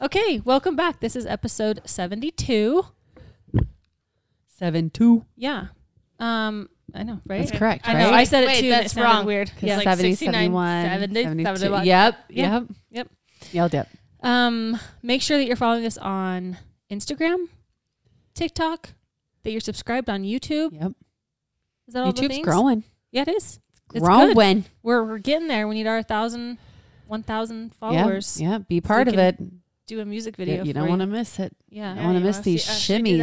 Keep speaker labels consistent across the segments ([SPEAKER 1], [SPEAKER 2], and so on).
[SPEAKER 1] Okay, welcome back. This is episode 72.
[SPEAKER 2] Seven two.
[SPEAKER 1] Yeah. Um, I know, right?
[SPEAKER 3] That's
[SPEAKER 2] Okay. correct,
[SPEAKER 1] I know.
[SPEAKER 2] right?
[SPEAKER 1] I said it
[SPEAKER 3] Wait,
[SPEAKER 1] too. and
[SPEAKER 3] that's
[SPEAKER 1] it sounded
[SPEAKER 3] wrong.
[SPEAKER 1] Weird.
[SPEAKER 3] Yeah. like
[SPEAKER 2] 70,
[SPEAKER 3] 69,
[SPEAKER 2] 71,
[SPEAKER 3] 70, 71.
[SPEAKER 2] Yep.
[SPEAKER 1] Yeah.
[SPEAKER 2] Yep.
[SPEAKER 1] Yep.
[SPEAKER 2] Yelled it.
[SPEAKER 1] Um, make sure that you're following us on Instagram, TikTok, that you're subscribed on YouTube.
[SPEAKER 2] Yep.
[SPEAKER 1] Is that all the
[SPEAKER 2] YouTube's
[SPEAKER 1] things?
[SPEAKER 2] growing.
[SPEAKER 1] Yeah, it is. It's good.
[SPEAKER 2] growing.
[SPEAKER 1] We're we're getting there. We need our thousand, one thousand followers.
[SPEAKER 2] Yeah. yeah. Be part of
[SPEAKER 1] can
[SPEAKER 2] it.
[SPEAKER 1] Do a music
[SPEAKER 2] Yeah,
[SPEAKER 1] video.
[SPEAKER 2] you
[SPEAKER 1] for
[SPEAKER 2] don't want to miss it.
[SPEAKER 1] Yeah. Yeah.
[SPEAKER 2] I don't want
[SPEAKER 3] you
[SPEAKER 2] to miss
[SPEAKER 3] wanna
[SPEAKER 2] these
[SPEAKER 3] see us do
[SPEAKER 2] shimmies.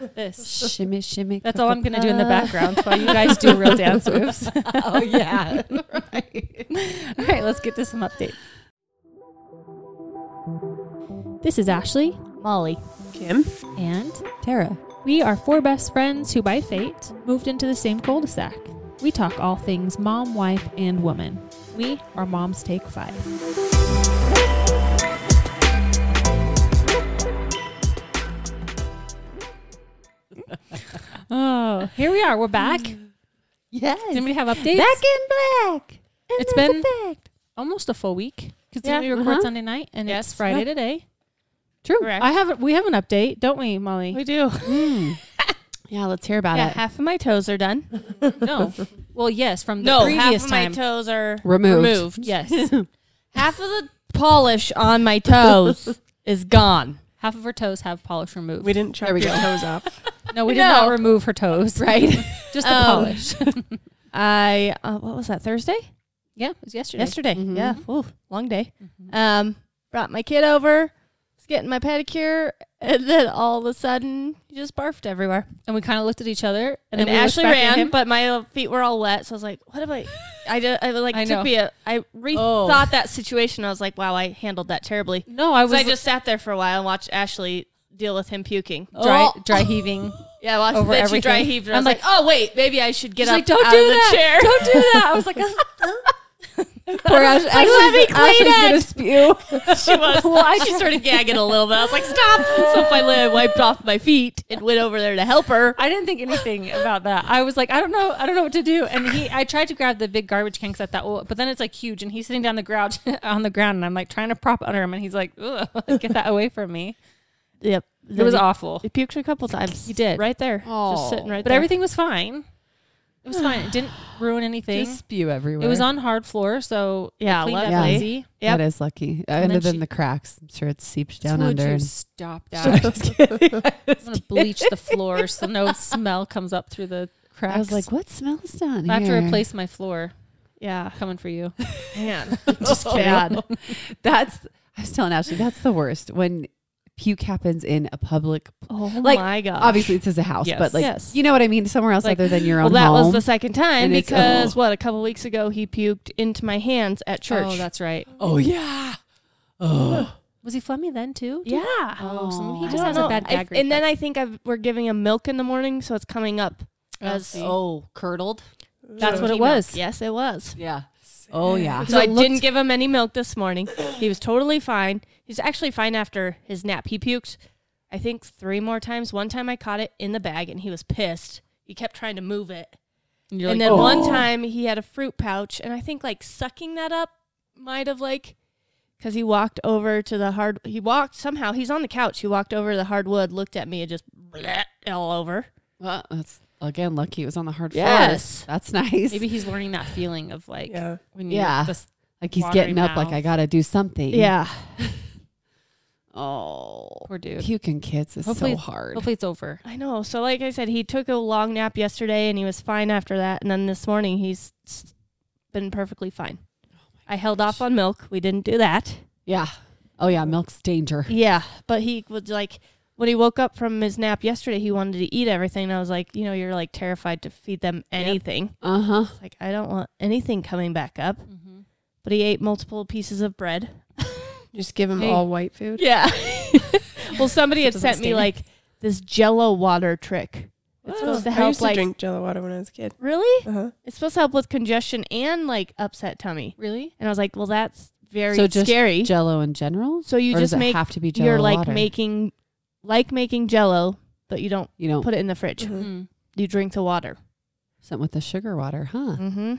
[SPEAKER 3] that.
[SPEAKER 1] This.
[SPEAKER 2] Shimmy, shimmy.
[SPEAKER 1] That's all I'm gonna do in the
[SPEAKER 2] cuckoo.
[SPEAKER 1] background while you guys do real dance moves.
[SPEAKER 2] oh yeah.
[SPEAKER 1] All right, let's get to some updates. This is Ashley, Molly,
[SPEAKER 3] Kim.
[SPEAKER 1] and
[SPEAKER 2] Tara.
[SPEAKER 1] we are four best friends who, by fate, moved into the same cul de sac. We talk all things mom, wife, and woman. We are Moms Take Five. oh, here we are. We're back. Does
[SPEAKER 2] Yes.
[SPEAKER 1] anybody have updates?
[SPEAKER 2] in black.
[SPEAKER 1] It's that's a been- Almost a full week because
[SPEAKER 3] Yeah,
[SPEAKER 1] we record
[SPEAKER 2] uh-huh.
[SPEAKER 1] Sunday night and
[SPEAKER 3] Yes.
[SPEAKER 1] it's Friday today.
[SPEAKER 2] True.
[SPEAKER 3] Correct.
[SPEAKER 1] I have we have an update, don't we, Molly?
[SPEAKER 3] We do.
[SPEAKER 2] Mm. Yeah, let's hear about
[SPEAKER 3] Yeah,
[SPEAKER 2] it.
[SPEAKER 3] half of my toes are done.
[SPEAKER 1] no. Well, yes, from the
[SPEAKER 3] No, half
[SPEAKER 1] previous
[SPEAKER 3] of
[SPEAKER 1] time.
[SPEAKER 3] my toes are
[SPEAKER 2] Removed.
[SPEAKER 3] removed.
[SPEAKER 1] yes,
[SPEAKER 3] Half of the polish on my toes is gone.
[SPEAKER 1] half of her toes have polish removed.
[SPEAKER 4] We didn't
[SPEAKER 2] There
[SPEAKER 4] chop
[SPEAKER 2] we
[SPEAKER 4] your
[SPEAKER 2] go.
[SPEAKER 4] toes off.
[SPEAKER 1] no, we did
[SPEAKER 3] No.
[SPEAKER 1] not remove her toes.
[SPEAKER 3] Right.
[SPEAKER 1] just the
[SPEAKER 3] Oh.
[SPEAKER 1] polish.
[SPEAKER 3] I uh, what was that Thursday?
[SPEAKER 1] yeah, it was yesterday.
[SPEAKER 3] Yesterday.
[SPEAKER 2] Mhm.
[SPEAKER 3] Yeah. Ooh, long day. Um, brought my kid over. Was getting my pedicure, and then all of a sudden, he just barfed everywhere.
[SPEAKER 1] And we kind of looked at each other, and,
[SPEAKER 3] And,
[SPEAKER 1] then we looked
[SPEAKER 3] Ashley
[SPEAKER 1] back at him.
[SPEAKER 3] ran, but my feet were all wet, so I was like, "What am I?" I did. I like
[SPEAKER 1] I know.
[SPEAKER 3] took me a. I
[SPEAKER 1] Oh.
[SPEAKER 3] rethought that situation. I was like, "Wow, I handled that terribly."
[SPEAKER 1] no, I was
[SPEAKER 3] So I just sat there for a while and watched Ashley deal with him puking.
[SPEAKER 1] dry,
[SPEAKER 3] Oh.
[SPEAKER 1] dry heaving.
[SPEAKER 3] Yeah, I watched
[SPEAKER 1] over
[SPEAKER 3] that she dry
[SPEAKER 1] everything.
[SPEAKER 3] heaved. And I
[SPEAKER 1] I'm
[SPEAKER 3] was like, "Oh wait, maybe I should get
[SPEAKER 1] She's
[SPEAKER 3] up
[SPEAKER 1] like, "Don't
[SPEAKER 3] out
[SPEAKER 1] do
[SPEAKER 3] of the
[SPEAKER 1] that.
[SPEAKER 3] chair."
[SPEAKER 1] Don't do that. I was like,
[SPEAKER 2] Poor Ash- Ashley's- Ashley's gonna spew.
[SPEAKER 3] she was. she started gagging a little bit. I was like, stop. So finally, I wiped off my feet and went over there to help her.
[SPEAKER 1] I didn't think anything about that. I was like, I don't know, I don't know what to do. And he, I tried to grab the big garbage can because I thought, well, but then it's like huge, and he's sitting down the ground on the ground, and I'm like trying to prop under him, and he's like, Ugh, get that away from me.
[SPEAKER 3] Yep.
[SPEAKER 1] It was awful,
[SPEAKER 3] He puked a couple times.
[SPEAKER 1] You did.
[SPEAKER 3] Right there. Just
[SPEAKER 2] Oh.
[SPEAKER 3] sitting right
[SPEAKER 1] but
[SPEAKER 3] there.
[SPEAKER 1] everything was fine. It was fine. It didn't ruin anything.
[SPEAKER 2] Just spew everywhere.
[SPEAKER 1] it was on hard floor, so it
[SPEAKER 3] Yeah,
[SPEAKER 1] cleaned up
[SPEAKER 2] lovely.
[SPEAKER 1] easy.
[SPEAKER 3] Yep.
[SPEAKER 2] That is lucky.
[SPEAKER 1] And
[SPEAKER 2] Other
[SPEAKER 1] then
[SPEAKER 2] than
[SPEAKER 1] she-
[SPEAKER 2] the cracks, I'm sure it seeps down under.
[SPEAKER 1] Would you
[SPEAKER 2] and-
[SPEAKER 1] stop that? I'm gonna bleach the floor so no smell comes up through the cracks.
[SPEAKER 2] I was like, what smells down
[SPEAKER 1] I have to
[SPEAKER 2] here?
[SPEAKER 1] replace my floor.
[SPEAKER 3] Yeah.
[SPEAKER 1] Coming for you.
[SPEAKER 3] Man.
[SPEAKER 2] Just
[SPEAKER 3] Oh.
[SPEAKER 2] bad. That's. I was telling Ashley that's the worst when puke happens in a public.
[SPEAKER 3] Oh
[SPEAKER 2] Like,
[SPEAKER 3] my God.
[SPEAKER 2] Obviously, this is a house,
[SPEAKER 4] Yes.
[SPEAKER 2] but like
[SPEAKER 3] Yes.
[SPEAKER 2] you know what I mean. Somewhere else
[SPEAKER 3] Like,
[SPEAKER 2] other than your
[SPEAKER 3] Well,
[SPEAKER 2] own
[SPEAKER 3] that
[SPEAKER 2] home.
[SPEAKER 3] was the second time
[SPEAKER 2] And it's-
[SPEAKER 3] because,
[SPEAKER 2] oh.
[SPEAKER 3] what, a couple weeks ago, he puked into my hands at church.
[SPEAKER 1] Oh, that's right.
[SPEAKER 4] Oh yeah. Oh.
[SPEAKER 1] Was he phlegmy then too?
[SPEAKER 3] yeah.
[SPEAKER 1] Oh, so
[SPEAKER 2] Oh.
[SPEAKER 1] he
[SPEAKER 3] I
[SPEAKER 1] just
[SPEAKER 3] don't
[SPEAKER 1] has
[SPEAKER 3] know.
[SPEAKER 1] a bad
[SPEAKER 3] I-
[SPEAKER 1] gag
[SPEAKER 3] and then I think I've, we're giving him milk in the morning, so it's coming up. as-
[SPEAKER 2] oh curdled.
[SPEAKER 1] That's what it
[SPEAKER 3] Chunky milk.
[SPEAKER 1] was.
[SPEAKER 3] Yes, it was.
[SPEAKER 2] Yeah. Oh yeah.
[SPEAKER 3] So I
[SPEAKER 1] it looked-
[SPEAKER 3] didn't give him any milk this morning. He was totally fine. He's actually fine after his nap. He puked, I think, three more times. One time I caught it in the bag and he was pissed. He kept trying to move it.
[SPEAKER 1] and, you're
[SPEAKER 3] and
[SPEAKER 1] like,
[SPEAKER 3] then
[SPEAKER 1] "Oh."
[SPEAKER 3] one time he had a fruit pouch and I think like sucking that up might have like because he walked over to the hard he walked somehow he's on the couch he walked over to the hardwood looked at me and just bleh, all over
[SPEAKER 2] Well, that's again lucky. It was on the hard
[SPEAKER 3] Yes.
[SPEAKER 2] floor. That's nice.
[SPEAKER 1] maybe he's learning that feeling of like
[SPEAKER 4] Yeah.
[SPEAKER 1] when you
[SPEAKER 2] Yeah.
[SPEAKER 1] just
[SPEAKER 2] like he's
[SPEAKER 1] watery
[SPEAKER 2] getting up. Like
[SPEAKER 1] mouth.
[SPEAKER 2] I gotta do something.
[SPEAKER 3] yeah
[SPEAKER 2] Oh.
[SPEAKER 1] poor dude.
[SPEAKER 2] Puking kids is
[SPEAKER 1] Hopefully-
[SPEAKER 2] so hard.
[SPEAKER 1] Hopefully it's over.
[SPEAKER 3] I know. So, like I said, he took a long nap yesterday and he was fine after that. And then this morning, he's s- been perfectly fine. I held off on milk. We didn't do that.
[SPEAKER 2] Yeah. Oh yeah, milk's danger.
[SPEAKER 3] Yeah. But he was like, when he woke up from his nap yesterday, he wanted to eat everything. And I was like, you know, you're like terrified to feed them anything.
[SPEAKER 2] Uh huh.
[SPEAKER 3] It's Like, I don't want anything coming back up. But he ate multiple pieces of bread.
[SPEAKER 4] Just give him
[SPEAKER 1] Hey.
[SPEAKER 4] all white food.
[SPEAKER 3] Yeah. well, somebody had
[SPEAKER 1] Doesn't
[SPEAKER 3] sent me
[SPEAKER 1] stain.
[SPEAKER 3] like this jello water trick. It's supposed to
[SPEAKER 4] I
[SPEAKER 3] help,
[SPEAKER 4] used to
[SPEAKER 3] like, Eh.
[SPEAKER 4] drink Jello water when I was a kid.
[SPEAKER 3] really?
[SPEAKER 4] Uh huh.
[SPEAKER 3] It's supposed to help with congestion and like upset tummy.
[SPEAKER 1] Really?
[SPEAKER 3] And I was like, well, that's very
[SPEAKER 2] So just
[SPEAKER 3] scary.
[SPEAKER 2] Jello in general.
[SPEAKER 3] so you
[SPEAKER 2] or
[SPEAKER 3] just
[SPEAKER 2] does
[SPEAKER 3] make
[SPEAKER 2] it have to be Jello
[SPEAKER 3] you're like
[SPEAKER 2] water?
[SPEAKER 3] making like making Jello, but you don't
[SPEAKER 2] you know
[SPEAKER 3] put it in the fridge.
[SPEAKER 4] Mm-hmm.
[SPEAKER 1] Mm.
[SPEAKER 3] You drink the water.
[SPEAKER 2] something with the sugar water, huh?
[SPEAKER 3] Mm-hmm.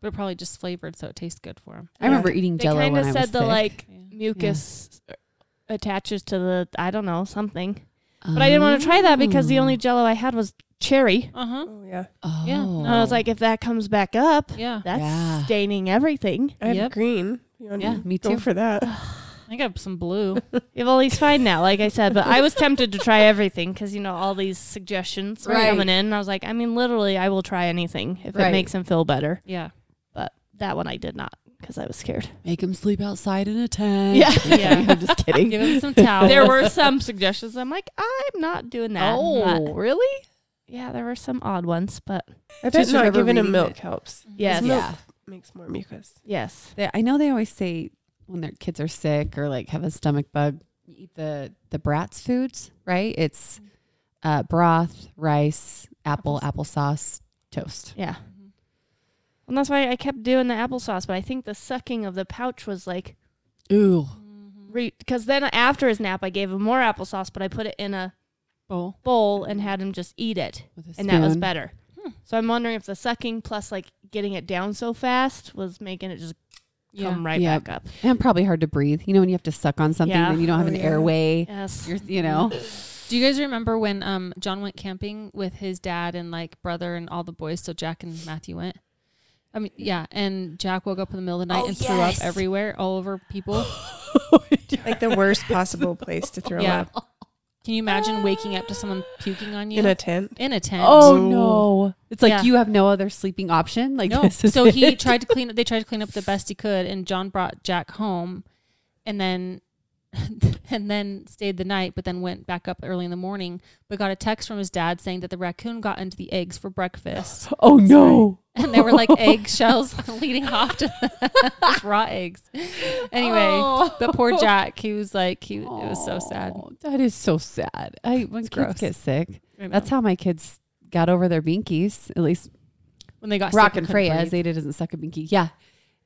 [SPEAKER 1] But probably just flavored so it tastes good for him.
[SPEAKER 2] I remember eating
[SPEAKER 3] They
[SPEAKER 2] Jello
[SPEAKER 3] kind
[SPEAKER 2] when
[SPEAKER 3] of
[SPEAKER 2] I was
[SPEAKER 3] said the
[SPEAKER 2] sick.
[SPEAKER 3] like
[SPEAKER 1] Yeah.
[SPEAKER 3] mucus attaches to the I don't know something. But I didn't want to try that because the only Jello I had was cherry,
[SPEAKER 1] Uh huh.
[SPEAKER 4] Oh yeah.
[SPEAKER 2] Oh.
[SPEAKER 1] Yeah.
[SPEAKER 3] and I was like, if that comes back up,
[SPEAKER 1] Yeah.
[SPEAKER 3] that's
[SPEAKER 2] Yeah.
[SPEAKER 3] staining everything.
[SPEAKER 4] I have
[SPEAKER 1] Yep.
[SPEAKER 4] green. You wanna
[SPEAKER 2] Yeah, me
[SPEAKER 4] Go
[SPEAKER 2] too.
[SPEAKER 4] for that.
[SPEAKER 1] I got some blue.
[SPEAKER 3] Yeah, Well, he's fine now, like I said. But I was tempted to try everything because you know all these suggestions were
[SPEAKER 2] Right.
[SPEAKER 3] coming in. And I was like, I mean, literally, I will try anything if
[SPEAKER 2] Right.
[SPEAKER 3] it makes him feel better.
[SPEAKER 1] Yeah.
[SPEAKER 3] But that one I did not because I was scared.
[SPEAKER 2] make him sleep outside in a tent.
[SPEAKER 3] Yeah.
[SPEAKER 1] Yeah.
[SPEAKER 2] I'm just kidding.
[SPEAKER 1] Give him some towels.
[SPEAKER 3] there were some suggestions. I'm like, I'm not doing that.
[SPEAKER 2] Oh,
[SPEAKER 3] But-
[SPEAKER 2] really?
[SPEAKER 3] yeah, there were some odd ones, but
[SPEAKER 4] I bet not
[SPEAKER 2] remember
[SPEAKER 4] giving him
[SPEAKER 2] reading
[SPEAKER 4] milk helps.
[SPEAKER 3] yes,
[SPEAKER 4] Milk
[SPEAKER 2] Yeah.
[SPEAKER 4] makes more mucus.
[SPEAKER 3] yes,
[SPEAKER 2] They, I know they always say when their kids are sick or like have a stomach bug, you eat the the brats foods, right? It's uh, broth, rice, apple, applesauce, toast.
[SPEAKER 3] yeah. And that's why I kept doing the applesauce. But I think the sucking of the pouch was like,
[SPEAKER 2] Ooh, Mm-hmm.
[SPEAKER 3] because then after his nap, I gave him more applesauce, but I put it in a
[SPEAKER 1] bowl.
[SPEAKER 3] bowl and had him just eat it.
[SPEAKER 2] with a
[SPEAKER 3] and that was
[SPEAKER 2] spoon.
[SPEAKER 3] better.
[SPEAKER 2] Hmm.
[SPEAKER 3] So I'm wondering if the sucking plus like getting it down so fast was making it just
[SPEAKER 1] Yeah.
[SPEAKER 3] come right
[SPEAKER 2] Yeah.
[SPEAKER 3] back up.
[SPEAKER 2] And probably hard to breathe. You know when you have to suck on something
[SPEAKER 3] Yeah.
[SPEAKER 2] and you don't have
[SPEAKER 4] Oh,
[SPEAKER 2] an
[SPEAKER 4] yeah.
[SPEAKER 2] airway.
[SPEAKER 3] Yes.
[SPEAKER 2] You're, you know.
[SPEAKER 1] Do you guys remember when um, John went camping with his dad and like brother and all the boys? So Jack and Matthew went. I mean, yeah. And Jack woke up in the middle of the night
[SPEAKER 3] Oh,
[SPEAKER 1] and threw up
[SPEAKER 3] yes.
[SPEAKER 1] everywhere, all over people.
[SPEAKER 2] Oh,
[SPEAKER 4] Like the worst possible place to throw
[SPEAKER 1] yeah.
[SPEAKER 4] up
[SPEAKER 1] Can you imagine waking up to someone puking on you
[SPEAKER 4] in a tent.
[SPEAKER 1] In a tent?
[SPEAKER 2] Ah. Oh no! It's like
[SPEAKER 1] Yeah.
[SPEAKER 2] you have no other sleeping option. Like
[SPEAKER 1] no.
[SPEAKER 2] this is
[SPEAKER 1] So he
[SPEAKER 2] it.
[SPEAKER 1] tried to clean. They tried to clean up the best he could, and John brought Jack home, and then, and then stayed the night, but then went back up early in the morning. But got a text from his dad saying that the raccoon got into the eggs for breakfast,
[SPEAKER 2] Oh no!
[SPEAKER 1] and they were like eggshells leading off to those raw eggs. Anyway, but poor Jack, he was like, he it was so sad.
[SPEAKER 2] Oh, That is so sad. I when kids
[SPEAKER 1] gross.
[SPEAKER 2] get sick,
[SPEAKER 1] I know.
[SPEAKER 2] that's how my kids got over their binkies. At least
[SPEAKER 1] when they got sick
[SPEAKER 2] Rock and
[SPEAKER 1] couldn't
[SPEAKER 2] Freya,
[SPEAKER 1] breathe.
[SPEAKER 2] Zeta doesn't suck a binky. Yeah,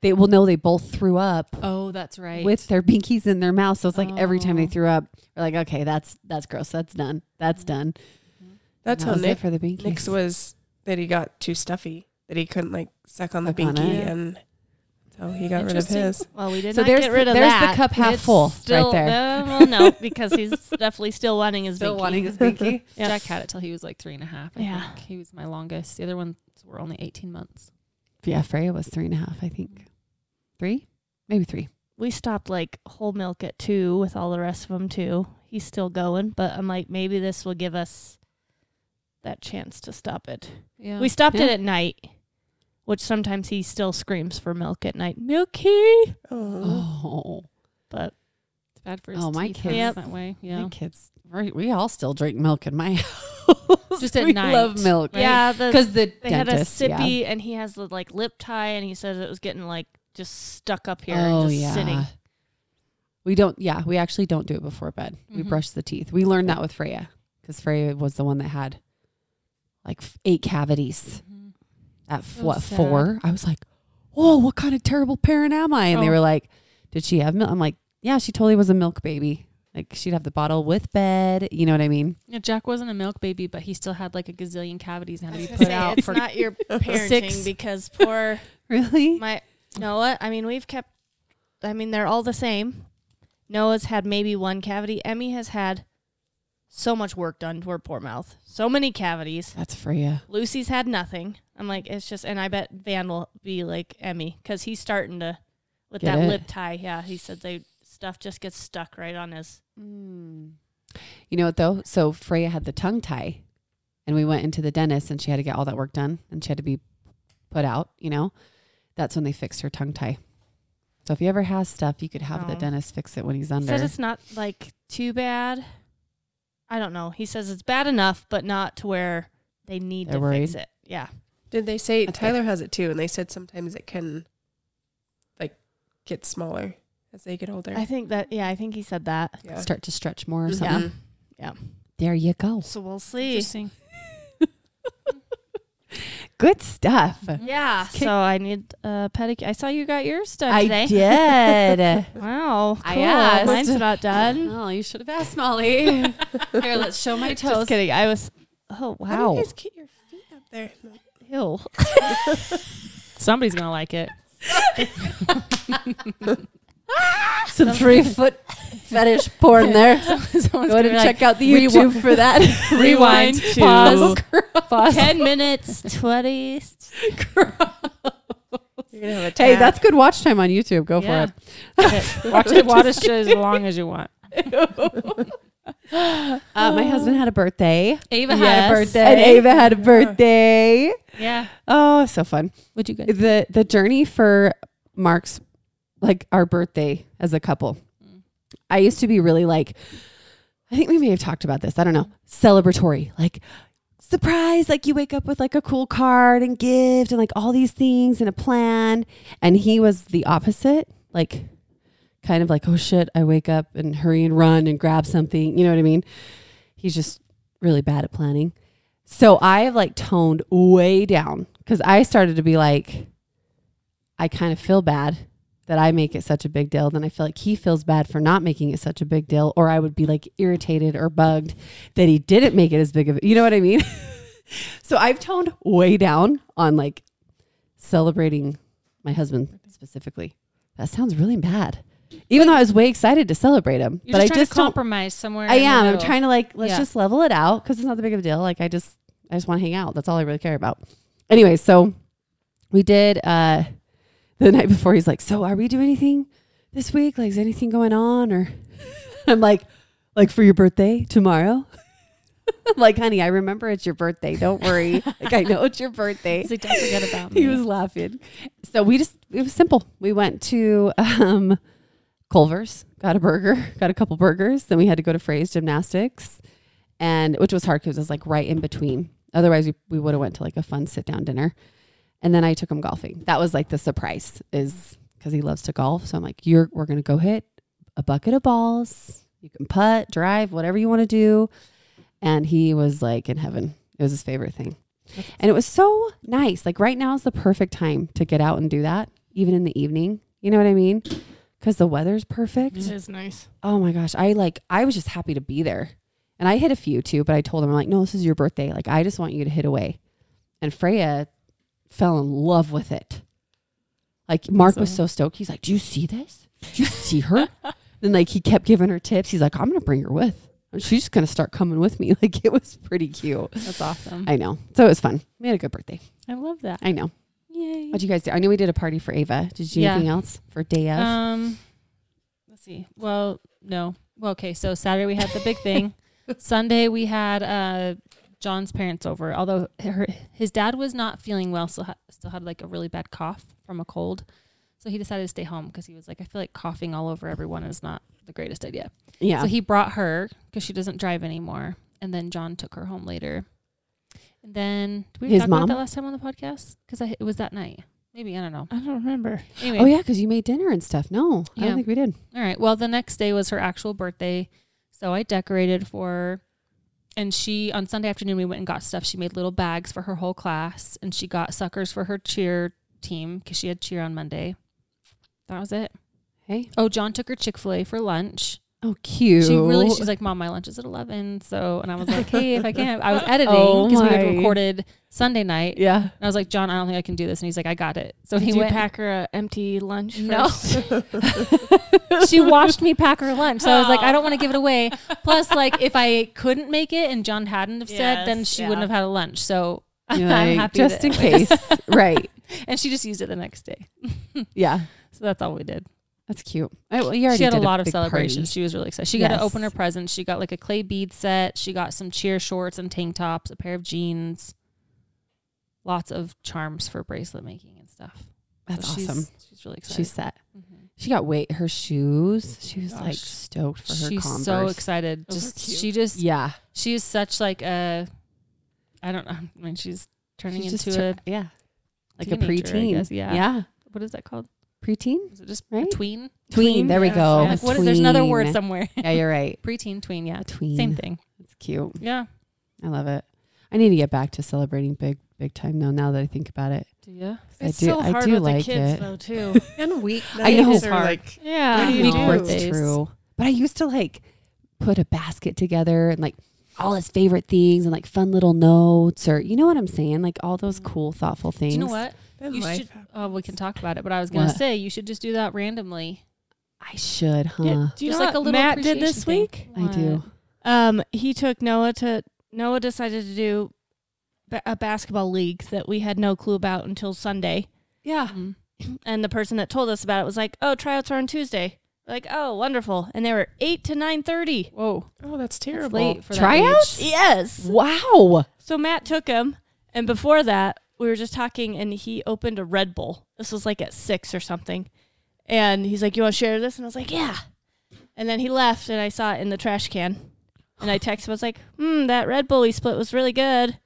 [SPEAKER 2] they will know they both threw up
[SPEAKER 1] Oh, that's right.
[SPEAKER 2] with their binkies in their mouth. So it's like every time they
[SPEAKER 1] Oh. Mm.
[SPEAKER 2] threw up, we're like, okay, that's that's gross. That's done. That's done.
[SPEAKER 4] That's
[SPEAKER 2] And
[SPEAKER 4] how
[SPEAKER 2] that was it
[SPEAKER 4] Nick,
[SPEAKER 2] for the binkies.
[SPEAKER 4] Nick's was that he got too stuffy, that he couldn't like suck on the
[SPEAKER 2] Suck on
[SPEAKER 4] binky
[SPEAKER 2] it.
[SPEAKER 4] and so he got rid of
[SPEAKER 1] Interesting.
[SPEAKER 4] his.
[SPEAKER 3] Well, we did
[SPEAKER 2] So
[SPEAKER 3] not
[SPEAKER 2] there's
[SPEAKER 3] get rid
[SPEAKER 2] the-
[SPEAKER 3] of
[SPEAKER 2] there's the
[SPEAKER 3] that.
[SPEAKER 2] cup half
[SPEAKER 3] It's
[SPEAKER 2] full right
[SPEAKER 3] still-
[SPEAKER 2] there.
[SPEAKER 3] uh, well, no, because he's definitely still wanting his
[SPEAKER 2] still
[SPEAKER 3] binky.
[SPEAKER 2] wanting his binky.
[SPEAKER 3] Yeah.
[SPEAKER 1] Jack had it till he was like three and a half. I
[SPEAKER 3] Yeah.
[SPEAKER 1] think. he was my longest. The other ones were only eighteen months.
[SPEAKER 2] yeah, Freya was three and a half. I think three, maybe three.
[SPEAKER 3] We stopped like whole milk at two with all the rest of them too. He's still going, but I'm like, maybe this will give us that chance to stop it.
[SPEAKER 1] Yeah,
[SPEAKER 3] We stopped
[SPEAKER 2] Yeah.
[SPEAKER 3] it at night, which sometimes he still screams for milk at night. Milky,
[SPEAKER 4] Oh.
[SPEAKER 2] Oh.
[SPEAKER 3] but
[SPEAKER 1] It's bad for his
[SPEAKER 2] Oh, my
[SPEAKER 1] teeth
[SPEAKER 2] kids-
[SPEAKER 1] yep. that way. Yeah,
[SPEAKER 2] My kids, we we all still drink milk in my house.
[SPEAKER 1] Just at
[SPEAKER 2] we
[SPEAKER 1] night,
[SPEAKER 2] love milk.
[SPEAKER 1] right?
[SPEAKER 3] yeah, the
[SPEAKER 2] Because the
[SPEAKER 3] They
[SPEAKER 2] dentist,
[SPEAKER 3] had a
[SPEAKER 2] yeah.
[SPEAKER 3] sippy, and he has the like lip tie, and he says it was getting like just stuck up here,
[SPEAKER 2] Oh,
[SPEAKER 3] and just sitting.
[SPEAKER 2] We don't. Yeah, we actually don't do it before bed. We
[SPEAKER 1] Mhm.
[SPEAKER 2] brush the teeth. We learned that with Freya because Freya was the one that had like f- eight cavities
[SPEAKER 1] Mhm.
[SPEAKER 2] at f-
[SPEAKER 1] So
[SPEAKER 2] what
[SPEAKER 1] sad.
[SPEAKER 2] four. I was like, "Whoa, what kind of terrible parent am I?" And they
[SPEAKER 1] Oh.
[SPEAKER 2] were like, "Did she have milk?" I'm like, "Yeah, she totally was a milk baby. Like she'd have the bottle with bed. You know what I mean?"
[SPEAKER 1] Yeah, Jack wasn't a milk baby, but he still had like a gazillion cavities and had to be
[SPEAKER 3] It's
[SPEAKER 1] put out for.
[SPEAKER 3] not your parenting
[SPEAKER 1] Six.
[SPEAKER 3] because poor
[SPEAKER 2] Really?
[SPEAKER 3] my Noah. I mean, we've kept. I mean, they're all the same. Noah's had maybe one cavity. Emmy has had so much work done to her poor mouth, so many cavities.
[SPEAKER 2] That's Freya.
[SPEAKER 3] Lucy's had nothing. I'm like, it's just, and I bet Van will be like Emmy because he's starting to with
[SPEAKER 2] Get
[SPEAKER 3] that
[SPEAKER 2] it.
[SPEAKER 3] lip tie. Yeah, he said they stuff just gets stuck right on his.
[SPEAKER 2] Mm. You know what though? So Freya had the tongue tie, and we went into the dentist, and she had to get all that work done, and she had to be put out. You know, that's when they fixed her tongue tie. So if you ever has stuff, you could have the
[SPEAKER 3] Oh.
[SPEAKER 2] dentist fix it when he's
[SPEAKER 3] He
[SPEAKER 2] under.
[SPEAKER 3] said it's not like too bad. I don't know. He says it's bad enough, but not to where they need
[SPEAKER 2] They're
[SPEAKER 3] to
[SPEAKER 2] worried.
[SPEAKER 3] fix it. Yeah.
[SPEAKER 4] Did they say
[SPEAKER 2] That's good.
[SPEAKER 4] Tyler has it too? And they said sometimes it can like get smaller as they get older.
[SPEAKER 3] I think that, yeah, I think he said that.
[SPEAKER 4] yeah.
[SPEAKER 2] Start to stretch more or
[SPEAKER 4] Mhm.
[SPEAKER 2] something. There you go.
[SPEAKER 3] So we'll see.
[SPEAKER 1] Interesting.
[SPEAKER 2] Good stuff.
[SPEAKER 3] Yeah.
[SPEAKER 2] Okay.
[SPEAKER 3] So I need a pedicure. I saw you got yours done
[SPEAKER 2] I
[SPEAKER 3] today.
[SPEAKER 2] did.
[SPEAKER 3] Wow. Cool.
[SPEAKER 2] I asked.
[SPEAKER 3] Mine's not done.
[SPEAKER 2] oh, you should have asked Molly. Here, let's show my
[SPEAKER 3] Just
[SPEAKER 2] toes.
[SPEAKER 3] kidding. I was, oh,
[SPEAKER 4] How do
[SPEAKER 2] Wow.
[SPEAKER 4] you guys get your feet up there?
[SPEAKER 3] Ew.
[SPEAKER 1] Somebody's gonna like it.
[SPEAKER 2] Some three foot fetish porn there.
[SPEAKER 1] Someone's
[SPEAKER 2] Go ahead
[SPEAKER 1] gonna
[SPEAKER 2] and
[SPEAKER 1] be like,
[SPEAKER 2] check out the YouTube for that.
[SPEAKER 1] rewind,
[SPEAKER 3] Rewind
[SPEAKER 1] pause, pause.
[SPEAKER 3] 10 minutes, 20.
[SPEAKER 4] You're gonna have a
[SPEAKER 2] hey,
[SPEAKER 4] tap.
[SPEAKER 2] that's good watch time on YouTube. Go
[SPEAKER 1] Yeah.
[SPEAKER 2] for
[SPEAKER 1] Watch it, watch it as long as you want.
[SPEAKER 2] it. uh, my husband had a birthday,
[SPEAKER 1] Ava
[SPEAKER 3] Yes.
[SPEAKER 1] had a birthday. Uh.
[SPEAKER 2] and Ava had a birthday.
[SPEAKER 1] Yeah.
[SPEAKER 2] Oh, so fun.
[SPEAKER 1] Would you guys?
[SPEAKER 2] the the journey for Mark's like our birthday as a couple. I used to be really like I think we may have talked about this. I don't know. Celebratory. Like surprise like you wake up with like a cool card and gift and like all these things and a plan and he was the opposite. Like kind of like oh shit, I wake up and hurry and run and grab something. You know what I mean? He's just really bad at planning. So I have like toned way down because I started to be like, I kind of feel bad that I make it such a big deal. Then I feel like he feels bad for not making it such a big deal, or I would be like irritated or bugged that he didn't make it as big of a, you know what I mean? so I've toned way down on like celebrating my husband specifically. That sounds really bad. Even though I was way excited to celebrate him,
[SPEAKER 1] You're
[SPEAKER 2] but
[SPEAKER 1] just
[SPEAKER 2] I
[SPEAKER 1] trying
[SPEAKER 2] just
[SPEAKER 1] to
[SPEAKER 2] don't
[SPEAKER 1] compromise somewhere.
[SPEAKER 2] I
[SPEAKER 1] in the
[SPEAKER 2] am. I'm
[SPEAKER 1] middle.
[SPEAKER 2] trying to like let's
[SPEAKER 1] Yeah.
[SPEAKER 2] just level it out because it's not that big of a deal. Like I just I just want to hang out. That's all I really care about. Anyway, so we did uh the night before. He's like, "So are we doing anything this week? Like, is anything going on?" Or I'm like, "Like for your birthday tomorrow." I'm like, honey, I remember it's your birthday. Don't worry. like, I know it's your birthday
[SPEAKER 1] He's like, don't forget about me.
[SPEAKER 2] he was laughing. So we just it was simple. We went to um Culver's, got a burger, got a couple burgers. Then we had to go to Frey's Gymnastics, and which was hard because it was like right in between. Otherwise, we, we would have went to like a fun sit down dinner. And then I took him golfing. That was like the surprise, is because he loves to golf. So I'm like, you're we're gonna go hit a bucket of balls. You can putt, drive, whatever you want to do. And he was like in heaven. It was his favorite thing. And it was so nice. Like right now is the perfect time to get out and do that, even in the evening. You know what I mean? Because the weather's perfect.
[SPEAKER 3] is nice.
[SPEAKER 2] Oh my gosh. I like, I was just happy to be there. And I hit a few too, but I told him, I'm like, no, this is your birthday. Like, I just want you to hit away. And Freya fell in love with it. Like, Mark was so stoked. He's like, do you see this? Do you see her? and like, he kept giving her tips. He's like, I'm going to bring her with. And she's just going to start coming with me. Like, it was pretty cute.
[SPEAKER 1] That's awesome. I,
[SPEAKER 2] I know. So it was fun. We had a good birthday.
[SPEAKER 1] love that.
[SPEAKER 2] I know.
[SPEAKER 1] Yay.
[SPEAKER 2] What would you guys do? I know we did a party for Ava. Did you do
[SPEAKER 1] Yeah.
[SPEAKER 2] anything else for day of?
[SPEAKER 1] Um, let's see. Well, no. Well, okay. So Saturday we had the big thing. Sunday we had uh, John's parents over. Although her, his dad was not feeling well, so ha- still had like a really bad cough from a cold. So he decided to stay home because he was like, I feel like coughing all over everyone is not the greatest idea.
[SPEAKER 2] yeah.
[SPEAKER 1] So he brought her because she doesn't drive anymore, and then John took her home later. And then did we
[SPEAKER 2] His
[SPEAKER 1] talk
[SPEAKER 2] mom?
[SPEAKER 1] about that last time on the podcast? Because it was that night. Maybe I don't know.
[SPEAKER 3] I don't remember.
[SPEAKER 1] Anyway,
[SPEAKER 2] oh, yeah, because you made dinner and stuff. No, I
[SPEAKER 1] Yeah.
[SPEAKER 2] don't think we did.
[SPEAKER 1] all right. Well, the next day was her actual birthday. So I decorated for her. And she, on Sunday afternoon, we went and got stuff. She made little bags for her whole class. And she got suckers for her cheer team because she had cheer on Monday. That was it.
[SPEAKER 2] Hey.
[SPEAKER 1] Oh, John took her Chick fil A for lunch.
[SPEAKER 2] Oh, cute.
[SPEAKER 1] She really, she's like, Mom, my lunch is at 11. So, and I was like, Hey, if I can, I was editing
[SPEAKER 2] Oh,
[SPEAKER 1] because we had
[SPEAKER 2] my.
[SPEAKER 1] recorded Sunday night.
[SPEAKER 2] yeah.
[SPEAKER 1] And I was like, John, I don't think I can do this. And he's like, I got it. So
[SPEAKER 3] Did
[SPEAKER 1] Oh, he
[SPEAKER 3] you
[SPEAKER 1] went.
[SPEAKER 3] pack her a empty lunch?
[SPEAKER 1] No.
[SPEAKER 3] first?
[SPEAKER 1] she watched me pack her lunch. So I was like, I don't want to give it away. Plus, like, if I couldn't make it and John hadn't have said, then
[SPEAKER 3] Yes,
[SPEAKER 1] she
[SPEAKER 3] yeah.
[SPEAKER 1] wouldn't have had a lunch. So
[SPEAKER 2] You're
[SPEAKER 1] I'm
[SPEAKER 2] like,
[SPEAKER 1] happy.
[SPEAKER 2] Just
[SPEAKER 1] that-
[SPEAKER 2] in case. right.
[SPEAKER 1] And she just used it the next day.
[SPEAKER 2] Yeah.
[SPEAKER 1] So that's all we did.
[SPEAKER 2] That's cute. I, well, you already
[SPEAKER 1] She had a
[SPEAKER 2] did
[SPEAKER 1] lot of
[SPEAKER 2] big party.
[SPEAKER 1] celebrations. She was really excited. She got
[SPEAKER 2] Yes.
[SPEAKER 1] to open her presents. She got like a clay bead set. She got some cheer shorts and tank tops, a pair of jeans, lots of charms for bracelet making and stuff.
[SPEAKER 2] That's
[SPEAKER 1] So she's-
[SPEAKER 2] awesome.
[SPEAKER 1] She's really excited.
[SPEAKER 2] She's set.
[SPEAKER 1] Mhm.
[SPEAKER 2] She got weight. Her shoes. She was like
[SPEAKER 1] Gosh.
[SPEAKER 2] stoked for her
[SPEAKER 1] she's
[SPEAKER 2] Converse.
[SPEAKER 1] so excited.
[SPEAKER 4] Those are
[SPEAKER 1] Just
[SPEAKER 4] cute.
[SPEAKER 1] she just
[SPEAKER 2] Yeah.
[SPEAKER 1] she is such like a I don't know. I mean, she's turning
[SPEAKER 2] She's just
[SPEAKER 1] into
[SPEAKER 2] tur-
[SPEAKER 1] a
[SPEAKER 2] yeah. Like
[SPEAKER 1] teenager,
[SPEAKER 2] a
[SPEAKER 1] I
[SPEAKER 2] preteen.
[SPEAKER 1] guess. Yeah.
[SPEAKER 2] Yeah.
[SPEAKER 1] what is that called?
[SPEAKER 2] Preteen?
[SPEAKER 1] Is it just
[SPEAKER 2] Right?
[SPEAKER 1] a tween?
[SPEAKER 2] Tween. There we
[SPEAKER 3] yes.
[SPEAKER 2] go.
[SPEAKER 3] Oh,
[SPEAKER 1] I'm like, what is there's another word
[SPEAKER 2] Tween.
[SPEAKER 1] somewhere?
[SPEAKER 2] Yeah, you're right.
[SPEAKER 1] Preteen, tween, yeah.
[SPEAKER 2] A tween.
[SPEAKER 1] Same thing.
[SPEAKER 2] It's cute.
[SPEAKER 1] Yeah.
[SPEAKER 2] I love it. I need to get back to celebrating big, big time though. Now that I think about it,
[SPEAKER 1] Do you?
[SPEAKER 2] 'Cause I do, I do like it.
[SPEAKER 3] though, too.
[SPEAKER 4] and weak.
[SPEAKER 2] I know.
[SPEAKER 4] nights are like
[SPEAKER 3] yeah.
[SPEAKER 4] What do you
[SPEAKER 2] Weak
[SPEAKER 4] do?
[SPEAKER 2] birthdays.
[SPEAKER 1] Birthdays.
[SPEAKER 2] true. But I used to like put a basket together and like all his favorite things and like fun little notes or you know what I'm saying, like all those cool, thoughtful
[SPEAKER 1] Do
[SPEAKER 2] things.
[SPEAKER 1] you know what?
[SPEAKER 4] then
[SPEAKER 1] You
[SPEAKER 4] life
[SPEAKER 1] should
[SPEAKER 4] happens.
[SPEAKER 1] oh we can talk about it, but I was gonna
[SPEAKER 2] What?
[SPEAKER 1] say you should just do that randomly.
[SPEAKER 2] I should, huh?
[SPEAKER 3] Yeah, do you
[SPEAKER 1] Just
[SPEAKER 3] know
[SPEAKER 1] like a
[SPEAKER 3] what
[SPEAKER 1] little
[SPEAKER 3] Matt did
[SPEAKER 1] appreciation
[SPEAKER 3] this
[SPEAKER 1] thing.
[SPEAKER 3] week?
[SPEAKER 2] I do.
[SPEAKER 3] Um, he took Noah to Noah decided to do ba- a basketball league that we had no clue about until Sunday, Ah.
[SPEAKER 2] Yeah.
[SPEAKER 1] Mhm.
[SPEAKER 3] and the person that told us about it was like, "Oh, tryouts are on Tuesday." We're like, "Oh, wonderful!" And they were eight to nine thirty.
[SPEAKER 1] Whoa,
[SPEAKER 4] Oh, that's
[SPEAKER 1] it's
[SPEAKER 4] terrible.
[SPEAKER 1] late for that
[SPEAKER 2] Tryouts?
[SPEAKER 1] age.
[SPEAKER 3] Yes.
[SPEAKER 2] Wow.
[SPEAKER 3] So Matt took him, and before that, we were just talking, and he opened a Red Bull. This was like at six or something, and he's like, "You want to share this?" And I was like, "Yeah." And then he left, and I saw it in the trash can, and I texted him. I was like, "Hmm, that Red Bull we split was really good."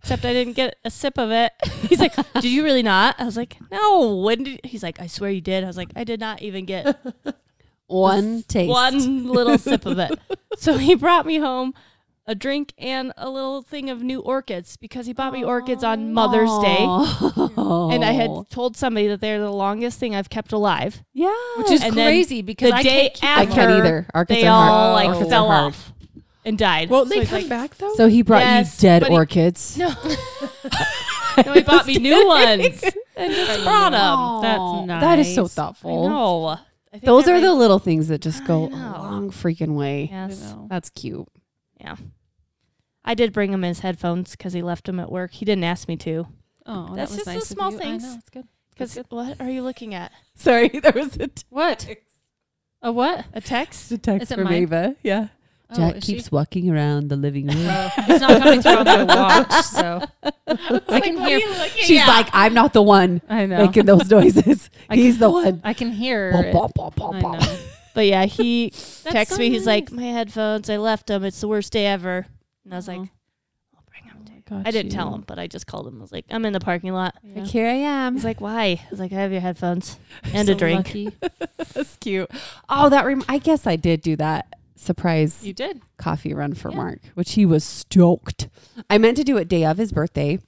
[SPEAKER 3] Except I didn't get a sip of it. He's like, "Did you really not?" I was like, "No." When did he's like, "I swear you did." I was like, "I did not even get
[SPEAKER 2] One taste.
[SPEAKER 3] one little sip of it. So he brought me home a drink and a little thing of new orchids because he bought me orchids on Mother's Day.
[SPEAKER 2] Aw.
[SPEAKER 3] And I had told somebody that they're the longest thing I've kept alive.
[SPEAKER 2] Yeah.
[SPEAKER 1] Which is
[SPEAKER 3] And then
[SPEAKER 1] crazy because
[SPEAKER 3] the
[SPEAKER 1] I
[SPEAKER 3] day
[SPEAKER 1] can't keep
[SPEAKER 2] I
[SPEAKER 1] them
[SPEAKER 2] can't
[SPEAKER 1] all.
[SPEAKER 3] after
[SPEAKER 2] either. Orchids
[SPEAKER 3] they
[SPEAKER 2] are hard.
[SPEAKER 3] all like
[SPEAKER 2] Orchids are
[SPEAKER 3] fell
[SPEAKER 2] hard.
[SPEAKER 3] off and died.
[SPEAKER 4] Won't they
[SPEAKER 3] he's
[SPEAKER 4] come
[SPEAKER 3] like,
[SPEAKER 4] back though?
[SPEAKER 2] So he brought
[SPEAKER 3] Yes,
[SPEAKER 2] you dead
[SPEAKER 3] but he-
[SPEAKER 2] orchids.
[SPEAKER 3] No. no, he bought me new ones and just brought them.
[SPEAKER 1] That's nice.
[SPEAKER 2] That is so
[SPEAKER 3] Oh,
[SPEAKER 2] thoughtful.
[SPEAKER 3] no. I think
[SPEAKER 2] Those
[SPEAKER 3] I
[SPEAKER 2] are the
[SPEAKER 3] made-
[SPEAKER 2] little things that just go a
[SPEAKER 3] I know.
[SPEAKER 2] long freaking way.
[SPEAKER 1] I
[SPEAKER 3] Yes.
[SPEAKER 1] know.
[SPEAKER 2] That's cute.
[SPEAKER 3] I did bring him his headphones because he left them at work. He didn't ask me to.
[SPEAKER 1] Oh,
[SPEAKER 3] That's
[SPEAKER 1] that was
[SPEAKER 3] just the
[SPEAKER 1] nice of
[SPEAKER 3] small
[SPEAKER 1] you. I
[SPEAKER 3] things.
[SPEAKER 1] know, it's good.
[SPEAKER 3] Because what are you looking at?
[SPEAKER 2] Sorry, there was a, t-
[SPEAKER 1] What? A what?
[SPEAKER 3] A text?
[SPEAKER 2] a text
[SPEAKER 1] Is it
[SPEAKER 2] from
[SPEAKER 1] mine?
[SPEAKER 2] Ava. Yeah.
[SPEAKER 1] Oh,
[SPEAKER 2] Jack
[SPEAKER 1] is she-
[SPEAKER 2] keeps walking around the living room.
[SPEAKER 1] Oh, it's not coming through on my watch, so I can hear.
[SPEAKER 2] She's like, I'm not the one
[SPEAKER 1] I know.
[SPEAKER 2] making those noises.
[SPEAKER 1] I
[SPEAKER 2] He's the one.
[SPEAKER 1] I can hear.
[SPEAKER 2] Bop,
[SPEAKER 1] it.
[SPEAKER 2] bop, bop, bop,
[SPEAKER 1] I
[SPEAKER 2] bop.
[SPEAKER 1] know.
[SPEAKER 3] But yeah, he
[SPEAKER 1] That's
[SPEAKER 3] texts
[SPEAKER 1] so
[SPEAKER 3] me. He's like,
[SPEAKER 1] nice.
[SPEAKER 3] my headphones, I left them. It's the worst day ever. And I was like,
[SPEAKER 1] Aw.
[SPEAKER 3] I'll bring them to you. I didn't tell him, but I just called him. I was like, I'm in the parking lot.
[SPEAKER 1] Yeah.
[SPEAKER 2] Here I am.
[SPEAKER 3] He's like, why? I was like, I have your headphones and
[SPEAKER 1] So
[SPEAKER 3] a drink.
[SPEAKER 1] lucky.
[SPEAKER 2] That's cute. Oh, that rem- I guess I did do that surprise
[SPEAKER 1] You did.
[SPEAKER 2] coffee run for
[SPEAKER 1] Yeah.
[SPEAKER 2] Mark, which he was stoked. I meant to do it day of his birthday,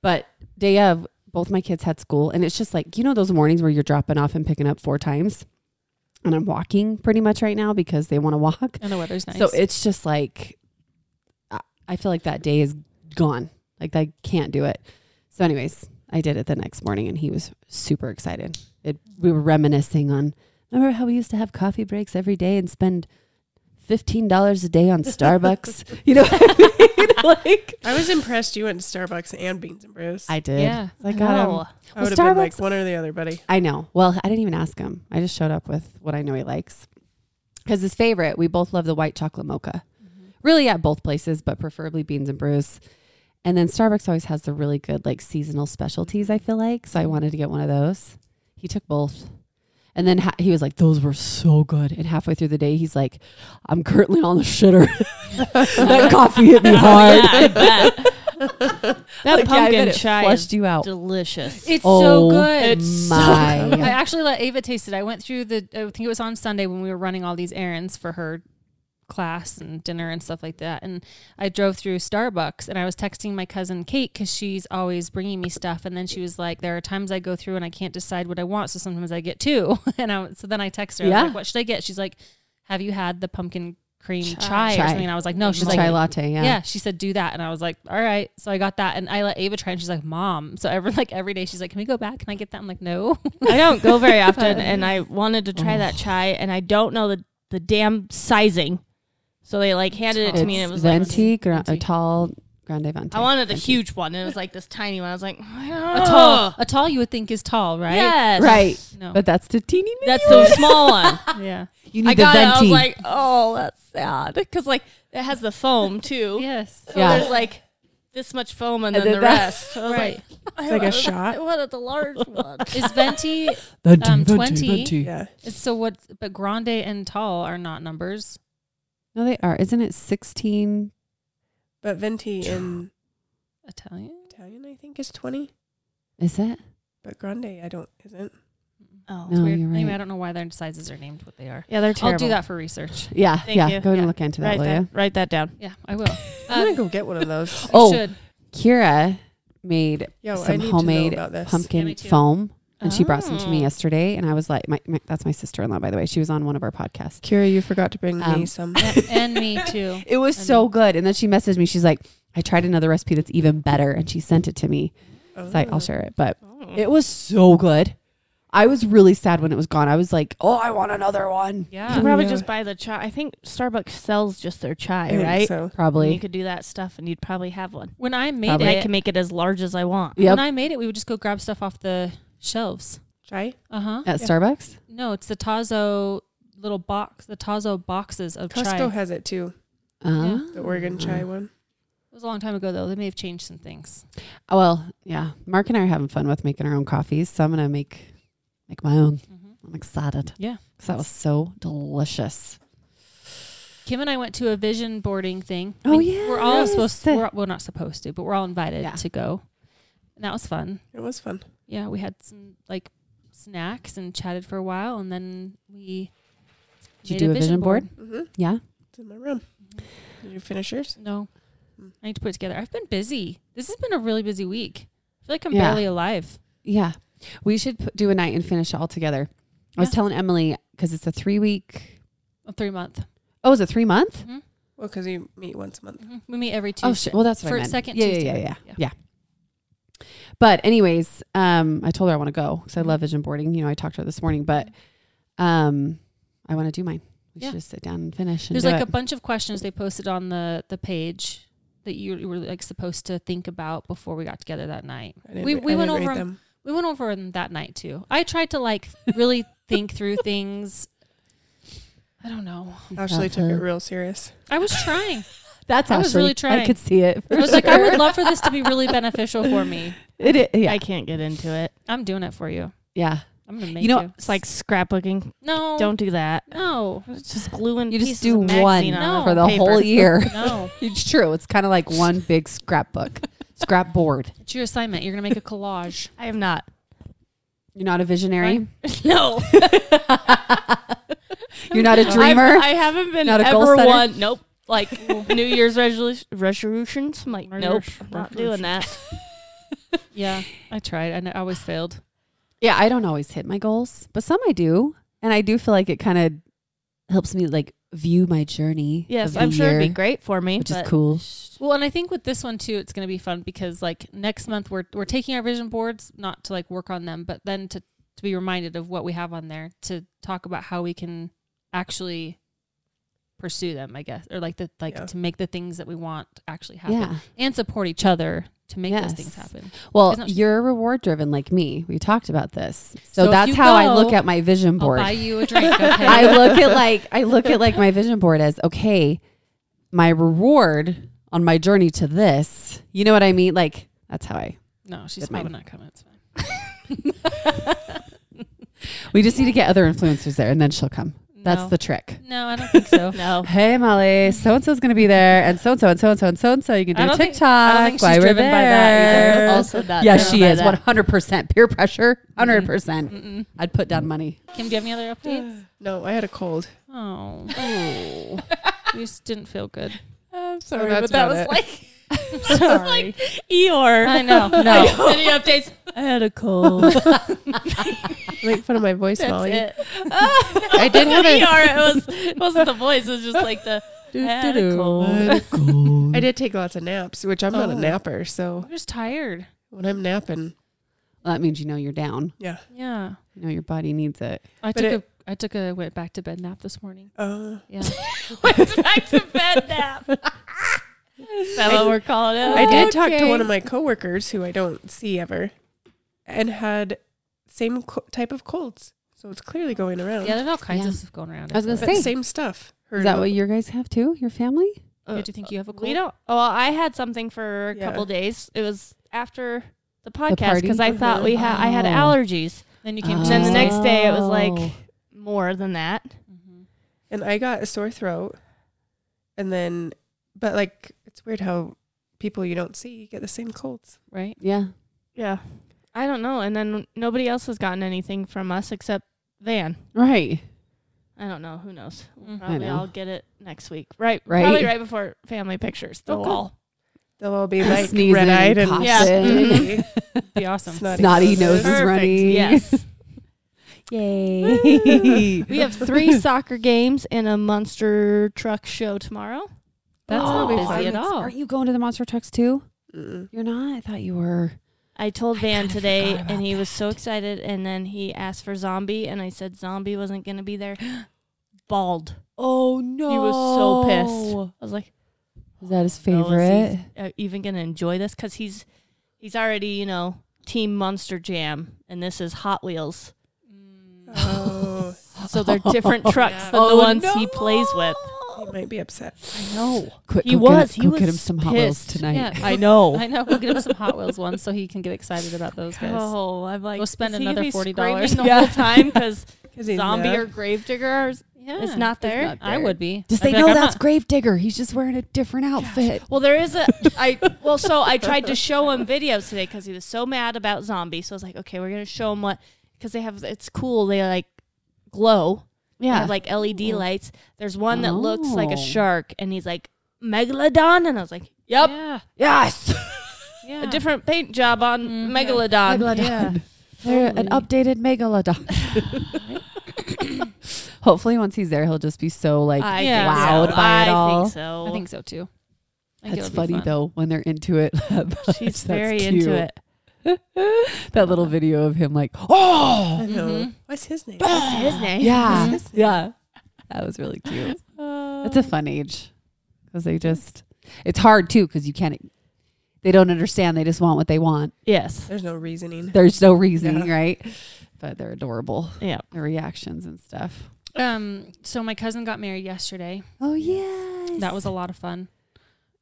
[SPEAKER 2] but day of both my kids had school, and it's just like you know those mornings where you're dropping off and picking up four times, and I'm walking pretty much right now because they want to walk.
[SPEAKER 1] And the weather's nice.
[SPEAKER 2] So it's just like I- I feel like that day is gone. Like I can't do it. So, anyways, I did it the next morning, and he was super excited. It, we were reminiscing on remember how we used to have coffee breaks every day and spend fifteen dollars a day on Starbucks. you know, what I mean? like
[SPEAKER 4] I was impressed you went to Starbucks and Beans and Brews. I,
[SPEAKER 2] I did.
[SPEAKER 1] yeah.
[SPEAKER 2] I got him.
[SPEAKER 3] No.
[SPEAKER 2] Well,
[SPEAKER 4] would have been like
[SPEAKER 2] Starbucks-
[SPEAKER 4] one or the other, buddy.
[SPEAKER 2] I know. Well, I didn't even ask him. I just showed up with what I know he likes. Because his favorite, we both love the white chocolate mocha. Really at both places, but preferably beans and brews. And then Starbucks always has the really good like seasonal specialties, I feel like. So I wanted to get one of those. He took both. And then ha- he was like, those were so good. And halfway through the day, he's like, I'm currently on the shitter. that coffee hit me hard.
[SPEAKER 3] Yeah, "Oh, I bet. that
[SPEAKER 2] Like, yeah, I bet
[SPEAKER 3] pumpkin
[SPEAKER 2] it
[SPEAKER 3] chai is
[SPEAKER 2] flushed you out.
[SPEAKER 3] delicious.
[SPEAKER 1] It's
[SPEAKER 2] Oh
[SPEAKER 1] so good.
[SPEAKER 2] It's my.
[SPEAKER 1] I actually let Ava taste it. I went through the. I think it was on Sunday when we were running all these errands for her class and dinner and stuff like that. And I drove through Starbucks and I was texting my cousin Kate because she's always bringing me stuff. And then she was like, "There are times I go through and I can't decide what I want, so sometimes I get two. And I, so then I text her, I was
[SPEAKER 2] Yeah.
[SPEAKER 1] like, "What should I get?" She's like, "Have you had the pumpkin cream chai, or
[SPEAKER 2] Chai.
[SPEAKER 1] something?" And I was like, "No." She's like,
[SPEAKER 2] chai latte,
[SPEAKER 1] yeah. she said do that, and I was like, all right. So I got that, and I let Ava try, and she's like, mom. So every like every day, she's like, can we go back? Can I get that? I'm like, no.
[SPEAKER 3] I don't go very often, and I wanted to try that chai, and I don't know the, the damn sizing. So they like handed it to me, and it was like,
[SPEAKER 2] venti, gra-
[SPEAKER 1] venti.
[SPEAKER 2] a tall grande venti.
[SPEAKER 3] I wanted a huge one, and it was like this tiny one. I was like, "Ah."
[SPEAKER 1] A tall, a tall you would think is tall, right?
[SPEAKER 3] Yes.
[SPEAKER 2] right,
[SPEAKER 1] No.
[SPEAKER 2] but that's the teeny.
[SPEAKER 3] Oh. That's the small one.
[SPEAKER 1] yeah.
[SPEAKER 2] You
[SPEAKER 3] I
[SPEAKER 2] need
[SPEAKER 3] got
[SPEAKER 2] the
[SPEAKER 3] it. I
[SPEAKER 2] venti.
[SPEAKER 3] was like, oh, that's sad. Because, like, it has the foam, too.
[SPEAKER 1] Yes.
[SPEAKER 3] So
[SPEAKER 2] Yeah.
[SPEAKER 3] there's, like, this much foom and, then
[SPEAKER 2] then
[SPEAKER 3] the
[SPEAKER 2] that-
[SPEAKER 3] rest. So I was
[SPEAKER 1] Right.
[SPEAKER 3] like,
[SPEAKER 4] It's like a
[SPEAKER 3] I
[SPEAKER 4] shot.
[SPEAKER 3] wanted the large one.
[SPEAKER 1] Is venti?
[SPEAKER 2] Venti,
[SPEAKER 1] um,
[SPEAKER 2] venti,
[SPEAKER 1] 20.
[SPEAKER 2] venti.
[SPEAKER 4] Yeah.
[SPEAKER 1] So what? But grande and tall are not numbers.
[SPEAKER 2] No, they are. Isn't it sixteen?
[SPEAKER 4] But Venti in
[SPEAKER 1] Italian.
[SPEAKER 4] Italian, I think, is 20.
[SPEAKER 2] Is it?
[SPEAKER 4] But Grande, I don't, isn't.
[SPEAKER 3] Oh.
[SPEAKER 2] No,
[SPEAKER 1] Weird.
[SPEAKER 2] you're right.
[SPEAKER 1] Anyway, I don't know why their sizes are named what they are.
[SPEAKER 3] Yeah, they're terrible.
[SPEAKER 1] I'll do that for research.
[SPEAKER 2] Yeah,
[SPEAKER 3] Thank
[SPEAKER 2] yeah.
[SPEAKER 3] you.
[SPEAKER 2] Go
[SPEAKER 1] Yeah.
[SPEAKER 2] and look into that,
[SPEAKER 3] Write,
[SPEAKER 2] will
[SPEAKER 3] that
[SPEAKER 2] you?
[SPEAKER 3] write that down.
[SPEAKER 1] Yeah, I will.
[SPEAKER 4] I'm
[SPEAKER 1] Uh,
[SPEAKER 4] going to go get one of those.
[SPEAKER 1] oh,
[SPEAKER 2] Oh.
[SPEAKER 1] should.
[SPEAKER 2] Kira made
[SPEAKER 4] Yo, I
[SPEAKER 2] Some
[SPEAKER 4] need
[SPEAKER 2] homemade
[SPEAKER 4] to know about this.
[SPEAKER 2] pumpkin
[SPEAKER 1] me too.
[SPEAKER 2] foam, and she brought some to me
[SPEAKER 3] Oh.
[SPEAKER 2] yesterday, and I was like, my, my, "That's my sister-in-law, by the way. She was on one of our podcasts."
[SPEAKER 4] Kira, you forgot to bring
[SPEAKER 2] Um,
[SPEAKER 4] me some.
[SPEAKER 1] and me too.
[SPEAKER 2] It was so good, and then she messaged me. She's like, "I tried another recipe that's
[SPEAKER 4] Oh.
[SPEAKER 3] Oh.
[SPEAKER 2] even better," and she sent it to me. So I, I'll share it, but it was so good. I was really sad when it was gone. I was like, oh, I want another one.
[SPEAKER 3] You
[SPEAKER 1] Yeah.
[SPEAKER 3] could probably
[SPEAKER 4] Yeah.
[SPEAKER 3] just buy the chai. I think Starbucks sells just their chai,
[SPEAKER 4] I think
[SPEAKER 3] right?
[SPEAKER 4] So
[SPEAKER 3] And you
[SPEAKER 2] Probably.
[SPEAKER 3] could do that stuff, and you'd probably have one.
[SPEAKER 1] When I made
[SPEAKER 3] And I
[SPEAKER 1] it,
[SPEAKER 3] can make it as large as I want.
[SPEAKER 1] when
[SPEAKER 2] Yep.
[SPEAKER 1] I made it, we would just go grab stuff off the shelves.
[SPEAKER 4] try.
[SPEAKER 1] Uh huh.
[SPEAKER 2] At Starbucks?
[SPEAKER 1] No, it's the Tazo little box, the Tazo boxes of
[SPEAKER 4] Costco
[SPEAKER 1] chai. It
[SPEAKER 4] has it too.
[SPEAKER 2] Uh,
[SPEAKER 4] The Oregon chai one.
[SPEAKER 1] was a long time ago though. They may have changed some things.
[SPEAKER 2] Oh, well, yeah. Mark and I are having fun with making our own coffees, so I'm gonna make make my own.
[SPEAKER 1] Mm-hmm.
[SPEAKER 2] I'm excited.
[SPEAKER 1] Yeah.
[SPEAKER 2] 'Cause that was so delicious.
[SPEAKER 1] Kim and I went to a vision boarding thing.
[SPEAKER 2] Oh,
[SPEAKER 1] we're all
[SPEAKER 2] yes.
[SPEAKER 1] supposed. To, we're, well, not supposed to, but we're all invited
[SPEAKER 2] Yeah.
[SPEAKER 1] to go, and that was fun.
[SPEAKER 4] It was fun.
[SPEAKER 1] Yeah, we had some like snacks and chatted for a while, and then we.
[SPEAKER 2] Did you
[SPEAKER 1] made
[SPEAKER 2] do a vision
[SPEAKER 4] Mm-hmm.
[SPEAKER 2] Yeah.
[SPEAKER 4] It's in my room. Did you finish yours?
[SPEAKER 1] No,
[SPEAKER 4] Mm.
[SPEAKER 1] I need to put it together. I've been busy. This has been a really busy week. I feel like I'm
[SPEAKER 2] Yeah.
[SPEAKER 1] barely alive.
[SPEAKER 2] Yeah. We should put, do a night and finish it all together. I was
[SPEAKER 1] Yeah.
[SPEAKER 2] telling Emily because it's a three week.
[SPEAKER 1] A three month.
[SPEAKER 2] Oh, is it three month?
[SPEAKER 1] hmm
[SPEAKER 4] Well, because you meet once a month.
[SPEAKER 1] hmm We meet every Tuesday.
[SPEAKER 2] Oh, shit. Well, that's what I
[SPEAKER 1] For
[SPEAKER 2] meant.
[SPEAKER 1] second
[SPEAKER 2] yeah,
[SPEAKER 1] Tuesday.
[SPEAKER 2] Yeah, yeah, yeah,
[SPEAKER 1] Yeah.
[SPEAKER 2] yeah. But anyways, um, I told her I want to go because I
[SPEAKER 1] Mm-hmm.
[SPEAKER 2] love vision boarding. You know, I talked to her this morning, but um, I want to do mine. We
[SPEAKER 1] Yeah.
[SPEAKER 2] should just sit down and finish. And
[SPEAKER 1] There's
[SPEAKER 2] do
[SPEAKER 1] like
[SPEAKER 2] it.
[SPEAKER 1] a bunch of questions they posted on the the page that you you were like supposed to think about before we got together that night.
[SPEAKER 4] I didn't
[SPEAKER 1] We-
[SPEAKER 4] re-
[SPEAKER 1] we
[SPEAKER 4] I
[SPEAKER 1] went
[SPEAKER 4] didn't
[SPEAKER 1] over
[SPEAKER 4] read
[SPEAKER 1] 'em.
[SPEAKER 4] them.
[SPEAKER 1] We went over them that night too. I tried to like really think through things. I don't know.
[SPEAKER 4] Ashley took it real serious.
[SPEAKER 1] I was trying.
[SPEAKER 2] Uh-huh. That's
[SPEAKER 1] I was
[SPEAKER 2] Ashley.
[SPEAKER 1] really trying.
[SPEAKER 2] I could see it.
[SPEAKER 1] I was like, I would love for this to be really beneficial for me.
[SPEAKER 2] It, i- yeah,
[SPEAKER 3] I can't get into it.
[SPEAKER 1] I'm doing it for you.
[SPEAKER 2] yeah.
[SPEAKER 1] I'm gonna make
[SPEAKER 2] You know,
[SPEAKER 3] It's like scrapbooking.
[SPEAKER 1] no,
[SPEAKER 3] Don't do that.
[SPEAKER 1] no,
[SPEAKER 3] Oh. It's just gluing.
[SPEAKER 2] You
[SPEAKER 3] pieces
[SPEAKER 2] just do one
[SPEAKER 3] of magazine
[SPEAKER 1] No.
[SPEAKER 3] on
[SPEAKER 2] for the
[SPEAKER 3] paper.
[SPEAKER 2] whole year.
[SPEAKER 1] no.
[SPEAKER 2] it's true. It's kind of like one big scrapbook, scrap board.
[SPEAKER 1] It's your assignment. You're gonna make a collage.
[SPEAKER 3] I am not.
[SPEAKER 2] You're not a visionary.
[SPEAKER 3] No,
[SPEAKER 2] You're not a dreamer.
[SPEAKER 3] I've- I haven't been
[SPEAKER 2] Not a goal
[SPEAKER 3] ever
[SPEAKER 2] setter?
[SPEAKER 3] one. Nope. Like New Year's resolu- resolutions. I'm like, nope.
[SPEAKER 1] Resolution.
[SPEAKER 3] I'm not doing that.
[SPEAKER 1] Yeah, I tried. I, kn- I always failed.
[SPEAKER 2] Yeah, I don't always hit my goals, but some I do, and I do feel like it kind of helps me like view my journey. of
[SPEAKER 3] Yes,
[SPEAKER 2] the
[SPEAKER 3] I'm sure it'd be
[SPEAKER 2] year,
[SPEAKER 3] great for me.
[SPEAKER 2] which
[SPEAKER 3] but-
[SPEAKER 2] is cool.
[SPEAKER 1] Well, and I think with this one too, it's going to be fun because like next month we're we're taking our vision boards not to like work on them, but then to to be reminded of what we have on there to talk about how we can actually pursue them, I guess, or like the like
[SPEAKER 4] Yeah.
[SPEAKER 1] to make the things that we want actually happen
[SPEAKER 2] Yeah.
[SPEAKER 1] and support each other to make those things
[SPEAKER 2] Yes.
[SPEAKER 1] happen.
[SPEAKER 2] Well,
[SPEAKER 1] Isn't that-
[SPEAKER 2] you're reward driven like me. We talked about this, so,
[SPEAKER 1] So if
[SPEAKER 2] that's
[SPEAKER 1] you
[SPEAKER 2] how I look
[SPEAKER 1] go,
[SPEAKER 2] at my vision board.
[SPEAKER 1] I'll buy you a drink. Okay?
[SPEAKER 2] I look at like I look at like my vision board as okay, my reward on my journey to this. You know what I mean? Like that's how I.
[SPEAKER 1] no, she's
[SPEAKER 2] Good mind.
[SPEAKER 1] probably not coming. It's fine.
[SPEAKER 2] We just need to get other influencers there, and then she'll come. That's
[SPEAKER 1] No.
[SPEAKER 2] the trick.
[SPEAKER 1] No, I don't think so.
[SPEAKER 3] no.
[SPEAKER 2] Hey Molly, so and so's gonna be there, and so and so and so and so and so and so. You can do
[SPEAKER 1] I
[SPEAKER 2] a
[SPEAKER 1] don't think-
[SPEAKER 2] TikTok.
[SPEAKER 1] I don't think she's
[SPEAKER 2] while we're
[SPEAKER 1] driven by that
[SPEAKER 2] there.
[SPEAKER 1] either.
[SPEAKER 3] Also not
[SPEAKER 2] yeah,
[SPEAKER 3] driven
[SPEAKER 2] she
[SPEAKER 3] by
[SPEAKER 2] is
[SPEAKER 3] that.
[SPEAKER 2] one hundred percent peer pressure.
[SPEAKER 1] Mm-hmm.
[SPEAKER 2] Hundred percent.
[SPEAKER 1] Mm-mm.
[SPEAKER 2] I'd put down money.
[SPEAKER 1] Kim, do you have any other updates?
[SPEAKER 4] No, I had a cold.
[SPEAKER 1] Oh,
[SPEAKER 2] Oh,
[SPEAKER 1] you just didn't feel good.
[SPEAKER 4] I'm
[SPEAKER 3] Sorry, but that was like
[SPEAKER 1] Sorry.
[SPEAKER 3] Eeyore.
[SPEAKER 1] I know. No.
[SPEAKER 3] Any updates? I had a cold.
[SPEAKER 4] Make fun of my voice, Molly.
[SPEAKER 3] I did have a It was it wasn't the voice. It was just like the I had a cold.
[SPEAKER 4] I did take lots of naps, which I'm not a napper. So
[SPEAKER 1] I'm just tired.
[SPEAKER 4] when I'm napping,
[SPEAKER 2] well, that means you know you're down.
[SPEAKER 4] yeah.
[SPEAKER 1] Yeah.
[SPEAKER 2] You know your body needs it.
[SPEAKER 1] I
[SPEAKER 4] But
[SPEAKER 1] took a I took a went back to bed nap this morning.
[SPEAKER 4] Uh,
[SPEAKER 1] Yeah.
[SPEAKER 3] Went back to bed nap. Is that what we're calling it?
[SPEAKER 4] I did talk to one
[SPEAKER 2] Okay.
[SPEAKER 4] of my coworkers who I don't see ever, and had same co- type of colds. So it's clearly going around.
[SPEAKER 1] yeah, there's all kinds
[SPEAKER 2] Yeah.
[SPEAKER 1] of stuff going around.
[SPEAKER 2] I was gonna
[SPEAKER 1] feel
[SPEAKER 4] But
[SPEAKER 1] like.
[SPEAKER 2] Same.
[SPEAKER 4] same stuff. Heard
[SPEAKER 2] Is that
[SPEAKER 4] about-
[SPEAKER 2] what you guys have too? Your family?
[SPEAKER 3] Uh,
[SPEAKER 1] Yeah, do you think you have a cold?
[SPEAKER 3] We don't. Well, I had something for a
[SPEAKER 4] Yeah.
[SPEAKER 3] couple days. It was after the podcast
[SPEAKER 2] party?
[SPEAKER 3] because I thought we had I had
[SPEAKER 2] Oh.
[SPEAKER 3] allergies.
[SPEAKER 1] Then you came
[SPEAKER 3] And
[SPEAKER 1] to
[SPEAKER 3] then
[SPEAKER 2] Uh,
[SPEAKER 3] the next
[SPEAKER 1] Tuesday.
[SPEAKER 3] day it was
[SPEAKER 2] Oh.
[SPEAKER 3] like more than that.
[SPEAKER 1] Mhm.
[SPEAKER 4] and I got a sore throat, and then, but like it's weird how people you don't see get the same colds.
[SPEAKER 1] Right.
[SPEAKER 2] Yeah.
[SPEAKER 3] Yeah. I don't know. And then nobody else has gotten anything from us except Van.
[SPEAKER 2] Right.
[SPEAKER 3] I don't know. Who knows? We'll
[SPEAKER 1] Mm.
[SPEAKER 2] I
[SPEAKER 3] probably
[SPEAKER 2] know.
[SPEAKER 3] all get it next week. Right.
[SPEAKER 2] Right.
[SPEAKER 3] Probably right before family pictures. The
[SPEAKER 2] Oh, good.
[SPEAKER 3] wall.
[SPEAKER 4] They'll all be like
[SPEAKER 2] Sneezing and
[SPEAKER 4] red eyed and,
[SPEAKER 2] coughing.
[SPEAKER 3] Yeah.
[SPEAKER 4] snotty.
[SPEAKER 1] Be awesome.
[SPEAKER 2] Snotty noses
[SPEAKER 4] Perfect.
[SPEAKER 2] running.
[SPEAKER 3] Yes.
[SPEAKER 2] Yay.
[SPEAKER 3] we have three soccer games and a monster truck show tomorrow.
[SPEAKER 1] That's
[SPEAKER 4] Oh,
[SPEAKER 1] not busy
[SPEAKER 4] fun.
[SPEAKER 1] at all.
[SPEAKER 2] Aren't you going to the monster trucks too?
[SPEAKER 4] Mm-mm.
[SPEAKER 2] You're not. I thought you were.
[SPEAKER 3] I told Van
[SPEAKER 1] kinda
[SPEAKER 3] today,
[SPEAKER 1] forgot
[SPEAKER 3] and he
[SPEAKER 1] about
[SPEAKER 3] was so excited. And then he asked for Zombie, and I said Zombie wasn't going to be there. Bald.
[SPEAKER 2] Oh no.
[SPEAKER 3] He was so pissed. I was like,
[SPEAKER 2] Is that his
[SPEAKER 3] "No, is
[SPEAKER 2] favorite?
[SPEAKER 3] he uh, even going to enjoy this? Because he's he's already, you know, Team Monster Jam, and this is Hot Wheels.
[SPEAKER 4] Oh,
[SPEAKER 3] So they're different trucks than the
[SPEAKER 2] Oh,
[SPEAKER 3] ones he plays with.
[SPEAKER 4] he might be upset.
[SPEAKER 3] I know.
[SPEAKER 2] Quick,
[SPEAKER 3] He
[SPEAKER 2] go get him-
[SPEAKER 3] was- he
[SPEAKER 2] go get
[SPEAKER 3] was
[SPEAKER 2] him some hot wheels
[SPEAKER 3] pissed.
[SPEAKER 2] tonight.
[SPEAKER 1] Yeah.
[SPEAKER 3] I know.
[SPEAKER 1] I know. We'll get him some Hot Wheels ones so he can get excited about those guys.
[SPEAKER 3] Oh, I'm like,
[SPEAKER 1] We'll spend
[SPEAKER 3] is he gonna
[SPEAKER 1] another $40.
[SPEAKER 3] be screaming the whole time because
[SPEAKER 4] 'Cause he's
[SPEAKER 3] zombie
[SPEAKER 4] mad.
[SPEAKER 3] or gravedigger is,
[SPEAKER 1] Yeah.
[SPEAKER 3] is not there.
[SPEAKER 4] not
[SPEAKER 1] I
[SPEAKER 4] there.
[SPEAKER 1] would be.
[SPEAKER 2] Just
[SPEAKER 1] I'd
[SPEAKER 2] say
[SPEAKER 1] be
[SPEAKER 2] no,
[SPEAKER 1] like, I'm
[SPEAKER 2] that's
[SPEAKER 1] not-
[SPEAKER 2] Gravedigger. He's just wearing a different outfit.
[SPEAKER 3] Well, there is a I well, so I tried to show him videos today because he was so mad about zombie. So I was like, okay, we're gonna show him what because they have it's cool. They like glow. They have, like LED lights. The's one that looks like
[SPEAKER 2] Oh.
[SPEAKER 3] a shark, and he's like megalodon, and I was like, yep,
[SPEAKER 1] Yeah.
[SPEAKER 2] yes.
[SPEAKER 1] Yeah.
[SPEAKER 3] a different paint job on
[SPEAKER 2] Mm-hmm.
[SPEAKER 3] megalodon.
[SPEAKER 1] Yeah.
[SPEAKER 2] They're an updated megalodon. Hopefully, once he's there, he'll just be so like
[SPEAKER 3] I
[SPEAKER 1] Yeah.
[SPEAKER 3] think
[SPEAKER 2] wowed
[SPEAKER 3] so.
[SPEAKER 2] by it
[SPEAKER 3] I
[SPEAKER 2] all.
[SPEAKER 3] think so.
[SPEAKER 1] I think so too. I think
[SPEAKER 2] That's
[SPEAKER 1] it'll be
[SPEAKER 2] funny
[SPEAKER 1] fun.
[SPEAKER 2] though when they're into it.
[SPEAKER 3] She's
[SPEAKER 2] That's
[SPEAKER 3] very
[SPEAKER 2] cute.
[SPEAKER 3] into it.
[SPEAKER 2] That little video of him like, oh
[SPEAKER 4] I know.
[SPEAKER 1] Mhm.
[SPEAKER 4] What's his name?
[SPEAKER 3] What's his name? Oh.
[SPEAKER 2] yeah, yeah. That was really cute. That's a fun age because they just. It's hard too because you can't. They don't understand. They just want what they want.
[SPEAKER 3] Yes.
[SPEAKER 4] There's no reasoning.
[SPEAKER 2] There's no reasoning,
[SPEAKER 4] Yeah.
[SPEAKER 2] right? But they're adorable.
[SPEAKER 3] Yeah.
[SPEAKER 2] Their reactions and stuff.
[SPEAKER 1] Um. So my cousin got married yesterday.
[SPEAKER 2] Oh yeah.
[SPEAKER 1] That was a lot of fun.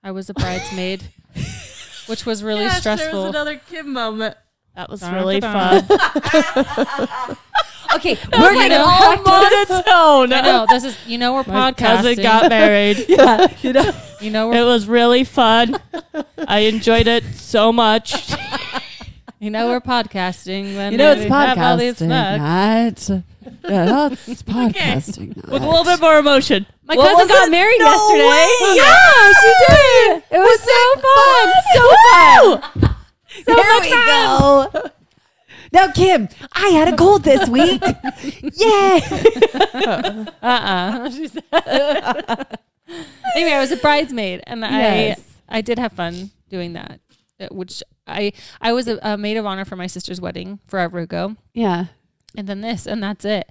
[SPEAKER 1] I was a bridesmaid, which was really stressful.
[SPEAKER 3] another Kim moment. That was
[SPEAKER 1] Dun,
[SPEAKER 3] really
[SPEAKER 1] dun,
[SPEAKER 3] fun.
[SPEAKER 1] dun.
[SPEAKER 2] okay. We're
[SPEAKER 1] like,
[SPEAKER 2] gonna
[SPEAKER 1] all
[SPEAKER 3] monotone.
[SPEAKER 1] I know this is you know we're
[SPEAKER 3] My
[SPEAKER 1] podcasting.
[SPEAKER 3] cousin got married.
[SPEAKER 2] yeah, you know.
[SPEAKER 1] you know
[SPEAKER 3] It
[SPEAKER 1] we're
[SPEAKER 3] was really fun. I enjoyed it so much.
[SPEAKER 1] you know we're podcasting when
[SPEAKER 2] You know
[SPEAKER 1] we
[SPEAKER 2] it's
[SPEAKER 1] have all these
[SPEAKER 2] podcasting
[SPEAKER 1] snacks.
[SPEAKER 2] night. Yeah, that's podcasting night.
[SPEAKER 3] With a little bit more emotion.
[SPEAKER 1] My
[SPEAKER 2] What
[SPEAKER 1] cousin
[SPEAKER 2] was
[SPEAKER 1] got
[SPEAKER 2] it?
[SPEAKER 1] married
[SPEAKER 2] No
[SPEAKER 1] yesterday.
[SPEAKER 2] way! Yeah, she did. It was so fun. So fun. there we go. Now, Kim, I had a cold this week. Yay!
[SPEAKER 1] Uh uh She said. anyway, I was a bridesmaid, and
[SPEAKER 2] Yes.
[SPEAKER 1] I I did have fun doing that, uh, which I I was a, a maid of honor for my sister's wedding forever ago,
[SPEAKER 2] Yeah,
[SPEAKER 1] and then this, and that's it.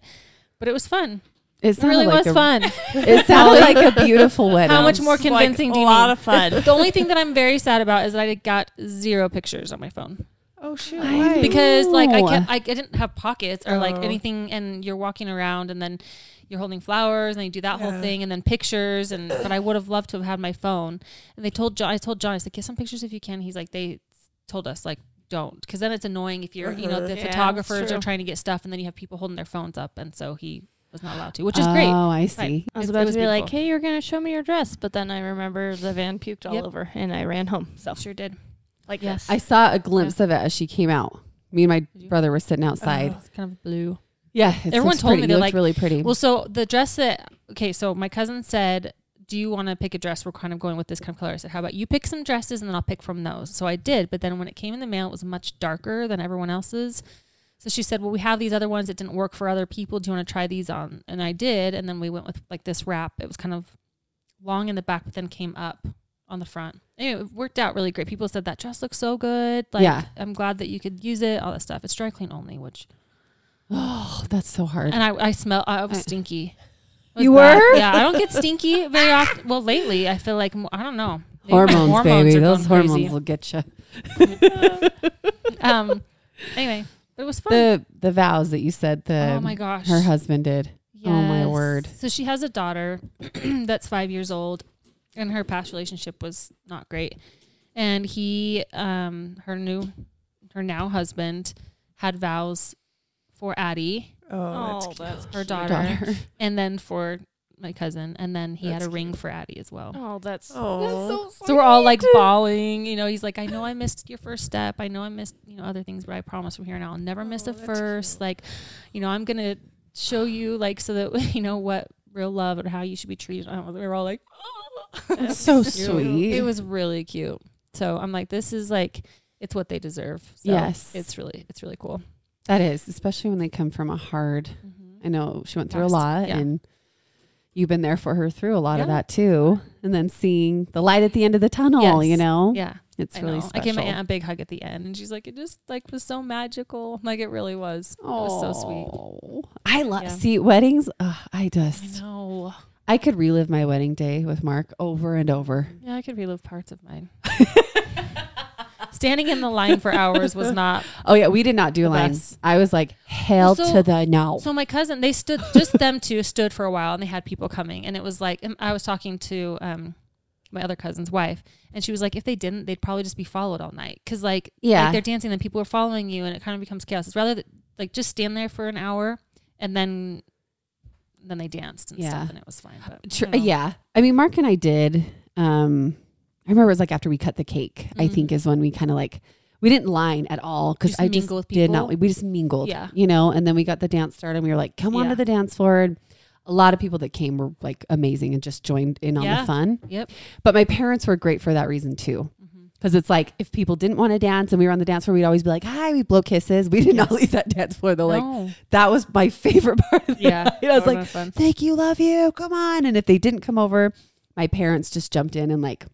[SPEAKER 1] But it was fun.
[SPEAKER 2] it
[SPEAKER 1] It really
[SPEAKER 2] sounded like
[SPEAKER 1] was
[SPEAKER 2] a-
[SPEAKER 1] fun.
[SPEAKER 2] It sounded like a beautiful wedding.
[SPEAKER 1] How much more convincing
[SPEAKER 3] like,
[SPEAKER 1] do
[SPEAKER 3] a
[SPEAKER 1] you
[SPEAKER 3] lot
[SPEAKER 1] need?
[SPEAKER 3] of fun.
[SPEAKER 1] the only thing that I'm very sad about is that I got zero pictures on my phone
[SPEAKER 4] Oh shoot!
[SPEAKER 2] I
[SPEAKER 4] why?
[SPEAKER 2] think-
[SPEAKER 1] because like I
[SPEAKER 2] Ew.
[SPEAKER 1] kept, I didn't have pockets or like
[SPEAKER 4] Oh.
[SPEAKER 1] anything, and you're walking around and then you're holding flowers and you do that whole
[SPEAKER 4] Yeah.
[SPEAKER 1] thing and then pictures and but I would have loved to have had my phone. And they told John, I told John, I said get some pictures if you can. He's like they told us like don't because then it's annoying if you're you know
[SPEAKER 4] Uh-huh.
[SPEAKER 1] the
[SPEAKER 3] Yeah, that's
[SPEAKER 1] photographers are
[SPEAKER 3] true.
[SPEAKER 1] trying to get stuff and then you have people holding their phones up and so he was not allowed to, which is great.
[SPEAKER 2] Oh, I see.
[SPEAKER 3] I was
[SPEAKER 1] It-
[SPEAKER 3] about
[SPEAKER 1] it
[SPEAKER 3] to
[SPEAKER 1] was
[SPEAKER 3] be like,
[SPEAKER 1] beautiful.
[SPEAKER 3] hey, you're going to show me your dress. But then I remember the van puked all
[SPEAKER 1] Yep.
[SPEAKER 3] over and I ran home. So,
[SPEAKER 1] Sure did.
[SPEAKER 3] like
[SPEAKER 1] Yes.
[SPEAKER 2] I saw a glimpse of it as she came out. Me and my
[SPEAKER 1] you?
[SPEAKER 2] brother were sitting outside.
[SPEAKER 1] It's kind of blue.
[SPEAKER 2] Yeah, it
[SPEAKER 1] Everyone
[SPEAKER 2] looks
[SPEAKER 1] told
[SPEAKER 2] pretty.
[SPEAKER 1] me they're
[SPEAKER 2] It looked
[SPEAKER 1] like-
[SPEAKER 2] really pretty.
[SPEAKER 1] Well, so the dress that okay, so my cousin said, "Do you want to pick a dress? We're kind of going with this kind of color." I said, "How about you pick some dresses and then I'll pick from those." So I did, but then when it came in the mail, it was much darker than everyone else's. So she said, "Well, we have these other ones that didn't work for other people. Do you want to try these on?" And I did, and then we went with like this wrap. It was kind of long in the back, but then came up on the front. Anyway, it worked out really great. People said that dress looks so good. Like,
[SPEAKER 2] Yeah.
[SPEAKER 1] I'm glad that you could use it. All that stuff. It's dry clean only, which
[SPEAKER 2] oh, that's so hard.
[SPEAKER 1] and I, I smell. I was
[SPEAKER 2] I-
[SPEAKER 1] stinky. It was
[SPEAKER 2] You
[SPEAKER 1] bad.
[SPEAKER 2] were?
[SPEAKER 1] Yeah, I don't get stinky very often. Well, lately I feel like mo- I don't know. Maybe my
[SPEAKER 2] Hormones,
[SPEAKER 1] are
[SPEAKER 2] baby. Those
[SPEAKER 1] going
[SPEAKER 2] hormones
[SPEAKER 1] crazy.
[SPEAKER 2] will get you.
[SPEAKER 1] Um. Anyway, it was fun.
[SPEAKER 2] The the vows that you said the
[SPEAKER 1] oh my gosh.
[SPEAKER 2] her husband did. oh my
[SPEAKER 1] Yes.
[SPEAKER 2] word.
[SPEAKER 1] So she has a daughter that's five years old, and her past relationship was not great. And he, um, her new, her now husband, had vows for Addie,
[SPEAKER 4] Oh, that's
[SPEAKER 3] that's
[SPEAKER 1] her
[SPEAKER 2] Her
[SPEAKER 1] daughter,
[SPEAKER 2] daughter.
[SPEAKER 1] and then for my cousin, and then he
[SPEAKER 4] That's
[SPEAKER 1] had a ring for Addie as well.
[SPEAKER 3] Oh, that's.
[SPEAKER 4] oh.
[SPEAKER 1] So we're all like bawling, you know. He's like, "I know I missed your first step. I know I missed, you know, other things, but I promise from here on out, I'll never miss
[SPEAKER 4] Oh,
[SPEAKER 1] a
[SPEAKER 4] that's
[SPEAKER 1] first.
[SPEAKER 4] cute.
[SPEAKER 1] Like, you know, I'm gonna show you, like, so that you know what real love and how you should be treated." I don't know, we were all like, "Ah."
[SPEAKER 2] That's so
[SPEAKER 4] cute.
[SPEAKER 2] sweet.
[SPEAKER 1] "It was really cute." So I'm like, "This is like, it's what they deserve." So
[SPEAKER 2] Yes.
[SPEAKER 1] it's really, it's really cool.
[SPEAKER 2] Mm-hmm. that is, especially when they come from a hard I know she went through a
[SPEAKER 1] Past,
[SPEAKER 2] lot
[SPEAKER 1] yeah.
[SPEAKER 2] and you've been there for her through a lot of
[SPEAKER 1] Yeah.
[SPEAKER 2] that too. And then seeing the light at the end of the tunnel,
[SPEAKER 1] Yes.
[SPEAKER 2] you know?
[SPEAKER 1] Yeah.
[SPEAKER 2] It's
[SPEAKER 1] I
[SPEAKER 2] really
[SPEAKER 1] know.
[SPEAKER 2] special.
[SPEAKER 1] I gave my aunt a big hug at the end, and she's like, "It just like was so magical. Like it really was. It was so sweet."
[SPEAKER 2] sweet. I love
[SPEAKER 1] Yeah.
[SPEAKER 2] see weddings. Ugh, I
[SPEAKER 1] I
[SPEAKER 2] just
[SPEAKER 1] know.
[SPEAKER 2] I, could relive my wedding day with Mark over and over.
[SPEAKER 1] Yeah, I could relive parts of mine. Standing in the line for hours was not.
[SPEAKER 2] Oh yeah, we did not do
[SPEAKER 1] The
[SPEAKER 2] lines.
[SPEAKER 1] best.
[SPEAKER 2] I was like hell
[SPEAKER 1] So-
[SPEAKER 2] to the no.
[SPEAKER 1] So my cousin, they stood just them two stood for a while, and they had people coming, and it was like and I was talking to um my other cousin's wife, and she was like, if they didn't, they'd probably just be followed all night because like
[SPEAKER 2] Yeah.
[SPEAKER 1] like they're dancing, then people are following you, and it kind of becomes chaos. It's rather that, like just stand there for an hour, and then then they danced and
[SPEAKER 2] Yeah.
[SPEAKER 1] stuff, and it was fine. But
[SPEAKER 2] Tr-
[SPEAKER 1] I don't know.
[SPEAKER 2] yeah. I mean, Mark and I did. Um, I remember it was like after we cut the cake, I
[SPEAKER 1] Mhm.
[SPEAKER 2] think is when we kind of like, we didn't line at all because
[SPEAKER 1] Just
[SPEAKER 2] I just
[SPEAKER 1] mingle with
[SPEAKER 2] did not,
[SPEAKER 1] people?
[SPEAKER 2] we just mingled,
[SPEAKER 1] Yeah.
[SPEAKER 2] you know, and then we got the dance started and we were like, come on
[SPEAKER 1] Yeah.
[SPEAKER 2] to the dance floor. And a lot of people that came were like amazing and just joined in on
[SPEAKER 1] Yeah.
[SPEAKER 2] the fun.
[SPEAKER 1] Yep.
[SPEAKER 2] But my parents were great for that reason too.
[SPEAKER 1] Mm-hmm.
[SPEAKER 2] Because it's like if people didn't want to dance and we were on the dance floor, we'd always be like, hi, we blow kisses. We did not leave that dance floor. Though, like,
[SPEAKER 1] No.
[SPEAKER 2] that was my favorite part of the
[SPEAKER 1] Yeah.
[SPEAKER 2] night. I was
[SPEAKER 1] That
[SPEAKER 2] like,
[SPEAKER 1] would've been fun.
[SPEAKER 2] thank you, love you, come on. And if they didn't come over, my parents just jumped in and like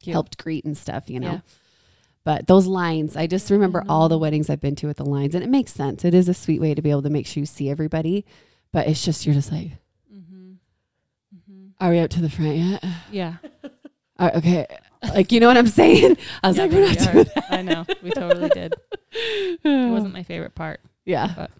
[SPEAKER 1] Cute.
[SPEAKER 2] helped greet and stuff, you know.
[SPEAKER 1] Yeah. Mm-hmm.
[SPEAKER 2] But those lines, I just remember
[SPEAKER 1] know.
[SPEAKER 2] all the weddings I've been to with the lines, and it makes sense. It is a sweet way to be able to make sure you see everybody, but it's just you're just like,
[SPEAKER 1] Mm-hmm. Mm-hmm.
[SPEAKER 2] are we up to the front yet?
[SPEAKER 1] Yeah.
[SPEAKER 2] Are- okay, like you know what I'm saying? I was
[SPEAKER 1] Yeah,
[SPEAKER 2] like, we're
[SPEAKER 1] baby,
[SPEAKER 2] not
[SPEAKER 1] all
[SPEAKER 2] doing
[SPEAKER 1] right. I know. We totally did. It wasn't my favorite part.
[SPEAKER 2] yeah,
[SPEAKER 1] but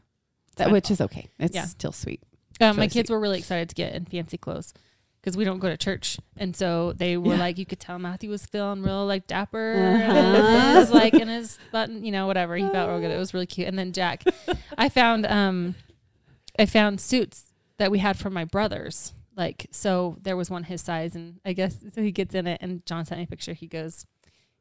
[SPEAKER 2] that,
[SPEAKER 1] fine.
[SPEAKER 2] which is okay. It's
[SPEAKER 1] Yeah.
[SPEAKER 2] still sweet.
[SPEAKER 1] Uh, my
[SPEAKER 2] really
[SPEAKER 1] kids were really excited to get in fancy clothes because we don't go to church, and so they were
[SPEAKER 2] Yeah.
[SPEAKER 1] like, you could tell Matthew was feeling real like dapper,
[SPEAKER 2] Uh-huh.
[SPEAKER 1] and his like in his button, you know, whatever. He felt real good. It was really cute. And then Jack, I found um, I found suits that we had from my brothers. Like so, there was one his size, and I guess so he gets in it. And John sent me a picture. He goes.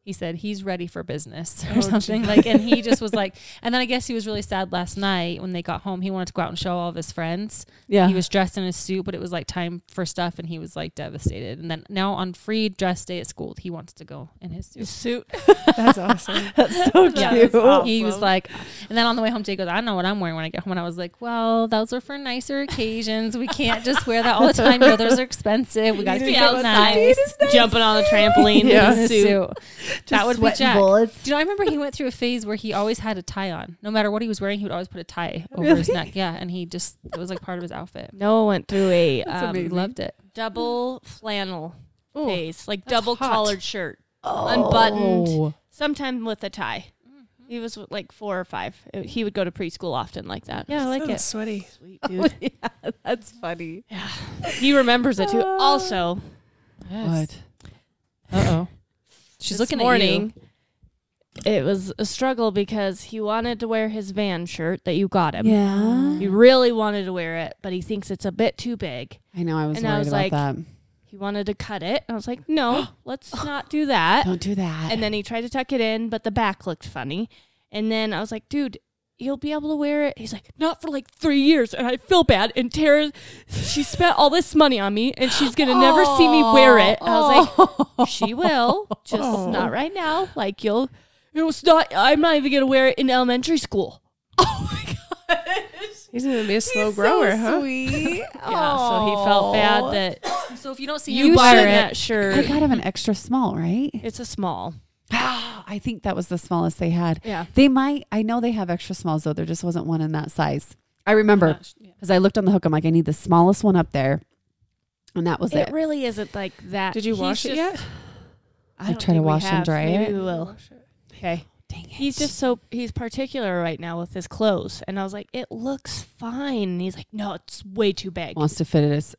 [SPEAKER 1] He said he's ready for business or
[SPEAKER 4] Oh,
[SPEAKER 1] something
[SPEAKER 4] geez.
[SPEAKER 1] like, and he just was like, and then I guess he was really sad last night when they got home. He wanted to go out and show all of his friends,
[SPEAKER 2] Yeah,
[SPEAKER 1] he was dressed in a suit, but it was like time for stuff, and he was like devastated. And then now on free dress day at school, he wants to go in his suit.
[SPEAKER 3] suit.
[SPEAKER 4] That's awesome.
[SPEAKER 2] that's so
[SPEAKER 3] Yeah,
[SPEAKER 2] cute.
[SPEAKER 3] that's awesome.
[SPEAKER 1] He was like, and then on the way home, Jay goes, "I know what I'm wearing when I get home." And I was like, "Well, those are for nicer occasions. We can't just wear that all the time. You know, those are expensive. We got to
[SPEAKER 4] need
[SPEAKER 1] be
[SPEAKER 4] to
[SPEAKER 1] out
[SPEAKER 4] go
[SPEAKER 1] nice.
[SPEAKER 3] Jumping on the trampoline in
[SPEAKER 4] Yeah.
[SPEAKER 1] In a
[SPEAKER 3] a suit.
[SPEAKER 1] suit. That would be
[SPEAKER 2] Sweating
[SPEAKER 1] Jack.
[SPEAKER 2] bullets.
[SPEAKER 1] Do you know? I remember he went through a phase where he always had a tie on, no matter what he was wearing. He would always put a tie over his
[SPEAKER 2] Really?
[SPEAKER 1] neck. Yeah, and he just it was like part of his outfit.
[SPEAKER 3] Noah went through a
[SPEAKER 1] He
[SPEAKER 3] um,
[SPEAKER 1] loved it.
[SPEAKER 3] double flannel
[SPEAKER 1] Ooh.
[SPEAKER 3] phase, like
[SPEAKER 1] That's
[SPEAKER 3] double
[SPEAKER 1] hot.
[SPEAKER 3] collared shirt,
[SPEAKER 2] Oh.
[SPEAKER 3] unbuttoned, sometimes with a tie.
[SPEAKER 1] Mm-hmm.
[SPEAKER 3] He was like four or five. Uh, He would go to preschool often like that.
[SPEAKER 1] Yeah, I like it.
[SPEAKER 4] Sounds sweaty.
[SPEAKER 3] Sweet dude.
[SPEAKER 2] yeah, that's funny.
[SPEAKER 3] he remembers it too. Also,
[SPEAKER 2] What?
[SPEAKER 1] Uh oh. She's
[SPEAKER 3] this
[SPEAKER 1] looking
[SPEAKER 3] morning, It was a struggle because he wanted to wear his van shirt that you got him.
[SPEAKER 2] Yeah.
[SPEAKER 3] He really wanted to wear it, but he thinks it's a bit too big.
[SPEAKER 2] I know. I was
[SPEAKER 3] And
[SPEAKER 2] worried
[SPEAKER 3] I was
[SPEAKER 2] about
[SPEAKER 3] like,
[SPEAKER 2] that.
[SPEAKER 3] He wanted to cut it. And I was like, no, let's not do that.
[SPEAKER 2] Don't do that.
[SPEAKER 3] And then he tried to tuck it in, but the back looked funny. And then I was like, dude, you'll be able to wear it. He's like, not for like three years. And I feel bad. And Tara, she spent all this money on me and she's going to never see me wear it. And I was like, she will, just
[SPEAKER 4] Oh.
[SPEAKER 3] not right now. Like, you'll, it was not, I'm not even going to wear it in elementary school.
[SPEAKER 4] He's gonna be a slow grower, huh?
[SPEAKER 2] Sweet.
[SPEAKER 3] Yeah. So he felt bad that
[SPEAKER 1] at you. So if you don't see
[SPEAKER 3] you,
[SPEAKER 1] you
[SPEAKER 3] bought
[SPEAKER 1] wear
[SPEAKER 3] him
[SPEAKER 1] it,
[SPEAKER 3] that
[SPEAKER 2] I
[SPEAKER 3] shirt.
[SPEAKER 2] got him an extra small, right?
[SPEAKER 3] It's a small.
[SPEAKER 2] I think that was the smallest they had.
[SPEAKER 3] Yeah.
[SPEAKER 2] They might. I know they have extra smalls though. There just wasn't one in that size. I remember because I looked on the hook. I'm like, I need the smallest one up there, and that was it.
[SPEAKER 3] It really isn't like that.
[SPEAKER 4] Did you
[SPEAKER 3] He's
[SPEAKER 4] wash it
[SPEAKER 3] just-
[SPEAKER 4] yet?
[SPEAKER 3] I
[SPEAKER 2] Like,
[SPEAKER 3] don't
[SPEAKER 2] try to
[SPEAKER 3] think we
[SPEAKER 2] wash and
[SPEAKER 3] have.
[SPEAKER 2] dry
[SPEAKER 3] Maybe
[SPEAKER 2] it?
[SPEAKER 3] We
[SPEAKER 4] Oh,
[SPEAKER 3] will. Okay.
[SPEAKER 2] Dang it.
[SPEAKER 3] He's just so he's particular right now with his clothes, and I was like, "It looks fine." And he's like, "No, it's way too big."
[SPEAKER 2] wants to fit it as.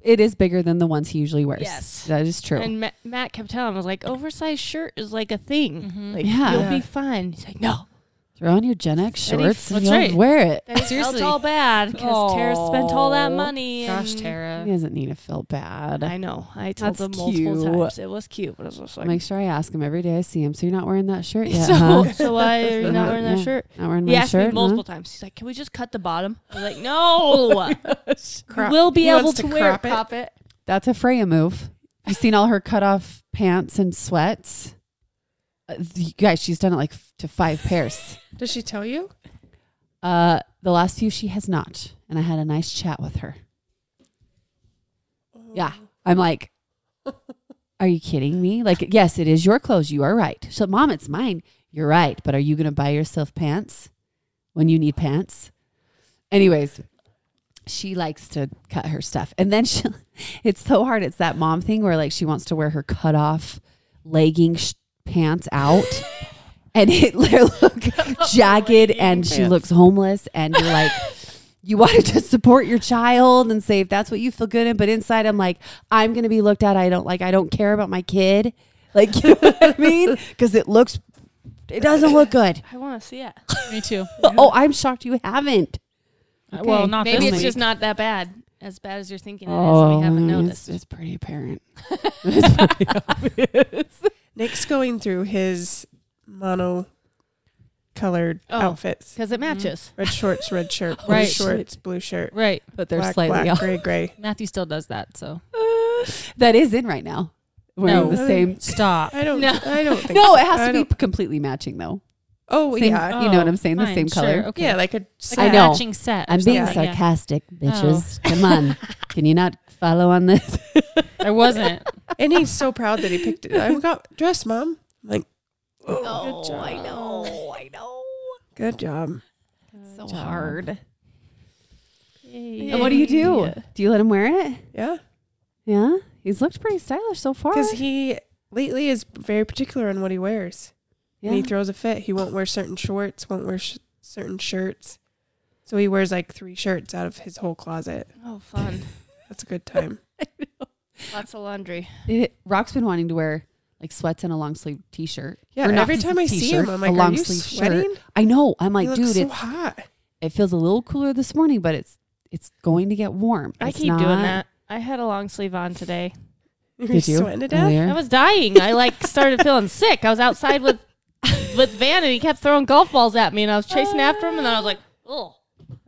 [SPEAKER 2] It is bigger than the ones he usually wears.
[SPEAKER 3] Yes.
[SPEAKER 2] that is true.
[SPEAKER 3] And Ma- Matt kept telling him, "I was like, oversized shirt is like a thing.
[SPEAKER 1] Mhm.
[SPEAKER 3] Like,
[SPEAKER 2] Yeah.
[SPEAKER 3] you'll
[SPEAKER 4] Yeah.
[SPEAKER 3] be fine." He's like, "No,
[SPEAKER 2] Throw on your Gen X
[SPEAKER 3] And he-
[SPEAKER 2] shorts and,
[SPEAKER 1] that's
[SPEAKER 2] you'll
[SPEAKER 1] right.
[SPEAKER 2] wear it.
[SPEAKER 3] that
[SPEAKER 1] Seriously.
[SPEAKER 3] felt all bad because Tara spent all that money."
[SPEAKER 1] gosh,
[SPEAKER 3] and-
[SPEAKER 2] He
[SPEAKER 1] Tara.
[SPEAKER 2] doesn't need to feel bad.
[SPEAKER 3] I know. I told
[SPEAKER 2] That's
[SPEAKER 3] him multiple
[SPEAKER 2] cute.
[SPEAKER 3] times it was cute, but I was just like,
[SPEAKER 2] Make sure I ask him every day I see him. So you're not wearing that shirt yet,
[SPEAKER 3] "So,
[SPEAKER 2] huh?
[SPEAKER 3] so why are you not
[SPEAKER 2] Yeah,
[SPEAKER 3] wearing that
[SPEAKER 2] yeah.
[SPEAKER 3] shirt?"
[SPEAKER 2] Not wearing
[SPEAKER 3] He
[SPEAKER 2] my
[SPEAKER 3] asked
[SPEAKER 2] shirt.
[SPEAKER 3] me multiple times. He's like, "Can we just cut the bottom?" I was like, "No."
[SPEAKER 4] Crop-
[SPEAKER 3] We'll be
[SPEAKER 4] He
[SPEAKER 3] able
[SPEAKER 4] wants
[SPEAKER 3] to, wear
[SPEAKER 4] crop it.
[SPEAKER 3] Pop it.
[SPEAKER 2] Huh? That's a Freya move. You've seen all her cut off pants and sweats. Uh, th- you guys, she's done it like f- to five pairs.
[SPEAKER 4] Does she tell you?
[SPEAKER 2] Uh, the last few she has not, and I had a nice chat with her. Yeah. I'm like, are you kidding me? Like, yes, it is your clothes. You are right. So, mom, it's mine. You're right. But are you going to buy yourself pants when you need pants? Anyways, she likes to cut her stuff. And then she, it's so hard. It's that mom thing where like she wants to wear her cut off legging sh- pants out. And it look jagged and she
[SPEAKER 4] pants.
[SPEAKER 2] looks homeless. And you're like, you want to just support your child and say if that's what you feel good in. But inside, I'm like, I'm going to be looked at. I don't like, I don't care about my kid. Like, you know what I mean? Because it looks, it doesn't look good.
[SPEAKER 3] I want to see it.
[SPEAKER 1] Me too.
[SPEAKER 2] Oh, I'm shocked you haven't.
[SPEAKER 1] Uh, Well,
[SPEAKER 2] Okay.
[SPEAKER 1] not
[SPEAKER 3] Maybe
[SPEAKER 1] this
[SPEAKER 3] it's
[SPEAKER 1] week.
[SPEAKER 3] just not that bad. As bad as you're thinking it is, and we haven't
[SPEAKER 2] I mean,
[SPEAKER 3] noticed.
[SPEAKER 2] Oh, It's, it's pretty apparent.
[SPEAKER 4] Nick's going through his mono colored
[SPEAKER 3] Oh.
[SPEAKER 4] outfits.
[SPEAKER 3] Because it matches.
[SPEAKER 4] Red shorts, red shirt, blue
[SPEAKER 1] Right.
[SPEAKER 4] shorts, blue shirt.
[SPEAKER 1] right.
[SPEAKER 2] But they're
[SPEAKER 4] black,
[SPEAKER 2] slightly
[SPEAKER 4] black,
[SPEAKER 2] off.
[SPEAKER 4] gray, gray.
[SPEAKER 1] Matthew still does that. So
[SPEAKER 2] That is in right now. We're
[SPEAKER 1] No.
[SPEAKER 2] in the same.
[SPEAKER 1] stop.
[SPEAKER 4] I don't. I don't think.
[SPEAKER 2] No,
[SPEAKER 4] so.
[SPEAKER 2] it has
[SPEAKER 4] I
[SPEAKER 2] to be
[SPEAKER 4] don't-
[SPEAKER 2] completely matching though.
[SPEAKER 4] Oh
[SPEAKER 2] Same-
[SPEAKER 4] yeah,
[SPEAKER 2] you know what I'm saying? The
[SPEAKER 1] fine,
[SPEAKER 2] same color.
[SPEAKER 1] Oh, sure, okay.
[SPEAKER 4] yeah, like a.
[SPEAKER 1] Like
[SPEAKER 4] set.
[SPEAKER 1] a
[SPEAKER 2] I know.
[SPEAKER 1] matching set. or
[SPEAKER 2] I'm being
[SPEAKER 1] something, yeah.
[SPEAKER 2] sarcastic,
[SPEAKER 1] Oh.
[SPEAKER 2] bitches. Come on. Can you not follow on this?
[SPEAKER 1] I wasn't.
[SPEAKER 4] and he's so proud that he picked it. I got dressed, mom. I'm like,
[SPEAKER 3] Oh,
[SPEAKER 4] good job.
[SPEAKER 3] I know. I know.
[SPEAKER 4] Good job.
[SPEAKER 3] Mm-hmm.
[SPEAKER 2] So hard.
[SPEAKER 3] And
[SPEAKER 2] And what do you do? Do you let him wear it?
[SPEAKER 4] Yeah,
[SPEAKER 2] Yeah. He's looked pretty stylish so far.
[SPEAKER 4] because he lately is very particular on what he wears.
[SPEAKER 2] yeah.
[SPEAKER 4] And he throws a fit. He won't wear certain shorts. Won't wear sh- certain shirts. So he wears like three shirts out of his whole closet.
[SPEAKER 3] Oh, fun.
[SPEAKER 4] That's a good time.
[SPEAKER 3] Lots of laundry.
[SPEAKER 2] It- Rock's been wanting to wear like sweats and a long sleeve t shirt.
[SPEAKER 4] Yeah, every time I see him, I'm like, "Are you sweating?"
[SPEAKER 2] I know. I'm like,
[SPEAKER 4] he looks
[SPEAKER 2] dude,
[SPEAKER 4] so
[SPEAKER 2] it's,
[SPEAKER 4] hot.
[SPEAKER 2] it feels a little cooler this morning, but it's it's going to get warm.
[SPEAKER 3] I
[SPEAKER 2] It's
[SPEAKER 3] keep doing
[SPEAKER 2] not-
[SPEAKER 3] that. I had a long sleeve on today.
[SPEAKER 4] You're
[SPEAKER 2] Did you?
[SPEAKER 4] sweating to death.
[SPEAKER 2] Earlier?
[SPEAKER 3] I was dying. I like started feeling sick. I was outside with with Van and he kept throwing golf balls at me and I was chasing after him and then I was like, oh,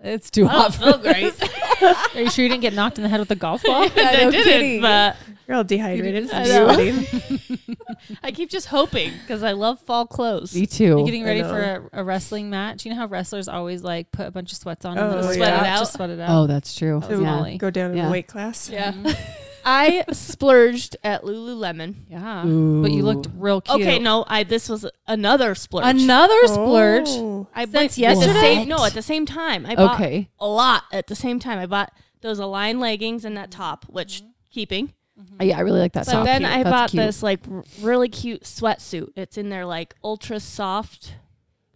[SPEAKER 2] It's too
[SPEAKER 3] I
[SPEAKER 2] hot.
[SPEAKER 3] don't feel great.
[SPEAKER 1] Are you sure you didn't get knocked in the head with a golf ball?
[SPEAKER 3] I
[SPEAKER 2] no
[SPEAKER 3] didn't,
[SPEAKER 2] kidding.
[SPEAKER 3] but
[SPEAKER 4] You're all dehydrated.
[SPEAKER 3] I
[SPEAKER 4] from
[SPEAKER 3] know.
[SPEAKER 4] sweating.
[SPEAKER 3] I keep just hoping because I love fall clothes.
[SPEAKER 2] Me too.
[SPEAKER 1] You're getting ready
[SPEAKER 4] know.
[SPEAKER 1] for a, a wrestling match. You know how wrestlers always like put a bunch of sweats on
[SPEAKER 4] Oh,
[SPEAKER 1] and then
[SPEAKER 4] yeah.
[SPEAKER 1] sweat it out,
[SPEAKER 3] Out.
[SPEAKER 1] just sweat it out.
[SPEAKER 2] oh, that's true.
[SPEAKER 1] That was
[SPEAKER 2] Yeah.
[SPEAKER 1] Molly.
[SPEAKER 4] Go down in
[SPEAKER 2] Yeah.
[SPEAKER 4] the weight class.
[SPEAKER 3] Yeah. I splurged at Lululemon.
[SPEAKER 1] yeah.
[SPEAKER 2] Oh.
[SPEAKER 1] But you looked
[SPEAKER 2] Ooh.
[SPEAKER 1] real cute.
[SPEAKER 3] Okay, no, I this was another splurge.
[SPEAKER 1] Another splurge.
[SPEAKER 4] Oh.
[SPEAKER 3] I
[SPEAKER 1] Since
[SPEAKER 3] bought- at the
[SPEAKER 1] yesterday?
[SPEAKER 3] same- no, at the same time. I bought
[SPEAKER 2] Okay.
[SPEAKER 3] a lot at the same time. I bought those Align leggings and that top,
[SPEAKER 4] Mm-hmm.
[SPEAKER 3] which keeping.
[SPEAKER 2] Yeah, I really like that.
[SPEAKER 3] But
[SPEAKER 2] top.
[SPEAKER 3] then
[SPEAKER 2] Cute.
[SPEAKER 3] I
[SPEAKER 2] That's
[SPEAKER 3] bought
[SPEAKER 2] cute.
[SPEAKER 3] this like r- really cute sweatsuit. It's in their like ultra soft.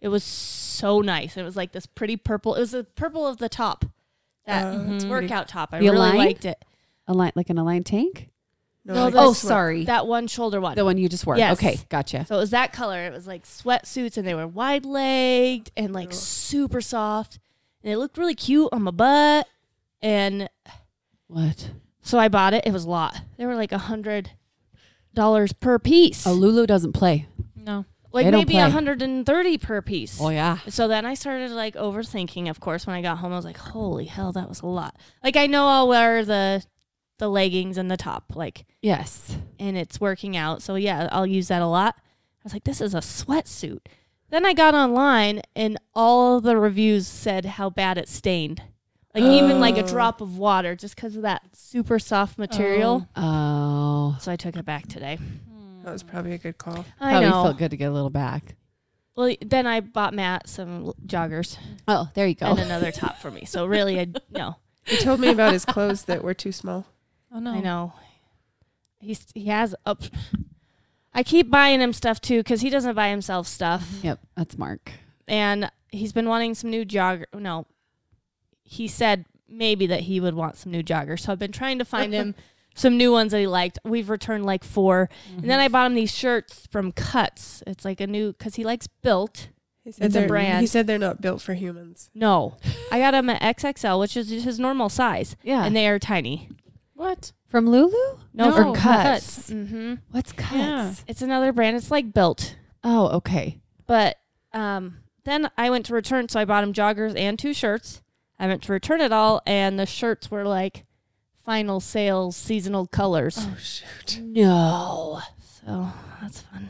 [SPEAKER 3] It was so nice. It was like this pretty purple. It was the purple of the top, that
[SPEAKER 4] Oh, that's
[SPEAKER 3] workout top. I
[SPEAKER 2] Mm-hmm. The
[SPEAKER 3] really
[SPEAKER 2] Align?
[SPEAKER 3] liked it.
[SPEAKER 2] align like an aligned tank.
[SPEAKER 4] No,
[SPEAKER 3] No,
[SPEAKER 4] like
[SPEAKER 3] the-
[SPEAKER 4] a
[SPEAKER 2] Oh,
[SPEAKER 4] sweat-
[SPEAKER 2] sorry,
[SPEAKER 3] That one shoulder one.
[SPEAKER 2] the one you just wore.
[SPEAKER 3] Yes.
[SPEAKER 2] Okay, gotcha.
[SPEAKER 3] So it was that color. It was like sweatsuits and they were wide legged and like super soft. And it looked really cute on my butt. And
[SPEAKER 2] What?
[SPEAKER 3] so I bought it. It was a lot. They were like a hundred dollars per piece.
[SPEAKER 2] A Lulu doesn't play.
[SPEAKER 1] No.
[SPEAKER 3] like
[SPEAKER 2] they don't
[SPEAKER 3] maybe
[SPEAKER 2] play. Oh,
[SPEAKER 3] a hundred and thirty per piece.
[SPEAKER 2] yeah.
[SPEAKER 3] So then I started like overthinking, of course, when I got home. I was like, holy hell, that was a lot. Like I know I'll wear the the leggings and the top, like
[SPEAKER 2] Yes.
[SPEAKER 3] and it's working out. So yeah, I'll use that a lot. I was like, this is a sweatsuit. Then I got online and all the reviews said how bad it stained. Like even like a
[SPEAKER 4] Oh.
[SPEAKER 3] drop of water just because of that super soft material.
[SPEAKER 2] Oh,
[SPEAKER 3] So I took it back today.
[SPEAKER 1] Oh.
[SPEAKER 4] That was probably a good call.
[SPEAKER 3] I
[SPEAKER 2] probably
[SPEAKER 3] know.
[SPEAKER 2] Oh, felt good to get a little back.
[SPEAKER 3] Well, then I bought Matt some l- joggers
[SPEAKER 2] Oh, there you
[SPEAKER 3] and
[SPEAKER 2] go.
[SPEAKER 3] another top for me. So really, I no,
[SPEAKER 4] He told me about his clothes that were too small.
[SPEAKER 1] Oh no.
[SPEAKER 3] I know. He's he has up. I keep buying him stuff too because he doesn't buy himself stuff.
[SPEAKER 2] Yep, that's Mark.
[SPEAKER 3] and he's been wanting some new jogger. No, he said maybe that he would want some new joggers. So I've been trying to find him some new ones that he liked. We've returned like 4 and then I bought him these shirts from Cuts. It's like a new because he likes built.
[SPEAKER 4] He
[SPEAKER 3] It's a
[SPEAKER 4] they're-
[SPEAKER 3] brand.
[SPEAKER 4] He said they're not built for humans.
[SPEAKER 3] No, I got him at XXL, which is his normal size,
[SPEAKER 2] Yeah.
[SPEAKER 3] and they are tiny.
[SPEAKER 1] What?
[SPEAKER 2] From Lulu?
[SPEAKER 3] No,
[SPEAKER 1] No,
[SPEAKER 3] from
[SPEAKER 1] from
[SPEAKER 3] Cuts.
[SPEAKER 1] Cuts.
[SPEAKER 3] Mm-hmm.
[SPEAKER 2] What's cuts?
[SPEAKER 1] Yeah.
[SPEAKER 3] It's another brand. It's like built,
[SPEAKER 2] Oh, okay.
[SPEAKER 3] but um, then I went to return, so I bought him joggers and two shirts. I went to return it all, and the shirts were like final sales seasonal colors. Oh,
[SPEAKER 4] Oh shoot!
[SPEAKER 2] No.
[SPEAKER 3] So that's fun.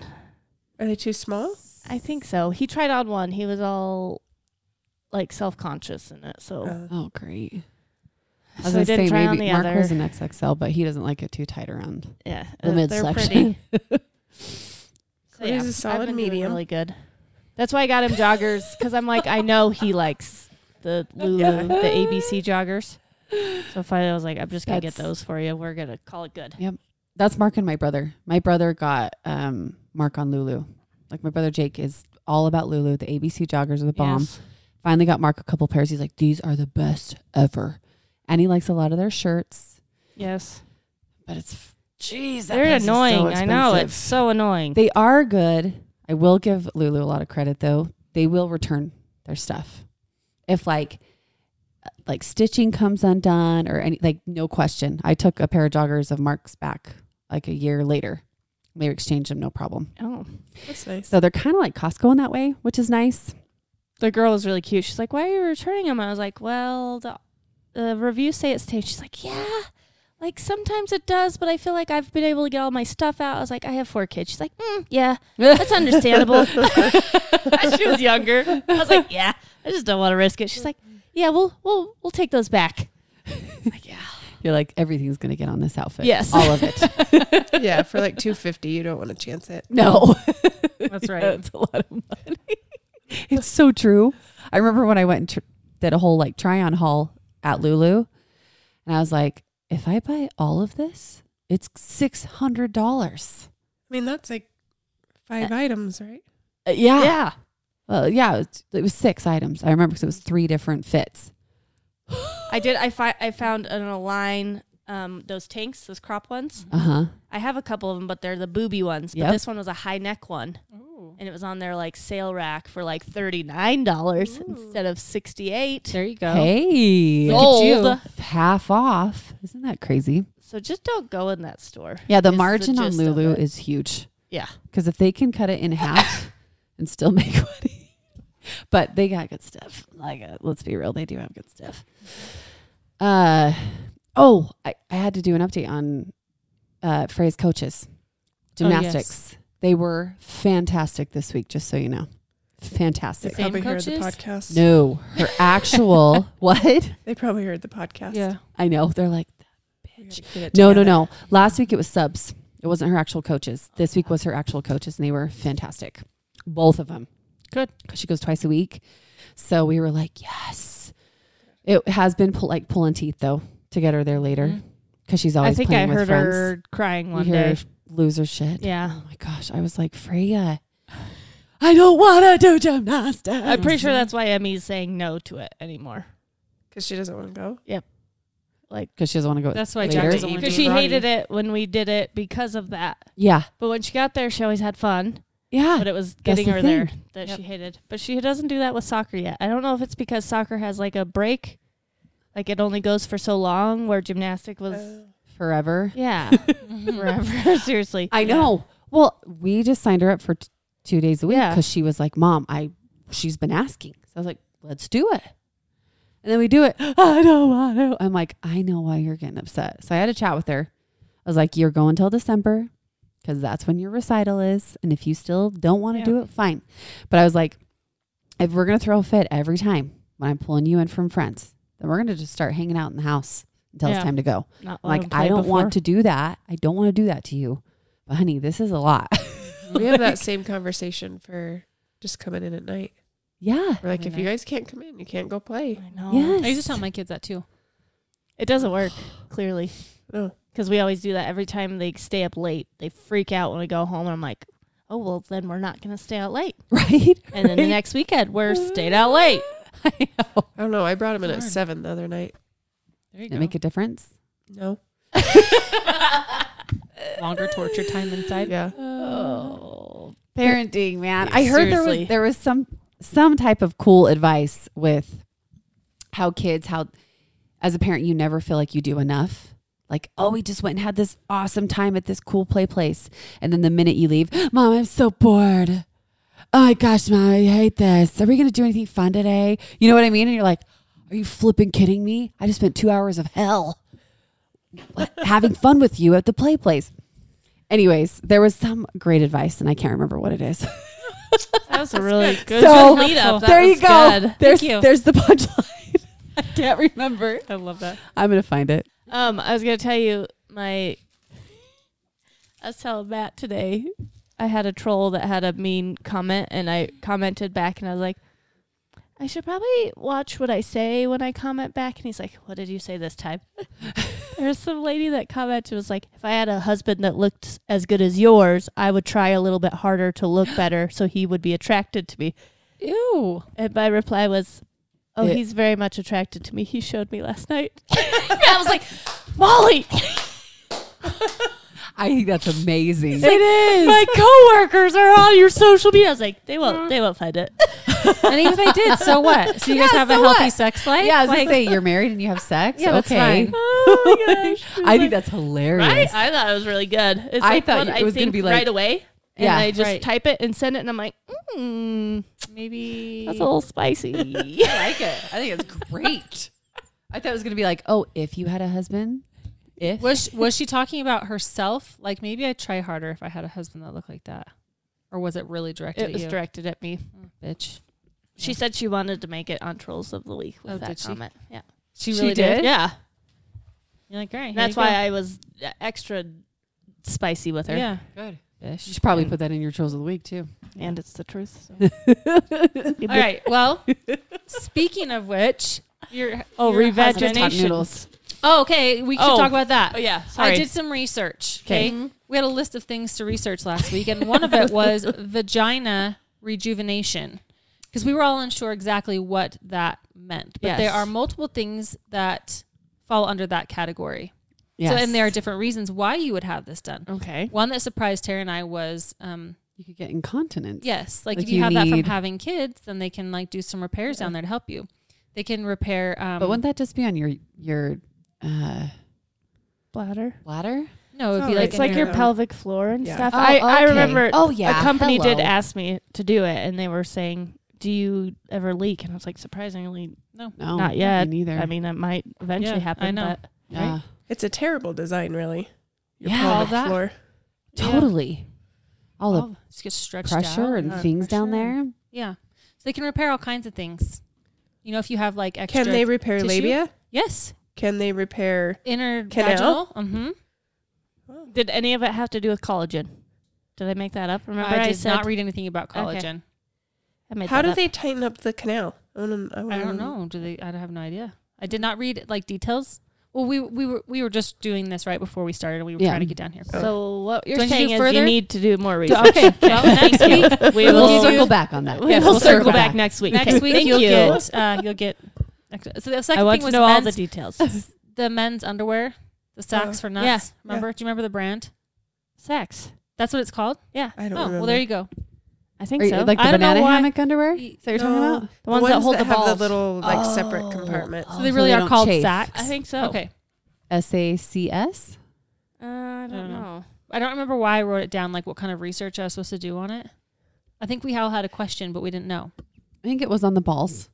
[SPEAKER 4] Are they too small?
[SPEAKER 3] I think so. He tried on one. He was all like self conscious in it. So
[SPEAKER 4] Uh,
[SPEAKER 2] Oh, great. Oh, I was
[SPEAKER 3] so I
[SPEAKER 2] gonna
[SPEAKER 3] didn't
[SPEAKER 2] say
[SPEAKER 3] try on
[SPEAKER 2] maybe
[SPEAKER 3] the
[SPEAKER 2] Mark
[SPEAKER 3] other.
[SPEAKER 2] was an XXL, but he doesn't like it too tight around.
[SPEAKER 3] yeah,
[SPEAKER 2] the
[SPEAKER 3] uh, They're
[SPEAKER 2] midsection.
[SPEAKER 3] pretty. So,
[SPEAKER 4] Cordy's a
[SPEAKER 3] I've
[SPEAKER 4] solid
[SPEAKER 3] been doing
[SPEAKER 4] medium.
[SPEAKER 3] Really good. That's why I got him joggers because I'm like I know he likes the Lulu, the ABC joggers. So finally, I was like, I'm just gonna get
[SPEAKER 2] That's-
[SPEAKER 3] those for you. We're gonna call it good.
[SPEAKER 2] That's Mark and my brother. My brother got um, Mark on Lulu. Like my brother Jake is all about Lulu. The ABC joggers are the bomb.
[SPEAKER 3] Yes.
[SPEAKER 2] Finally got Mark a couple pairs. He's like, these are the best ever, and he likes a lot of their shirts.
[SPEAKER 3] Yes.
[SPEAKER 2] But it's jeez, that
[SPEAKER 3] They're
[SPEAKER 2] place is so
[SPEAKER 3] annoying. I know
[SPEAKER 2] expensive.
[SPEAKER 3] it's so annoying.
[SPEAKER 2] They are good. I will give Lulu a lot of credit though. They will return their stuff. If like like stitching comes undone or any like no question. I took a pair of joggers of Mark's back like a year later. We exchanged them no problem.
[SPEAKER 3] oh,
[SPEAKER 4] That's nice.
[SPEAKER 2] So they're kind of like Costco in that way, which is nice.
[SPEAKER 3] the girl was really cute. She's like, "Why are you returning them?" I was like, "Well, the, the reviews say it's taped." She's like, "Yeah." Like sometimes it does, but I feel like I've been able to get all my stuff out. I was like, I have four kids. She's like, mm, yeah, that's understandable. she was younger. I was like, yeah, I just don't want to risk it. She's like, yeah, we'll we'll we'll take those back.
[SPEAKER 2] You're like everything's going to get on this outfit.
[SPEAKER 3] Yes.
[SPEAKER 2] All of it.
[SPEAKER 4] yeah, for like two fifty, you don't want to chance it.
[SPEAKER 2] No.
[SPEAKER 1] That's right.
[SPEAKER 2] That's a lot of money. it's so true. I remember when I went and tr- did a whole like try on haul at Lulu, and I was like, if I buy all of this, it's six hundred dollars.
[SPEAKER 4] I mean, that's like five items, right?
[SPEAKER 1] Uh,
[SPEAKER 2] yeah.
[SPEAKER 3] Yeah,
[SPEAKER 2] Well, yeah. It was, it was six items. I remember because it was three different fits.
[SPEAKER 3] I did. I fi- I found an Align um, those tanks, those crop ones.
[SPEAKER 2] Uh huh.
[SPEAKER 3] I have a couple of them, but they're the booby ones. But
[SPEAKER 2] Yep.
[SPEAKER 3] this one was a high neck one, and it was on their like sale rack for like thirty nine dollars instead of sixty eight.
[SPEAKER 1] There you go.
[SPEAKER 2] Hey,
[SPEAKER 1] Sold.
[SPEAKER 2] Look at you. half off. Isn't that crazy?
[SPEAKER 3] So just don't go in that store.
[SPEAKER 2] Yeah, the
[SPEAKER 3] Is the
[SPEAKER 2] margin on
[SPEAKER 3] gist of
[SPEAKER 2] Lulu
[SPEAKER 3] it.
[SPEAKER 2] is huge.
[SPEAKER 3] Yeah,
[SPEAKER 2] because if they can cut it in half and still make money, but they got good stuff. Like, uh, let's be real, they do have good stuff. Uh, oh, I, I had to do an update on uh, Frey's coaches,
[SPEAKER 1] Oh, yes.
[SPEAKER 2] gymnastics. They were fantastic this week, just so you know.
[SPEAKER 4] They
[SPEAKER 2] Fantastic.
[SPEAKER 1] Same
[SPEAKER 4] probably heard the
[SPEAKER 1] coaches?
[SPEAKER 4] podcast.
[SPEAKER 2] No, her actual what?
[SPEAKER 4] They probably heard the podcast.
[SPEAKER 1] Yeah.
[SPEAKER 2] I know they're like
[SPEAKER 4] We gotta get it
[SPEAKER 2] no, no,
[SPEAKER 4] together.
[SPEAKER 2] no. Last week it was subs. It wasn't her actual coaches. This week was her actual coaches, and they were fantastic, both of them.
[SPEAKER 1] Good.
[SPEAKER 2] because she goes twice a week. So we were like, yes. It has been pull, like pulling teeth though to get her there later
[SPEAKER 1] Mhm.
[SPEAKER 2] because she's always.
[SPEAKER 3] Mm-hmm. I think I
[SPEAKER 2] playing with
[SPEAKER 3] heard
[SPEAKER 2] friends.
[SPEAKER 3] her crying
[SPEAKER 2] You
[SPEAKER 3] one
[SPEAKER 2] hear her
[SPEAKER 3] day.
[SPEAKER 2] lose her shit.
[SPEAKER 3] Yeah,
[SPEAKER 2] Oh my gosh, I was like Freya. I don't want to do gymnastics.
[SPEAKER 3] I'm pretty sure that's why Emmy's saying no to it anymore.
[SPEAKER 4] because she doesn't want to go.
[SPEAKER 2] because she doesn't want to go.
[SPEAKER 1] That's why
[SPEAKER 2] later.
[SPEAKER 1] Jack doesn't want to
[SPEAKER 3] Because
[SPEAKER 1] do
[SPEAKER 3] she
[SPEAKER 1] karate.
[SPEAKER 3] hated it when we did it because of that.
[SPEAKER 2] yeah,
[SPEAKER 3] But when she got there, she always had fun.
[SPEAKER 2] yeah.
[SPEAKER 3] but it was getting
[SPEAKER 2] Ah, the
[SPEAKER 3] her there that
[SPEAKER 1] Yep.
[SPEAKER 3] she hated. But she doesn't do that with soccer yet. I don't know if it's because soccer has like a break, like it only goes for so long. Where gymnastic was,
[SPEAKER 2] Forever.
[SPEAKER 3] yeah, forever. Seriously,
[SPEAKER 2] I know. Well, we just signed her up for t- two days a week
[SPEAKER 3] Yeah.
[SPEAKER 2] because she was like, "Mom, I." She's been asking, so I was like, "Let's do it." And then we do it. I don't want to. I'm like, I know why you're getting upset. So I had a chat with her. I was like, "You're going till December, because that's when your recital is, and if you still don't want to
[SPEAKER 3] Yeah.
[SPEAKER 2] do it, fine." But I was like, "If we're gonna throw a fit every time when I'm pulling you in from friends, then we're gonna just start hanging out in the house until
[SPEAKER 3] Yeah.
[SPEAKER 2] it's time to go."
[SPEAKER 3] Not
[SPEAKER 2] I'm like, I don't want to do that. I don't want to do that to you. But honey, this is a lot. Oh.
[SPEAKER 4] We have that same conversation for just coming in at night.
[SPEAKER 2] yeah.
[SPEAKER 4] We're like,
[SPEAKER 1] Every
[SPEAKER 4] if you guys can't come in, you can't go play.
[SPEAKER 3] I know.
[SPEAKER 2] Yes.
[SPEAKER 1] I used to tell my kids that too.
[SPEAKER 3] It doesn't work clearly
[SPEAKER 4] Oh,
[SPEAKER 3] because we always do that every time they stay up late. They freak out when we go home, and I'm like, oh well, then we're not gonna stay out late.
[SPEAKER 2] Right?
[SPEAKER 3] And then the next weekend we're stayed out late.
[SPEAKER 2] I know.
[SPEAKER 4] I don't know. I brought him in at
[SPEAKER 1] Darn.
[SPEAKER 4] seven the other night.
[SPEAKER 1] There you
[SPEAKER 2] Did it
[SPEAKER 1] go.
[SPEAKER 2] make a difference?
[SPEAKER 4] No.
[SPEAKER 1] Longer torture time inside.
[SPEAKER 4] Yeah.
[SPEAKER 3] Oh,
[SPEAKER 2] Parenting, man.
[SPEAKER 3] Yeah,
[SPEAKER 2] I heard there
[SPEAKER 3] seriously.
[SPEAKER 2] was there was some some type of cool advice with how kids, how as a parent you never feel like you do enough. Like, oh, we just went and had this awesome time at this cool play place. And then the minute you leave, Mom, I'm so bored. Oh my gosh, Mom, I hate this. Are we gonna do anything fun today? You know what I mean? And you're like, Are you flipping kidding me? I just spent two hours of hell having fun with you at the play place. Anyways, there was some great advice, and I can't remember what it is.
[SPEAKER 3] that was a really good
[SPEAKER 2] So,
[SPEAKER 3] lead up. That
[SPEAKER 2] there you
[SPEAKER 3] was
[SPEAKER 2] go.
[SPEAKER 3] good.
[SPEAKER 2] There's
[SPEAKER 1] you.
[SPEAKER 2] there's the punchline. I can't remember.
[SPEAKER 1] I love that.
[SPEAKER 2] I'm gonna find it.
[SPEAKER 3] Um, I was gonna tell you my. I was telling Matt today, I had a troll that had a mean comment, and I commented back, and I was like, I should probably watch what I say when I comment back. And he's like, What did you say this time? There's some lady that commented was like, If I had a husband that looked as good as yours, I would try a little bit harder to look better, so he would be attracted to me.
[SPEAKER 1] Ew.
[SPEAKER 3] And my reply was, Oh,
[SPEAKER 2] It-
[SPEAKER 3] he's very much attracted to me. He showed me last night. I was like, Molly,
[SPEAKER 2] I think that's amazing.
[SPEAKER 3] It is. My coworkers are on your social media. I was like, they won't, they won't find it.
[SPEAKER 1] And even if they did, so what? So you guys
[SPEAKER 3] Yeah,
[SPEAKER 1] have a
[SPEAKER 3] so
[SPEAKER 1] healthy
[SPEAKER 3] what?
[SPEAKER 1] sex life?
[SPEAKER 2] yeah, I was
[SPEAKER 1] like,
[SPEAKER 2] gonna say you're married and you have sex.
[SPEAKER 1] Yeah, that's
[SPEAKER 2] okay.
[SPEAKER 1] fine.
[SPEAKER 3] Oh my gosh. It was
[SPEAKER 2] I think
[SPEAKER 3] like-
[SPEAKER 2] that's hilarious.
[SPEAKER 3] right. I thought it was really good. It's
[SPEAKER 2] I
[SPEAKER 3] like
[SPEAKER 2] thought
[SPEAKER 3] one
[SPEAKER 2] it was
[SPEAKER 3] I
[SPEAKER 2] gonna
[SPEAKER 3] think
[SPEAKER 2] be like-
[SPEAKER 3] right away. And
[SPEAKER 2] Yeah.
[SPEAKER 3] I just
[SPEAKER 1] Right.
[SPEAKER 3] type it and send it, and I'm like, mm,
[SPEAKER 1] maybe
[SPEAKER 3] that's a little spicy.
[SPEAKER 2] I like it. I think it's great. I thought it was gonna be like, oh, if you had a husband, if
[SPEAKER 1] Was she, was she talking about herself? Like maybe I'd try harder if I had a husband that looked like that, or was it really directed
[SPEAKER 3] it
[SPEAKER 1] at
[SPEAKER 3] was
[SPEAKER 1] you, Mm,
[SPEAKER 3] directed at me.
[SPEAKER 1] bitch?
[SPEAKER 3] She said she wanted to make it on Trolls of the Week with
[SPEAKER 1] Oh, did
[SPEAKER 3] that
[SPEAKER 1] she?
[SPEAKER 3] comment. Yeah,
[SPEAKER 1] She
[SPEAKER 2] She
[SPEAKER 1] really did.
[SPEAKER 2] did?
[SPEAKER 3] yeah.
[SPEAKER 1] You're like, great.
[SPEAKER 3] That's why I was extra spicy with her.
[SPEAKER 1] yeah,
[SPEAKER 2] good. You
[SPEAKER 1] bitch.
[SPEAKER 2] should probably put that in your trolls of the week too.
[SPEAKER 3] and it's the truth. so.
[SPEAKER 1] All right. Well, speaking of which, your
[SPEAKER 3] Oh,
[SPEAKER 1] your
[SPEAKER 3] revenge
[SPEAKER 1] husband-
[SPEAKER 3] Hot
[SPEAKER 2] noodles.
[SPEAKER 1] Oh, okay. We should
[SPEAKER 3] Oh.
[SPEAKER 1] talk about that.
[SPEAKER 3] Oh yeah, sorry.
[SPEAKER 1] I did Mm-hmm. some research.
[SPEAKER 3] 'Kay.
[SPEAKER 1] Okay. We had a list of things to research last week, and one of it was vagina rejuvenation because we were all unsure exactly what that meant. But there
[SPEAKER 3] Yes.
[SPEAKER 1] are multiple things that fall under that category. So, and there are different reasons why you would have this done.
[SPEAKER 3] Okay.
[SPEAKER 1] One that surprised Tara and I was, um,
[SPEAKER 2] you could get incontinence.
[SPEAKER 1] yes, like,
[SPEAKER 2] Like
[SPEAKER 1] if you,
[SPEAKER 2] you
[SPEAKER 1] have that from
[SPEAKER 2] need-
[SPEAKER 1] having kids, then they can like do some repairs down there to help you. They can repair. Um,
[SPEAKER 2] But wouldn't that just be on your your uh,
[SPEAKER 3] Bladder.
[SPEAKER 2] bladder?
[SPEAKER 1] no, it'd be
[SPEAKER 4] It's all
[SPEAKER 1] like
[SPEAKER 4] right.
[SPEAKER 3] It's
[SPEAKER 1] in
[SPEAKER 3] like
[SPEAKER 1] your-
[SPEAKER 3] your
[SPEAKER 4] Yeah.
[SPEAKER 3] pelvic floor and
[SPEAKER 4] Yeah.
[SPEAKER 3] stuff.
[SPEAKER 2] Oh,
[SPEAKER 3] I, I
[SPEAKER 2] okay.
[SPEAKER 3] remember
[SPEAKER 2] Oh, yeah.
[SPEAKER 3] a company did
[SPEAKER 2] Hello.
[SPEAKER 3] ask me to do it and they were saying, Do you ever leak? And I was like, Surprisingly,
[SPEAKER 2] No,
[SPEAKER 3] Not yet.
[SPEAKER 2] me Neither.
[SPEAKER 3] I mean, it might eventually
[SPEAKER 1] Yeah,
[SPEAKER 3] happen.
[SPEAKER 1] I know.
[SPEAKER 3] But
[SPEAKER 2] yeah,
[SPEAKER 1] right?
[SPEAKER 4] It's a terrible design, really. Your
[SPEAKER 2] Yeah.
[SPEAKER 4] pelvic
[SPEAKER 1] All that-
[SPEAKER 4] floor.
[SPEAKER 1] Yeah.
[SPEAKER 2] totally. All the
[SPEAKER 1] Oh, just get stretched out.
[SPEAKER 2] pressure and
[SPEAKER 1] Uh,
[SPEAKER 2] things down
[SPEAKER 1] pressure.
[SPEAKER 2] there.
[SPEAKER 1] Yeah. So they can repair all kinds of things. You know, if you have like extra.
[SPEAKER 4] Can they repair
[SPEAKER 1] tissue?
[SPEAKER 4] labia?
[SPEAKER 1] Yes.
[SPEAKER 4] Can they repair?
[SPEAKER 1] Inner
[SPEAKER 4] Canal?
[SPEAKER 1] vaginal. Mm-hmm.
[SPEAKER 3] did any of it have to do with collagen? Did I make that up? Remember,
[SPEAKER 1] I,
[SPEAKER 3] I,
[SPEAKER 1] did
[SPEAKER 3] said
[SPEAKER 1] not read anything about
[SPEAKER 3] Okay.
[SPEAKER 1] collagen.
[SPEAKER 3] I made
[SPEAKER 4] How
[SPEAKER 3] that
[SPEAKER 4] do
[SPEAKER 3] up.
[SPEAKER 4] they tighten up the canal? I, wanna, I,
[SPEAKER 1] I
[SPEAKER 4] wanna-
[SPEAKER 1] don't know. Do they? I have no idea. I did not read like details. Well, we we were we were just doing this right before we started, and we were
[SPEAKER 2] Yeah.
[SPEAKER 1] trying to get down here.
[SPEAKER 2] Oh.
[SPEAKER 3] So what you're
[SPEAKER 1] So I need to
[SPEAKER 3] saying
[SPEAKER 1] do
[SPEAKER 3] is you
[SPEAKER 1] further?
[SPEAKER 3] need to do more research.
[SPEAKER 1] okay. Well, next week
[SPEAKER 3] we
[SPEAKER 1] We'll
[SPEAKER 3] will
[SPEAKER 1] do-
[SPEAKER 2] circle back on that.
[SPEAKER 3] We
[SPEAKER 1] Yes,
[SPEAKER 3] will
[SPEAKER 1] we'll
[SPEAKER 3] circle
[SPEAKER 1] circle
[SPEAKER 3] back,
[SPEAKER 2] back.
[SPEAKER 3] next week.
[SPEAKER 1] next
[SPEAKER 3] Okay.
[SPEAKER 1] week
[SPEAKER 3] Thank
[SPEAKER 1] you'll
[SPEAKER 3] you.
[SPEAKER 1] get uh, you'll get. So the second
[SPEAKER 3] I want
[SPEAKER 1] thing
[SPEAKER 3] to
[SPEAKER 1] was
[SPEAKER 3] know all the
[SPEAKER 1] men's-
[SPEAKER 3] details.
[SPEAKER 1] the men's underwear, the sacks
[SPEAKER 4] Oh.
[SPEAKER 1] for
[SPEAKER 3] Yeah.
[SPEAKER 1] nuts. Remember? Do you remember the brand?
[SPEAKER 3] Sex.
[SPEAKER 1] That's what it's called.
[SPEAKER 3] Yeah,
[SPEAKER 4] I don't
[SPEAKER 1] oh,
[SPEAKER 4] remember.
[SPEAKER 1] well, there you go.
[SPEAKER 3] I think
[SPEAKER 2] Are you-
[SPEAKER 3] so.
[SPEAKER 2] like the
[SPEAKER 1] I don't know
[SPEAKER 2] banana
[SPEAKER 1] why-
[SPEAKER 2] hammock underwear? Is that what you're
[SPEAKER 4] No.
[SPEAKER 2] talking about?
[SPEAKER 3] the ones that hold the
[SPEAKER 4] have
[SPEAKER 3] balls.
[SPEAKER 4] the little like
[SPEAKER 2] Oh.
[SPEAKER 4] separate compartment.
[SPEAKER 1] So they really are called sacks.
[SPEAKER 3] I think so.
[SPEAKER 1] Okay.
[SPEAKER 2] S A C S.
[SPEAKER 3] Uh, I
[SPEAKER 1] don't
[SPEAKER 3] don't
[SPEAKER 1] know.
[SPEAKER 3] know.
[SPEAKER 1] I don't remember why I wrote it down, like what kind of research I was supposed to do on it. I think we all had a question, but we didn't know.
[SPEAKER 2] I think it was on the balls.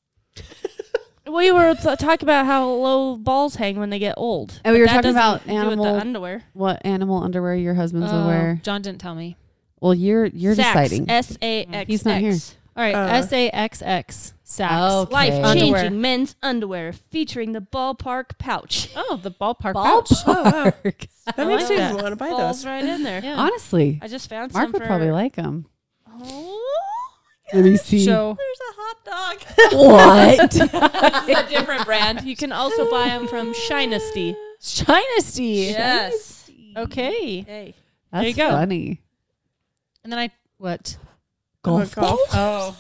[SPEAKER 3] We were t- talking about how low balls hang when they get old.
[SPEAKER 2] And Oh, we were
[SPEAKER 3] That
[SPEAKER 2] talking about
[SPEAKER 3] doesn't do with the
[SPEAKER 2] animal.
[SPEAKER 3] underwear.
[SPEAKER 2] what animal underwear your husband's will
[SPEAKER 1] Oh,
[SPEAKER 2] wear?
[SPEAKER 1] John didn't tell me.
[SPEAKER 2] Well, you're you're deciding.
[SPEAKER 3] S A X.
[SPEAKER 2] He's not here.
[SPEAKER 1] All right,
[SPEAKER 4] Uh.
[SPEAKER 1] S A X X sacks.
[SPEAKER 2] Okay.
[SPEAKER 3] Life changing
[SPEAKER 1] Underwear.
[SPEAKER 3] men's underwear featuring the ballpark pouch.
[SPEAKER 1] Oh, the ballpark. pouch.
[SPEAKER 4] Oh, wow.
[SPEAKER 2] Park.
[SPEAKER 4] That makes
[SPEAKER 1] like
[SPEAKER 4] me
[SPEAKER 1] that.
[SPEAKER 4] want to buy
[SPEAKER 3] Balls
[SPEAKER 4] those.
[SPEAKER 3] right in there.
[SPEAKER 1] Yeah.
[SPEAKER 2] Honestly,
[SPEAKER 3] I just found
[SPEAKER 2] Mark
[SPEAKER 3] some
[SPEAKER 2] would
[SPEAKER 3] for-
[SPEAKER 2] probably like them.
[SPEAKER 3] Oh, my
[SPEAKER 2] Let me
[SPEAKER 3] gosh.
[SPEAKER 2] see.
[SPEAKER 1] So
[SPEAKER 3] There's a hot dog.
[SPEAKER 2] what?
[SPEAKER 3] It's a different brand. You can also buy them from Shinesty.
[SPEAKER 1] Shinesty.
[SPEAKER 3] Yes.
[SPEAKER 1] Okay.
[SPEAKER 3] Hey.
[SPEAKER 2] That's
[SPEAKER 1] you go.
[SPEAKER 2] funny.
[SPEAKER 1] And then I what?
[SPEAKER 2] Golf
[SPEAKER 4] golf.
[SPEAKER 2] ball?
[SPEAKER 1] Oh,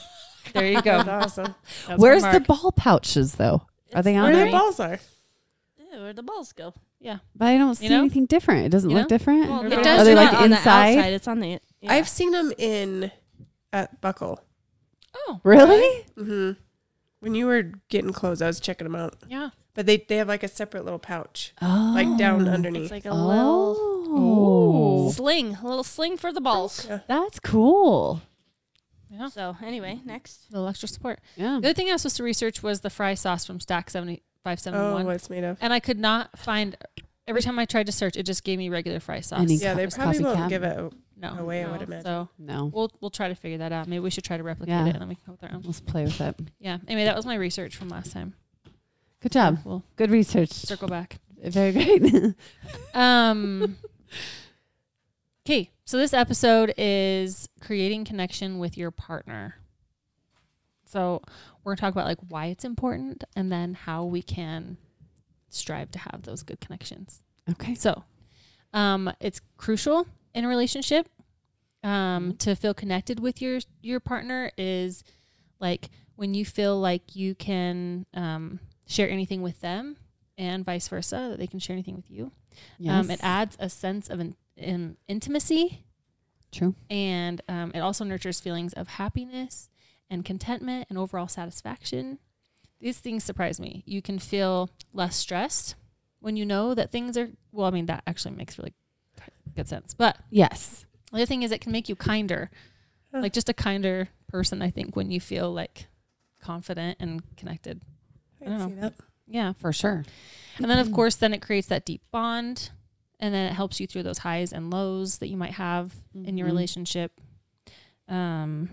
[SPEAKER 1] there you go.
[SPEAKER 4] That's awesome.
[SPEAKER 1] That's
[SPEAKER 2] Where's
[SPEAKER 1] from
[SPEAKER 2] the
[SPEAKER 1] Mark.
[SPEAKER 2] ball pouches though? Are they on
[SPEAKER 4] Where their
[SPEAKER 2] there?
[SPEAKER 4] balls are.
[SPEAKER 3] Yeah, where the balls go?
[SPEAKER 2] But I don't see
[SPEAKER 1] know?
[SPEAKER 2] anything different. It doesn't
[SPEAKER 1] You
[SPEAKER 2] look
[SPEAKER 1] know?
[SPEAKER 2] different.
[SPEAKER 1] Well,
[SPEAKER 3] Well,
[SPEAKER 1] it
[SPEAKER 3] it
[SPEAKER 1] Are
[SPEAKER 3] does
[SPEAKER 1] does they,
[SPEAKER 2] not
[SPEAKER 3] not
[SPEAKER 2] like,
[SPEAKER 3] on
[SPEAKER 2] on the inside?
[SPEAKER 3] the
[SPEAKER 2] outside,
[SPEAKER 3] outside. It's on the.
[SPEAKER 4] I've seen them in at Buckle.
[SPEAKER 1] Oh,
[SPEAKER 2] really?
[SPEAKER 4] hmm When you were getting clothes, I was checking them out.
[SPEAKER 1] yeah.
[SPEAKER 4] But they, they have like a separate little pouch,
[SPEAKER 2] Oh.
[SPEAKER 4] like down
[SPEAKER 3] It's
[SPEAKER 4] underneath.
[SPEAKER 3] like a little
[SPEAKER 2] Oh.
[SPEAKER 3] sling, a little sling for the balls.
[SPEAKER 2] That's cool.
[SPEAKER 1] Yeah.
[SPEAKER 3] So anyway, next.
[SPEAKER 1] A little extra support.
[SPEAKER 2] Yeah.
[SPEAKER 1] The other thing I was supposed to research was the fry sauce from Stack seventy five seventy
[SPEAKER 4] Hmm. oh,
[SPEAKER 1] one,
[SPEAKER 4] what it's made of.
[SPEAKER 1] and I could not find. Every time I tried to search, it just gave me regular fry sauce.
[SPEAKER 2] Any-
[SPEAKER 4] Yeah, they
[SPEAKER 2] It's
[SPEAKER 4] probably
[SPEAKER 2] coffee
[SPEAKER 4] won't
[SPEAKER 2] cap.
[SPEAKER 4] give it. a-
[SPEAKER 1] no
[SPEAKER 4] No way, I
[SPEAKER 1] Oh, no.
[SPEAKER 4] would imagine.
[SPEAKER 1] So
[SPEAKER 2] No.
[SPEAKER 1] we'll we'll try to figure that out. Maybe we should try to replicate
[SPEAKER 2] Yeah.
[SPEAKER 1] it and then we can come up with our own.
[SPEAKER 2] Let's play with it.
[SPEAKER 1] Yeah. Anyway, that was my research from last time.
[SPEAKER 2] Good job.
[SPEAKER 1] We'll
[SPEAKER 2] Good research.
[SPEAKER 1] circle back.
[SPEAKER 2] Very great.
[SPEAKER 1] Um. Okay, so this episode is creating connection with your partner. So we're gonna talk about like why it's important, and then how we can strive to have those good connections.
[SPEAKER 2] okay.
[SPEAKER 1] So, um, it's crucial in a relationship um, to feel connected with your your partner. Is like when you feel like you can um, share anything with them, and vice versa, that they can share anything with you.
[SPEAKER 2] Yes.
[SPEAKER 1] Um, it adds a sense of an, in, intimacy.
[SPEAKER 2] True.
[SPEAKER 1] And um, it also nurtures feelings of happiness and contentment and overall satisfaction. These things surprise me. You can feel less stressed when you know that things are, well, I mean, that actually makes really good sense. But
[SPEAKER 2] yes.
[SPEAKER 1] the other thing is it can make you kinder,
[SPEAKER 4] Huh.
[SPEAKER 1] like just a kinder person, I think, when you feel like confident and connected.
[SPEAKER 4] I
[SPEAKER 1] I
[SPEAKER 4] can
[SPEAKER 1] don't
[SPEAKER 4] see that.
[SPEAKER 1] Yeah.
[SPEAKER 2] For sure.
[SPEAKER 1] And then, of course, then it creates that deep bond. And then it helps you through those highs and lows that you might have in your
[SPEAKER 2] Mhm.
[SPEAKER 1] relationship. Um,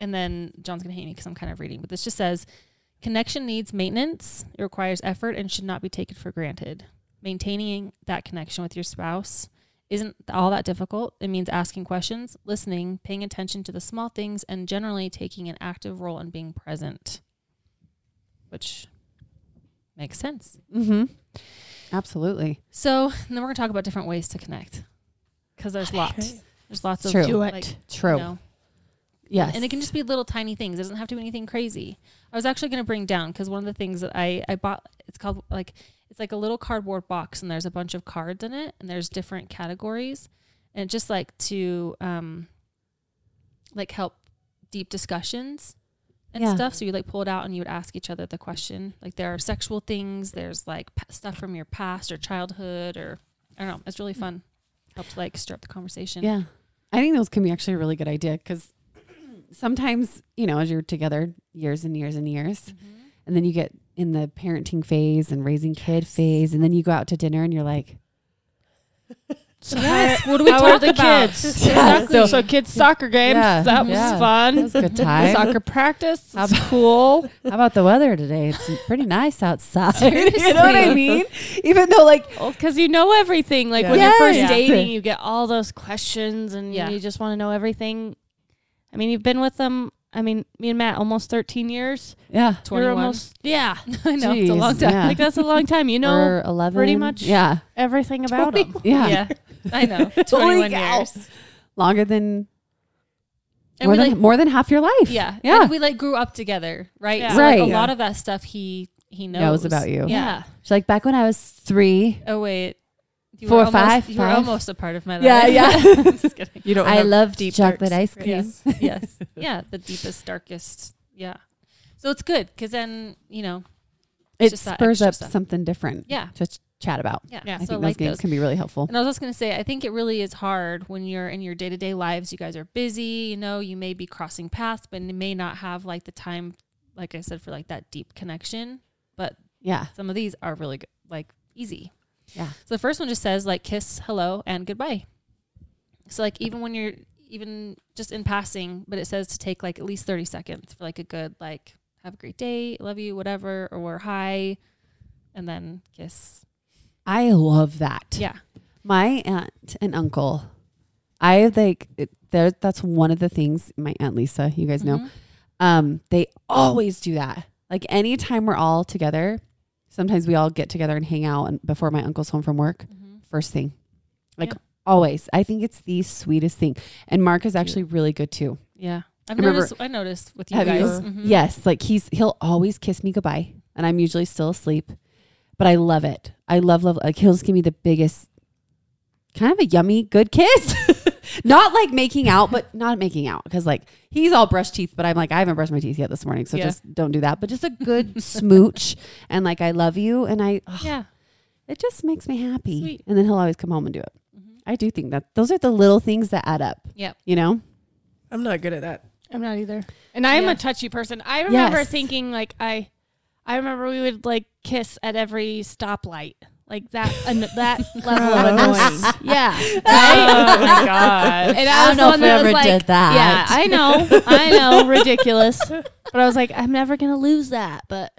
[SPEAKER 1] and then John's going to hate me because I'm kind of reading, but this just says connection needs maintenance. It requires effort and should not be taken for granted. Maintaining that connection with your spouse isn't all that difficult. It means asking questions, listening, paying attention to the small things, and generally taking an active role in being present, which makes sense.
[SPEAKER 2] Mm-hmm. Absolutely.
[SPEAKER 1] So and then we're gonna talk about different ways to connect because there's lots.
[SPEAKER 4] Okay.
[SPEAKER 1] There's lots of
[SPEAKER 2] True.
[SPEAKER 3] Do it.
[SPEAKER 1] Like, you
[SPEAKER 2] True.
[SPEAKER 1] know,
[SPEAKER 2] Yes.
[SPEAKER 1] and it can just be little tiny things. It doesn't have to be anything crazy. I was actually gonna bring down because one of the things that I I bought it's called like it's like a little cardboard box and there's a bunch of cards in it and there's different categories and just like to um like help deep discussions and
[SPEAKER 2] Yeah.
[SPEAKER 1] stuff. So you like pull it out and you would ask each other the question. Like there are sexual things. There's like p- stuff from your past or childhood or I don't know. It's really fun. Helps like stir up the conversation.
[SPEAKER 2] Yeah. I think those can be actually a really good idea because sometimes, you know, as you're together years and years and years,
[SPEAKER 1] Mm-hmm.
[SPEAKER 2] and then you get in the parenting phase and raising kid phase, and then you go out to dinner and you're like,
[SPEAKER 3] So
[SPEAKER 1] Yes.
[SPEAKER 3] What
[SPEAKER 1] do we
[SPEAKER 3] how are
[SPEAKER 1] talk
[SPEAKER 3] the
[SPEAKER 1] about?
[SPEAKER 3] kids?
[SPEAKER 1] Yeah.
[SPEAKER 3] Exactly. So, kids soccer games.
[SPEAKER 2] Yeah.
[SPEAKER 3] That was
[SPEAKER 2] Yeah. that
[SPEAKER 3] fun.
[SPEAKER 2] was a good time. How
[SPEAKER 3] Soccer practice.
[SPEAKER 2] How
[SPEAKER 3] That's cool.
[SPEAKER 2] about the weather today? It's pretty nice outside. you know what I
[SPEAKER 1] Seriously.
[SPEAKER 2] mean? Even though, like,
[SPEAKER 3] Because Oh, you know everything. Like
[SPEAKER 4] Yeah.
[SPEAKER 3] when you're first
[SPEAKER 1] Yes.
[SPEAKER 3] dating, you get all those questions and
[SPEAKER 1] Yeah.
[SPEAKER 3] you just want to know everything. I mean, you've been with them. I mean, me and Matt almost 13 years.
[SPEAKER 2] yeah,
[SPEAKER 3] You're
[SPEAKER 1] 21.
[SPEAKER 3] almost, yeah.
[SPEAKER 1] I know. It's a
[SPEAKER 2] Jeez,
[SPEAKER 1] long time.
[SPEAKER 2] yeah.
[SPEAKER 3] Like that's a long time. You know
[SPEAKER 2] We're 11.
[SPEAKER 3] much
[SPEAKER 2] Yeah.
[SPEAKER 3] everything about them.
[SPEAKER 2] Yeah.
[SPEAKER 1] I know.
[SPEAKER 2] Holy
[SPEAKER 1] 21
[SPEAKER 2] cow.
[SPEAKER 1] years.
[SPEAKER 2] Longer than,
[SPEAKER 1] And
[SPEAKER 2] more,
[SPEAKER 1] we
[SPEAKER 2] than
[SPEAKER 1] like,
[SPEAKER 2] more than half your life.
[SPEAKER 1] yeah.
[SPEAKER 2] Yeah.
[SPEAKER 1] And we like grew up together, right?
[SPEAKER 3] Yeah.
[SPEAKER 1] So, like,
[SPEAKER 2] Right.
[SPEAKER 1] a
[SPEAKER 4] Yeah.
[SPEAKER 1] lot of that stuff he he knows,
[SPEAKER 2] Knows about you.
[SPEAKER 1] Yeah.
[SPEAKER 3] Yeah.
[SPEAKER 2] She's like, back when I was three,
[SPEAKER 1] Oh wait. You
[SPEAKER 2] Four,
[SPEAKER 1] were almost,
[SPEAKER 2] five,
[SPEAKER 1] You were
[SPEAKER 2] five.
[SPEAKER 1] almost a part of my life.
[SPEAKER 2] Yeah, yeah.
[SPEAKER 1] I'm just kidding.
[SPEAKER 4] You don't.
[SPEAKER 2] I
[SPEAKER 4] have
[SPEAKER 2] loved
[SPEAKER 4] deep
[SPEAKER 2] chocolate
[SPEAKER 4] dark
[SPEAKER 2] ice
[SPEAKER 4] secrets.
[SPEAKER 2] cream.
[SPEAKER 1] Yes. Yes. yeah. The deepest, darkest. Yeah. So it's good because then you know.
[SPEAKER 2] It
[SPEAKER 1] just that
[SPEAKER 2] spurs
[SPEAKER 1] extra
[SPEAKER 2] up
[SPEAKER 1] stuff.
[SPEAKER 2] something different
[SPEAKER 1] Yeah.
[SPEAKER 2] to ch- chat about.
[SPEAKER 1] Yeah.
[SPEAKER 3] Yeah.
[SPEAKER 2] I
[SPEAKER 1] So
[SPEAKER 2] think
[SPEAKER 1] like
[SPEAKER 2] those games
[SPEAKER 1] those.
[SPEAKER 2] can be really helpful.
[SPEAKER 1] And I was just going to say, I think it really is hard when you're in your day to day lives. You guys are busy, you know, you may be crossing paths, but you may not have like the time, like I said, for like that deep connection. But
[SPEAKER 2] Yeah.
[SPEAKER 1] some of these are really good, like easy.
[SPEAKER 2] Yeah.
[SPEAKER 1] So the first one just says like kiss, hello, and goodbye. So like even when you're even just in passing, but it says to take like at least thirty seconds for like a good like have a great day, love you, whatever, or hi, and then kiss.
[SPEAKER 2] I love that.
[SPEAKER 1] Yeah.
[SPEAKER 2] My aunt and uncle, I like it- there. That's one of the things my aunt Lisa, you guys know,
[SPEAKER 1] Mhm.
[SPEAKER 2] um, they always do that. Like anytime we're all together, sometimes we all get together and hang out and before my uncle's home from work.
[SPEAKER 1] Mhm.
[SPEAKER 2] First thing, like
[SPEAKER 1] Yeah.
[SPEAKER 2] always. I think it's the sweetest thing. And Mark is actually really good too.
[SPEAKER 1] Yeah. I've
[SPEAKER 2] I remember-
[SPEAKER 1] noticed. I noticed with you
[SPEAKER 2] Have
[SPEAKER 1] guys.
[SPEAKER 2] you?
[SPEAKER 1] Mhm.
[SPEAKER 2] Yes, like he's he'll always kiss me goodbye, and I'm usually still asleep, but I love it. I love love like he'll just give me the biggest, kind of a yummy good kiss. not like making out, but not making out because like he's all brushed teeth, but I'm like I haven't brushed my teeth yet this morning, so
[SPEAKER 1] Yeah.
[SPEAKER 2] just don't do that. But just a good smooch and like I love you, and I ugh,
[SPEAKER 1] Yeah.
[SPEAKER 2] it just makes me happy.
[SPEAKER 1] Sweet.
[SPEAKER 2] And then he'll always come home and do it.
[SPEAKER 1] Mhm.
[SPEAKER 2] I do think that those are the little things that add up.
[SPEAKER 1] Yep.
[SPEAKER 2] You know,
[SPEAKER 4] I'm not good at that.
[SPEAKER 3] I'm not either. And I am
[SPEAKER 1] Yeah.
[SPEAKER 3] a touchy person. I remember
[SPEAKER 2] Yes.
[SPEAKER 3] thinking like I I remember we would like kiss at every stoplight. Like that an- that level of annoyance. Yeah. Right?
[SPEAKER 1] Oh my god.
[SPEAKER 3] And
[SPEAKER 2] I
[SPEAKER 3] I
[SPEAKER 2] don't
[SPEAKER 3] was the
[SPEAKER 2] know if
[SPEAKER 3] one
[SPEAKER 2] we
[SPEAKER 3] that
[SPEAKER 2] ever
[SPEAKER 3] was like,
[SPEAKER 2] did that.
[SPEAKER 3] yeah, I know, I know, ridiculous. But I was like, I'm never gonna lose that. But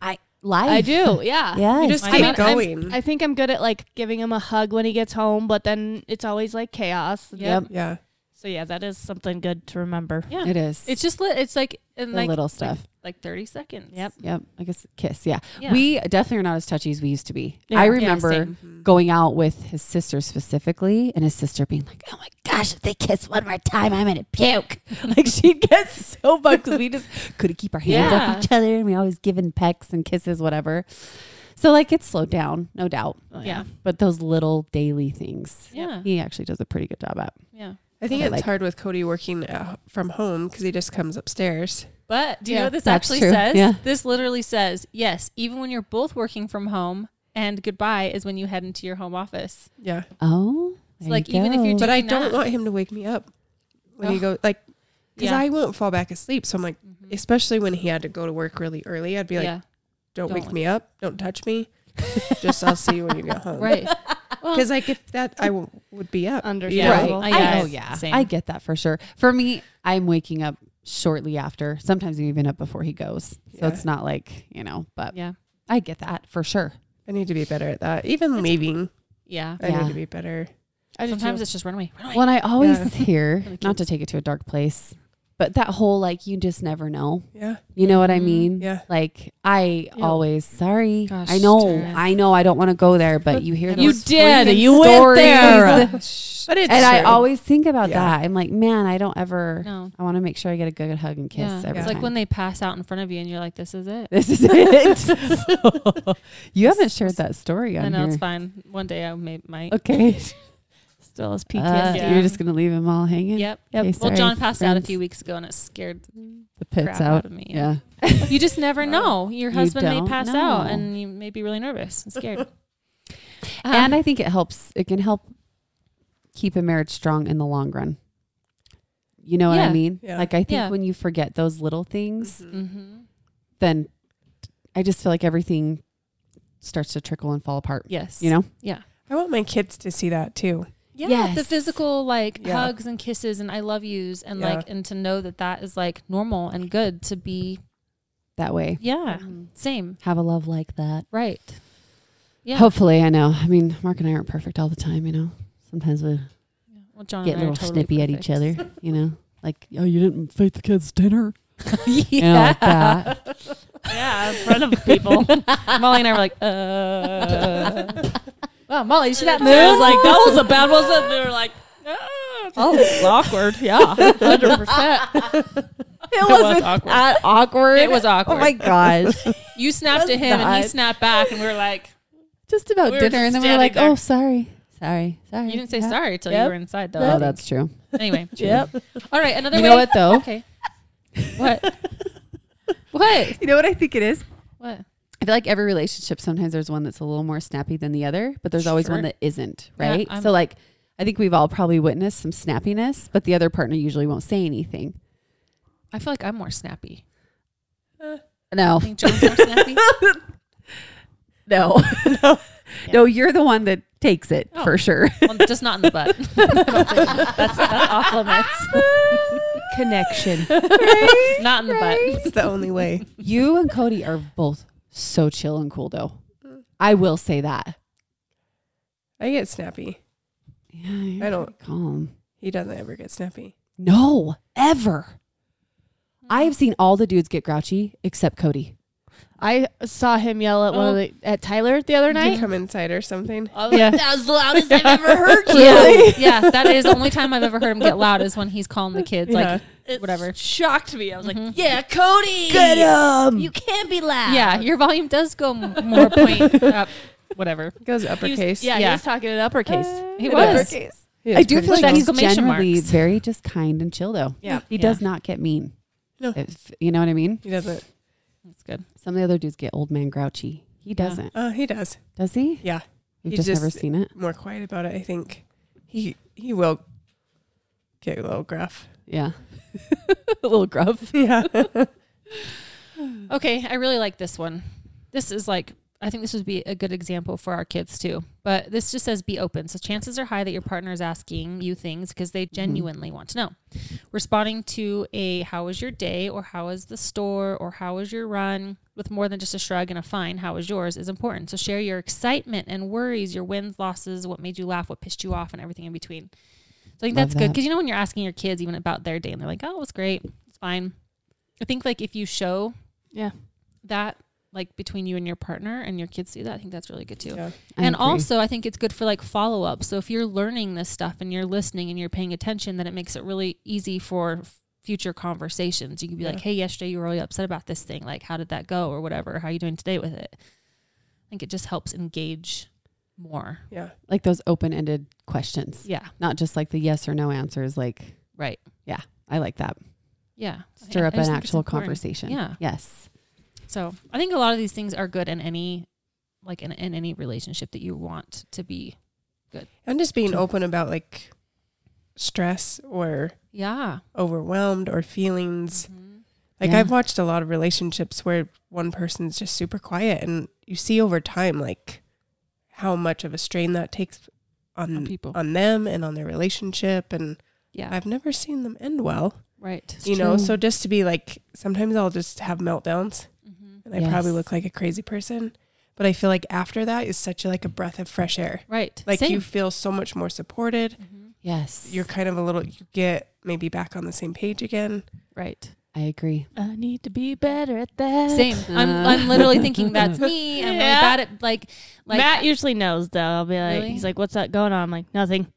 [SPEAKER 2] I
[SPEAKER 5] life.
[SPEAKER 3] I do. Yeah.
[SPEAKER 5] Yes.
[SPEAKER 4] You just
[SPEAKER 1] I
[SPEAKER 4] keep
[SPEAKER 1] mean,
[SPEAKER 3] I'm-
[SPEAKER 4] going.
[SPEAKER 3] I think I'm good at like giving him a hug when he gets home, but then it's always like chaos.
[SPEAKER 5] Yep.
[SPEAKER 4] yeah.
[SPEAKER 3] So yeah, that is something good to remember.
[SPEAKER 1] Yeah.
[SPEAKER 2] It is.
[SPEAKER 1] It's just li- it's like in
[SPEAKER 2] the
[SPEAKER 1] like
[SPEAKER 2] little
[SPEAKER 1] like-
[SPEAKER 2] stuff.
[SPEAKER 1] like, 30 seconds.
[SPEAKER 3] Yep.
[SPEAKER 2] Yep. I guess kiss. Yeah.
[SPEAKER 1] Yeah.
[SPEAKER 2] We definitely are not as touchy as we used to be.
[SPEAKER 3] Yeah.
[SPEAKER 2] I
[SPEAKER 3] Yeah,
[SPEAKER 2] remember
[SPEAKER 1] same. Mm-hmm.
[SPEAKER 2] going out with his sister specifically and his sister being like,
[SPEAKER 5] Oh my gosh, if they kiss one more time, I'm gonna puke.
[SPEAKER 2] like she gets so bugged 'cause we just couldn't keep our hands
[SPEAKER 1] Yeah.
[SPEAKER 2] off each other and we always giving pecks and kisses, whatever. So like it's slowed down, no doubt.
[SPEAKER 1] Oh, yeah.
[SPEAKER 2] But those little daily things,
[SPEAKER 1] Yeah.
[SPEAKER 2] he actually does a pretty good job at.
[SPEAKER 1] Yeah.
[SPEAKER 4] I think
[SPEAKER 2] Okay,
[SPEAKER 4] it's
[SPEAKER 2] like-
[SPEAKER 4] hard with Cody working at, from home because he just comes upstairs.
[SPEAKER 1] But do you
[SPEAKER 3] Yeah.
[SPEAKER 1] know what this
[SPEAKER 2] That's
[SPEAKER 1] actually
[SPEAKER 2] true.
[SPEAKER 1] says?
[SPEAKER 2] Yeah.
[SPEAKER 1] This literally says, yes, even when you're both working from home and goodbye is when you head into your home office.
[SPEAKER 4] Yeah.
[SPEAKER 2] Oh,
[SPEAKER 1] So, like, even if you're
[SPEAKER 4] But I
[SPEAKER 1] Maybe
[SPEAKER 4] don't
[SPEAKER 1] not.
[SPEAKER 4] want him to wake me up when he goes, like,
[SPEAKER 1] Yeah.
[SPEAKER 4] because
[SPEAKER 1] Mm-hmm.
[SPEAKER 4] I won't fall back asleep. So I'm like,
[SPEAKER 2] Mm-hmm.
[SPEAKER 4] especially when he had to go to work really early, I'd be like,
[SPEAKER 1] yeah.
[SPEAKER 4] don't,
[SPEAKER 1] don't
[SPEAKER 4] wake
[SPEAKER 1] wake
[SPEAKER 4] me up. Don't touch me. just I'll see you when you get home.
[SPEAKER 1] Right.
[SPEAKER 4] Because, like, if that, I w- would be
[SPEAKER 2] Uh,
[SPEAKER 4] up.
[SPEAKER 2] right,
[SPEAKER 3] Understandable.
[SPEAKER 1] I
[SPEAKER 2] I,
[SPEAKER 1] guess.
[SPEAKER 2] oh yeah,
[SPEAKER 1] Same.
[SPEAKER 2] I get that for sure. For me, I'm waking up shortly after. Sometimes I'm even up before he goes, so
[SPEAKER 4] Yeah.
[SPEAKER 2] it's not like you know. But
[SPEAKER 1] Yeah.
[SPEAKER 2] I get that for sure.
[SPEAKER 4] I need to be better at that. Even leaving,
[SPEAKER 1] Yeah.
[SPEAKER 4] I
[SPEAKER 2] Yeah.
[SPEAKER 4] need to be better.
[SPEAKER 3] I do
[SPEAKER 1] Sometimes
[SPEAKER 3] too.
[SPEAKER 1] it's just run away. Run away.
[SPEAKER 2] Well, and I always
[SPEAKER 4] Yeah.
[SPEAKER 2] hear
[SPEAKER 1] Really
[SPEAKER 2] not to take it to a dark place, but that whole like you just never know.
[SPEAKER 4] Yeah.
[SPEAKER 2] You know what I
[SPEAKER 1] Mhm.
[SPEAKER 2] mean?
[SPEAKER 4] Yeah.
[SPEAKER 2] Like I
[SPEAKER 3] Ew.
[SPEAKER 2] always sorry.
[SPEAKER 1] Gosh,
[SPEAKER 2] I know,
[SPEAKER 1] Tara.
[SPEAKER 2] I know, I don't want to go there, but you hear
[SPEAKER 1] You
[SPEAKER 2] those
[SPEAKER 1] did.
[SPEAKER 2] freaking
[SPEAKER 1] You went
[SPEAKER 2] stories.
[SPEAKER 1] there.
[SPEAKER 4] But it's
[SPEAKER 2] And I
[SPEAKER 4] true.
[SPEAKER 2] always think about
[SPEAKER 4] Yeah.
[SPEAKER 2] that. I'm like, man, I don't ever.
[SPEAKER 1] No.
[SPEAKER 2] I want to make sure I get a good hug and kiss
[SPEAKER 1] Yeah.
[SPEAKER 2] every
[SPEAKER 1] It's
[SPEAKER 2] time.
[SPEAKER 1] like when they pass out in front of you and you're like, this is it.
[SPEAKER 2] this is it. you haven't shared that story on
[SPEAKER 1] I know
[SPEAKER 2] here.
[SPEAKER 1] it's fine. One day I may, might.
[SPEAKER 2] Okay,
[SPEAKER 3] still as
[SPEAKER 2] Uh,
[SPEAKER 3] PTSD.
[SPEAKER 2] you're just gonna leave them all hanging.
[SPEAKER 1] Yep.
[SPEAKER 2] Yep. Okay,
[SPEAKER 1] well,
[SPEAKER 2] sorry,
[SPEAKER 1] John passed out a
[SPEAKER 2] friends.
[SPEAKER 1] few weeks ago and it scared the
[SPEAKER 2] The pits
[SPEAKER 1] crap
[SPEAKER 2] out.
[SPEAKER 1] out of me.
[SPEAKER 2] Yeah.
[SPEAKER 1] You just never know. Your
[SPEAKER 2] You
[SPEAKER 1] husband may
[SPEAKER 2] don't
[SPEAKER 1] pass
[SPEAKER 2] know.
[SPEAKER 1] out and you may be really nervous and scared. Um,
[SPEAKER 2] and I think it helps. It can help keep a marriage strong in the long run. You know what I
[SPEAKER 1] Yeah.
[SPEAKER 2] mean?
[SPEAKER 4] Yeah. Mm-hmm.
[SPEAKER 2] Like I think
[SPEAKER 1] Yeah.
[SPEAKER 2] when you forget those little things,
[SPEAKER 1] mhm.
[SPEAKER 2] then I just feel like everything starts to trickle and fall apart.
[SPEAKER 1] Yes.
[SPEAKER 2] You know?
[SPEAKER 4] I want my kids to see that too.
[SPEAKER 1] Yeah, the
[SPEAKER 2] Yes.
[SPEAKER 1] physical like
[SPEAKER 4] Yeah.
[SPEAKER 1] hugs and kisses and I love yous and
[SPEAKER 4] Yeah.
[SPEAKER 1] like and to know that that is like normal and good to be.
[SPEAKER 2] That way.
[SPEAKER 1] Yeah, same,
[SPEAKER 2] Have a love like that.
[SPEAKER 1] right? Yeah.
[SPEAKER 2] Hopefully, I know. I mean, Mark and I aren't perfect all the time, you know. Sometimes we
[SPEAKER 1] Yeah. Well, John
[SPEAKER 2] get a
[SPEAKER 1] and I are
[SPEAKER 2] little
[SPEAKER 1] totally
[SPEAKER 2] snippy at each
[SPEAKER 1] perfect.
[SPEAKER 2] other, you know. Like, oh, you didn't feed the kids dinner.
[SPEAKER 1] yeah,
[SPEAKER 2] You know, like that.
[SPEAKER 1] yeah, in front of people. Molly and I were like, uh. Well, Molly, she that move. I was like, that was a bad one. wasn't it?" They were like, oh, it's awkward. Yeah, hundred percent.
[SPEAKER 2] It
[SPEAKER 1] wasn't awkward.
[SPEAKER 2] that awkward.
[SPEAKER 1] It was awkward.
[SPEAKER 2] Oh my gosh.
[SPEAKER 1] You snapped at him and he
[SPEAKER 2] not-
[SPEAKER 1] snapped back, and we were like,
[SPEAKER 2] just about
[SPEAKER 1] We were
[SPEAKER 2] dinner, and then
[SPEAKER 1] just
[SPEAKER 2] we are like,
[SPEAKER 1] standing there.
[SPEAKER 2] "Oh, sorry, sorry, sorry."
[SPEAKER 1] you didn't say
[SPEAKER 2] Yeah.
[SPEAKER 1] sorry till
[SPEAKER 2] Yep.
[SPEAKER 1] you were inside, though. I
[SPEAKER 2] Oh,
[SPEAKER 1] think.
[SPEAKER 2] that's true.
[SPEAKER 1] anyway.
[SPEAKER 2] Yep.
[SPEAKER 1] All right, another
[SPEAKER 2] You
[SPEAKER 1] way.
[SPEAKER 2] know what though?
[SPEAKER 1] Okay. What? what?
[SPEAKER 2] You know what I think it is.
[SPEAKER 1] What?
[SPEAKER 2] I feel like every relationship sometimes there's one that's a little more snappy than the other, but there's always one
[SPEAKER 1] Sure.
[SPEAKER 2] that isn't,
[SPEAKER 1] Yeah,
[SPEAKER 2] right?
[SPEAKER 1] I'm-
[SPEAKER 2] so like, I think we've all probably witnessed some snappiness, but the other partner usually won't say anything.
[SPEAKER 1] I feel like I'm more snappy.
[SPEAKER 2] No,
[SPEAKER 1] I think John's more snappy.
[SPEAKER 2] no, no, no. You're the one that takes it
[SPEAKER 1] Oh.
[SPEAKER 2] for sure.
[SPEAKER 1] Well, just not in the butt. that's, that's off limits.
[SPEAKER 3] connection.
[SPEAKER 1] Not in the butt.
[SPEAKER 4] It's the only way.
[SPEAKER 2] you and Cody are both so chill and cool, though. I will say that.
[SPEAKER 4] I get snappy.
[SPEAKER 2] Yeah, you're
[SPEAKER 4] I don't-
[SPEAKER 2] pretty calm.
[SPEAKER 4] He doesn't ever get snappy.
[SPEAKER 2] No, ever. I have seen all the dudes get grouchy except Cody.
[SPEAKER 3] I saw him yell at one of
[SPEAKER 5] Uh-huh.
[SPEAKER 3] the at Tyler the other
[SPEAKER 4] You
[SPEAKER 3] night.
[SPEAKER 4] come inside or something.
[SPEAKER 2] Uh,
[SPEAKER 1] yeah.
[SPEAKER 5] That was the loudest I've ever heard you.
[SPEAKER 1] Yeah. yeah, that is the only time I've ever heard him get loud is when he's calling the kids like
[SPEAKER 5] It
[SPEAKER 1] whatever.
[SPEAKER 5] shocked me. I was like,
[SPEAKER 3] Mm-hmm.
[SPEAKER 5] yeah, Cody. You can't be loud.
[SPEAKER 1] Yeah, your volume does go m- more point up. Whatever.
[SPEAKER 4] He goes uppercase.
[SPEAKER 3] Yeah, Uh, he
[SPEAKER 1] Yeah.
[SPEAKER 3] was talking in uppercase.
[SPEAKER 1] He was.
[SPEAKER 4] He is
[SPEAKER 2] I do
[SPEAKER 4] pretty
[SPEAKER 2] feel like
[SPEAKER 1] chill.
[SPEAKER 2] he's
[SPEAKER 1] Exclamation
[SPEAKER 2] generally
[SPEAKER 1] marks.
[SPEAKER 2] very just kind and chill, though.
[SPEAKER 3] Yeah.
[SPEAKER 2] He
[SPEAKER 1] Yeah.
[SPEAKER 2] does not get mean.
[SPEAKER 4] No.
[SPEAKER 2] If- you know what I mean?
[SPEAKER 4] He doesn't.
[SPEAKER 1] That's good.
[SPEAKER 2] Some of the other dudes get old man grouchy. He doesn't.
[SPEAKER 4] Uh, he does.
[SPEAKER 2] Does he?
[SPEAKER 4] Yeah.
[SPEAKER 2] We've
[SPEAKER 4] He
[SPEAKER 2] just, never
[SPEAKER 4] just-
[SPEAKER 2] seen it.
[SPEAKER 4] More quiet about it, I think. He he will get a little gruff.
[SPEAKER 2] Yeah. a little gruff.
[SPEAKER 4] Yeah.
[SPEAKER 1] Okay, I really like this one. This is like I think this would be a good example for our kids too. But this just says be open. So chances are high that your partner is asking you things because they
[SPEAKER 2] Mm-hmm.
[SPEAKER 1] genuinely want to know. Responding to a how was your day or how is the store or how was your run? with more than just a shrug and a fine, how was yours, is important. So share your excitement and worries, your wins, losses, what made you laugh, what pissed you off, and everything in between. So I think
[SPEAKER 2] Love
[SPEAKER 1] that's good
[SPEAKER 2] that.
[SPEAKER 1] because you know when you're asking your kids even about their day and they're like, "Oh, it was great, it's fine." I think like if you show,
[SPEAKER 3] Yeah.
[SPEAKER 1] that like between you and your partner and your kids see that, I think that's really good too.
[SPEAKER 4] Yeah.
[SPEAKER 2] I
[SPEAKER 1] and
[SPEAKER 2] agree.
[SPEAKER 1] also, I think it's good for like follow up. So if you're learning this stuff and you're listening and you're paying attention, then it makes it really easy for f- future conversations. You can be like,
[SPEAKER 4] Yeah.
[SPEAKER 1] "Hey, yesterday you were really upset about this thing. Like, how did that go, or whatever? How are you doing today with it?" I think it just helps engage more.
[SPEAKER 4] Yeah.
[SPEAKER 2] like those open ended questions,
[SPEAKER 1] Yeah,
[SPEAKER 2] not just like the yes or no answers. Like,
[SPEAKER 1] right.
[SPEAKER 2] I like that.
[SPEAKER 1] Yeah, I-
[SPEAKER 2] Stir
[SPEAKER 1] I
[SPEAKER 2] up
[SPEAKER 1] just
[SPEAKER 2] an
[SPEAKER 1] think it's
[SPEAKER 2] actual
[SPEAKER 1] important.
[SPEAKER 2] conversation.
[SPEAKER 1] Yeah.
[SPEAKER 2] Yes.
[SPEAKER 1] So I think a lot of these things are good in any, like in, in any relationship that you want to be.
[SPEAKER 4] And just being open about like stress or
[SPEAKER 1] Yeah.
[SPEAKER 4] overwhelmed or feelings.
[SPEAKER 2] Mm-hmm.
[SPEAKER 4] Like
[SPEAKER 2] Yeah.
[SPEAKER 4] I've watched a lot of relationships where one person's just super quiet and you see over time like how much of a strain that takes on
[SPEAKER 1] On
[SPEAKER 2] Uh,
[SPEAKER 1] people.
[SPEAKER 4] on them and on their relationship and
[SPEAKER 1] Yeah.
[SPEAKER 4] I've never seen them end well.
[SPEAKER 1] right.
[SPEAKER 4] you know,
[SPEAKER 2] true.
[SPEAKER 4] so just to be like sometimes I'll just have meltdowns
[SPEAKER 3] Mm-hmm.
[SPEAKER 1] hmm
[SPEAKER 4] and I probably
[SPEAKER 2] Yes.
[SPEAKER 4] look like a crazy person, but I feel like after that is such a, like a breath of fresh air.
[SPEAKER 1] Right.
[SPEAKER 4] Like
[SPEAKER 1] Same.
[SPEAKER 4] you feel so much more supported.
[SPEAKER 1] Mhm.
[SPEAKER 2] Yes.
[SPEAKER 4] You're kind of a little you get maybe back on the same page again.
[SPEAKER 1] Right.
[SPEAKER 2] I agree.
[SPEAKER 3] I need to be better at that.
[SPEAKER 1] Same. I'm, I'm literally thinking that's me. I'm
[SPEAKER 3] Yeah.
[SPEAKER 1] really bad at like like
[SPEAKER 3] Matt usually knows though. I'll be like,
[SPEAKER 1] Really?
[SPEAKER 3] he's like, "What's that going on?" I'm like, "Nothing."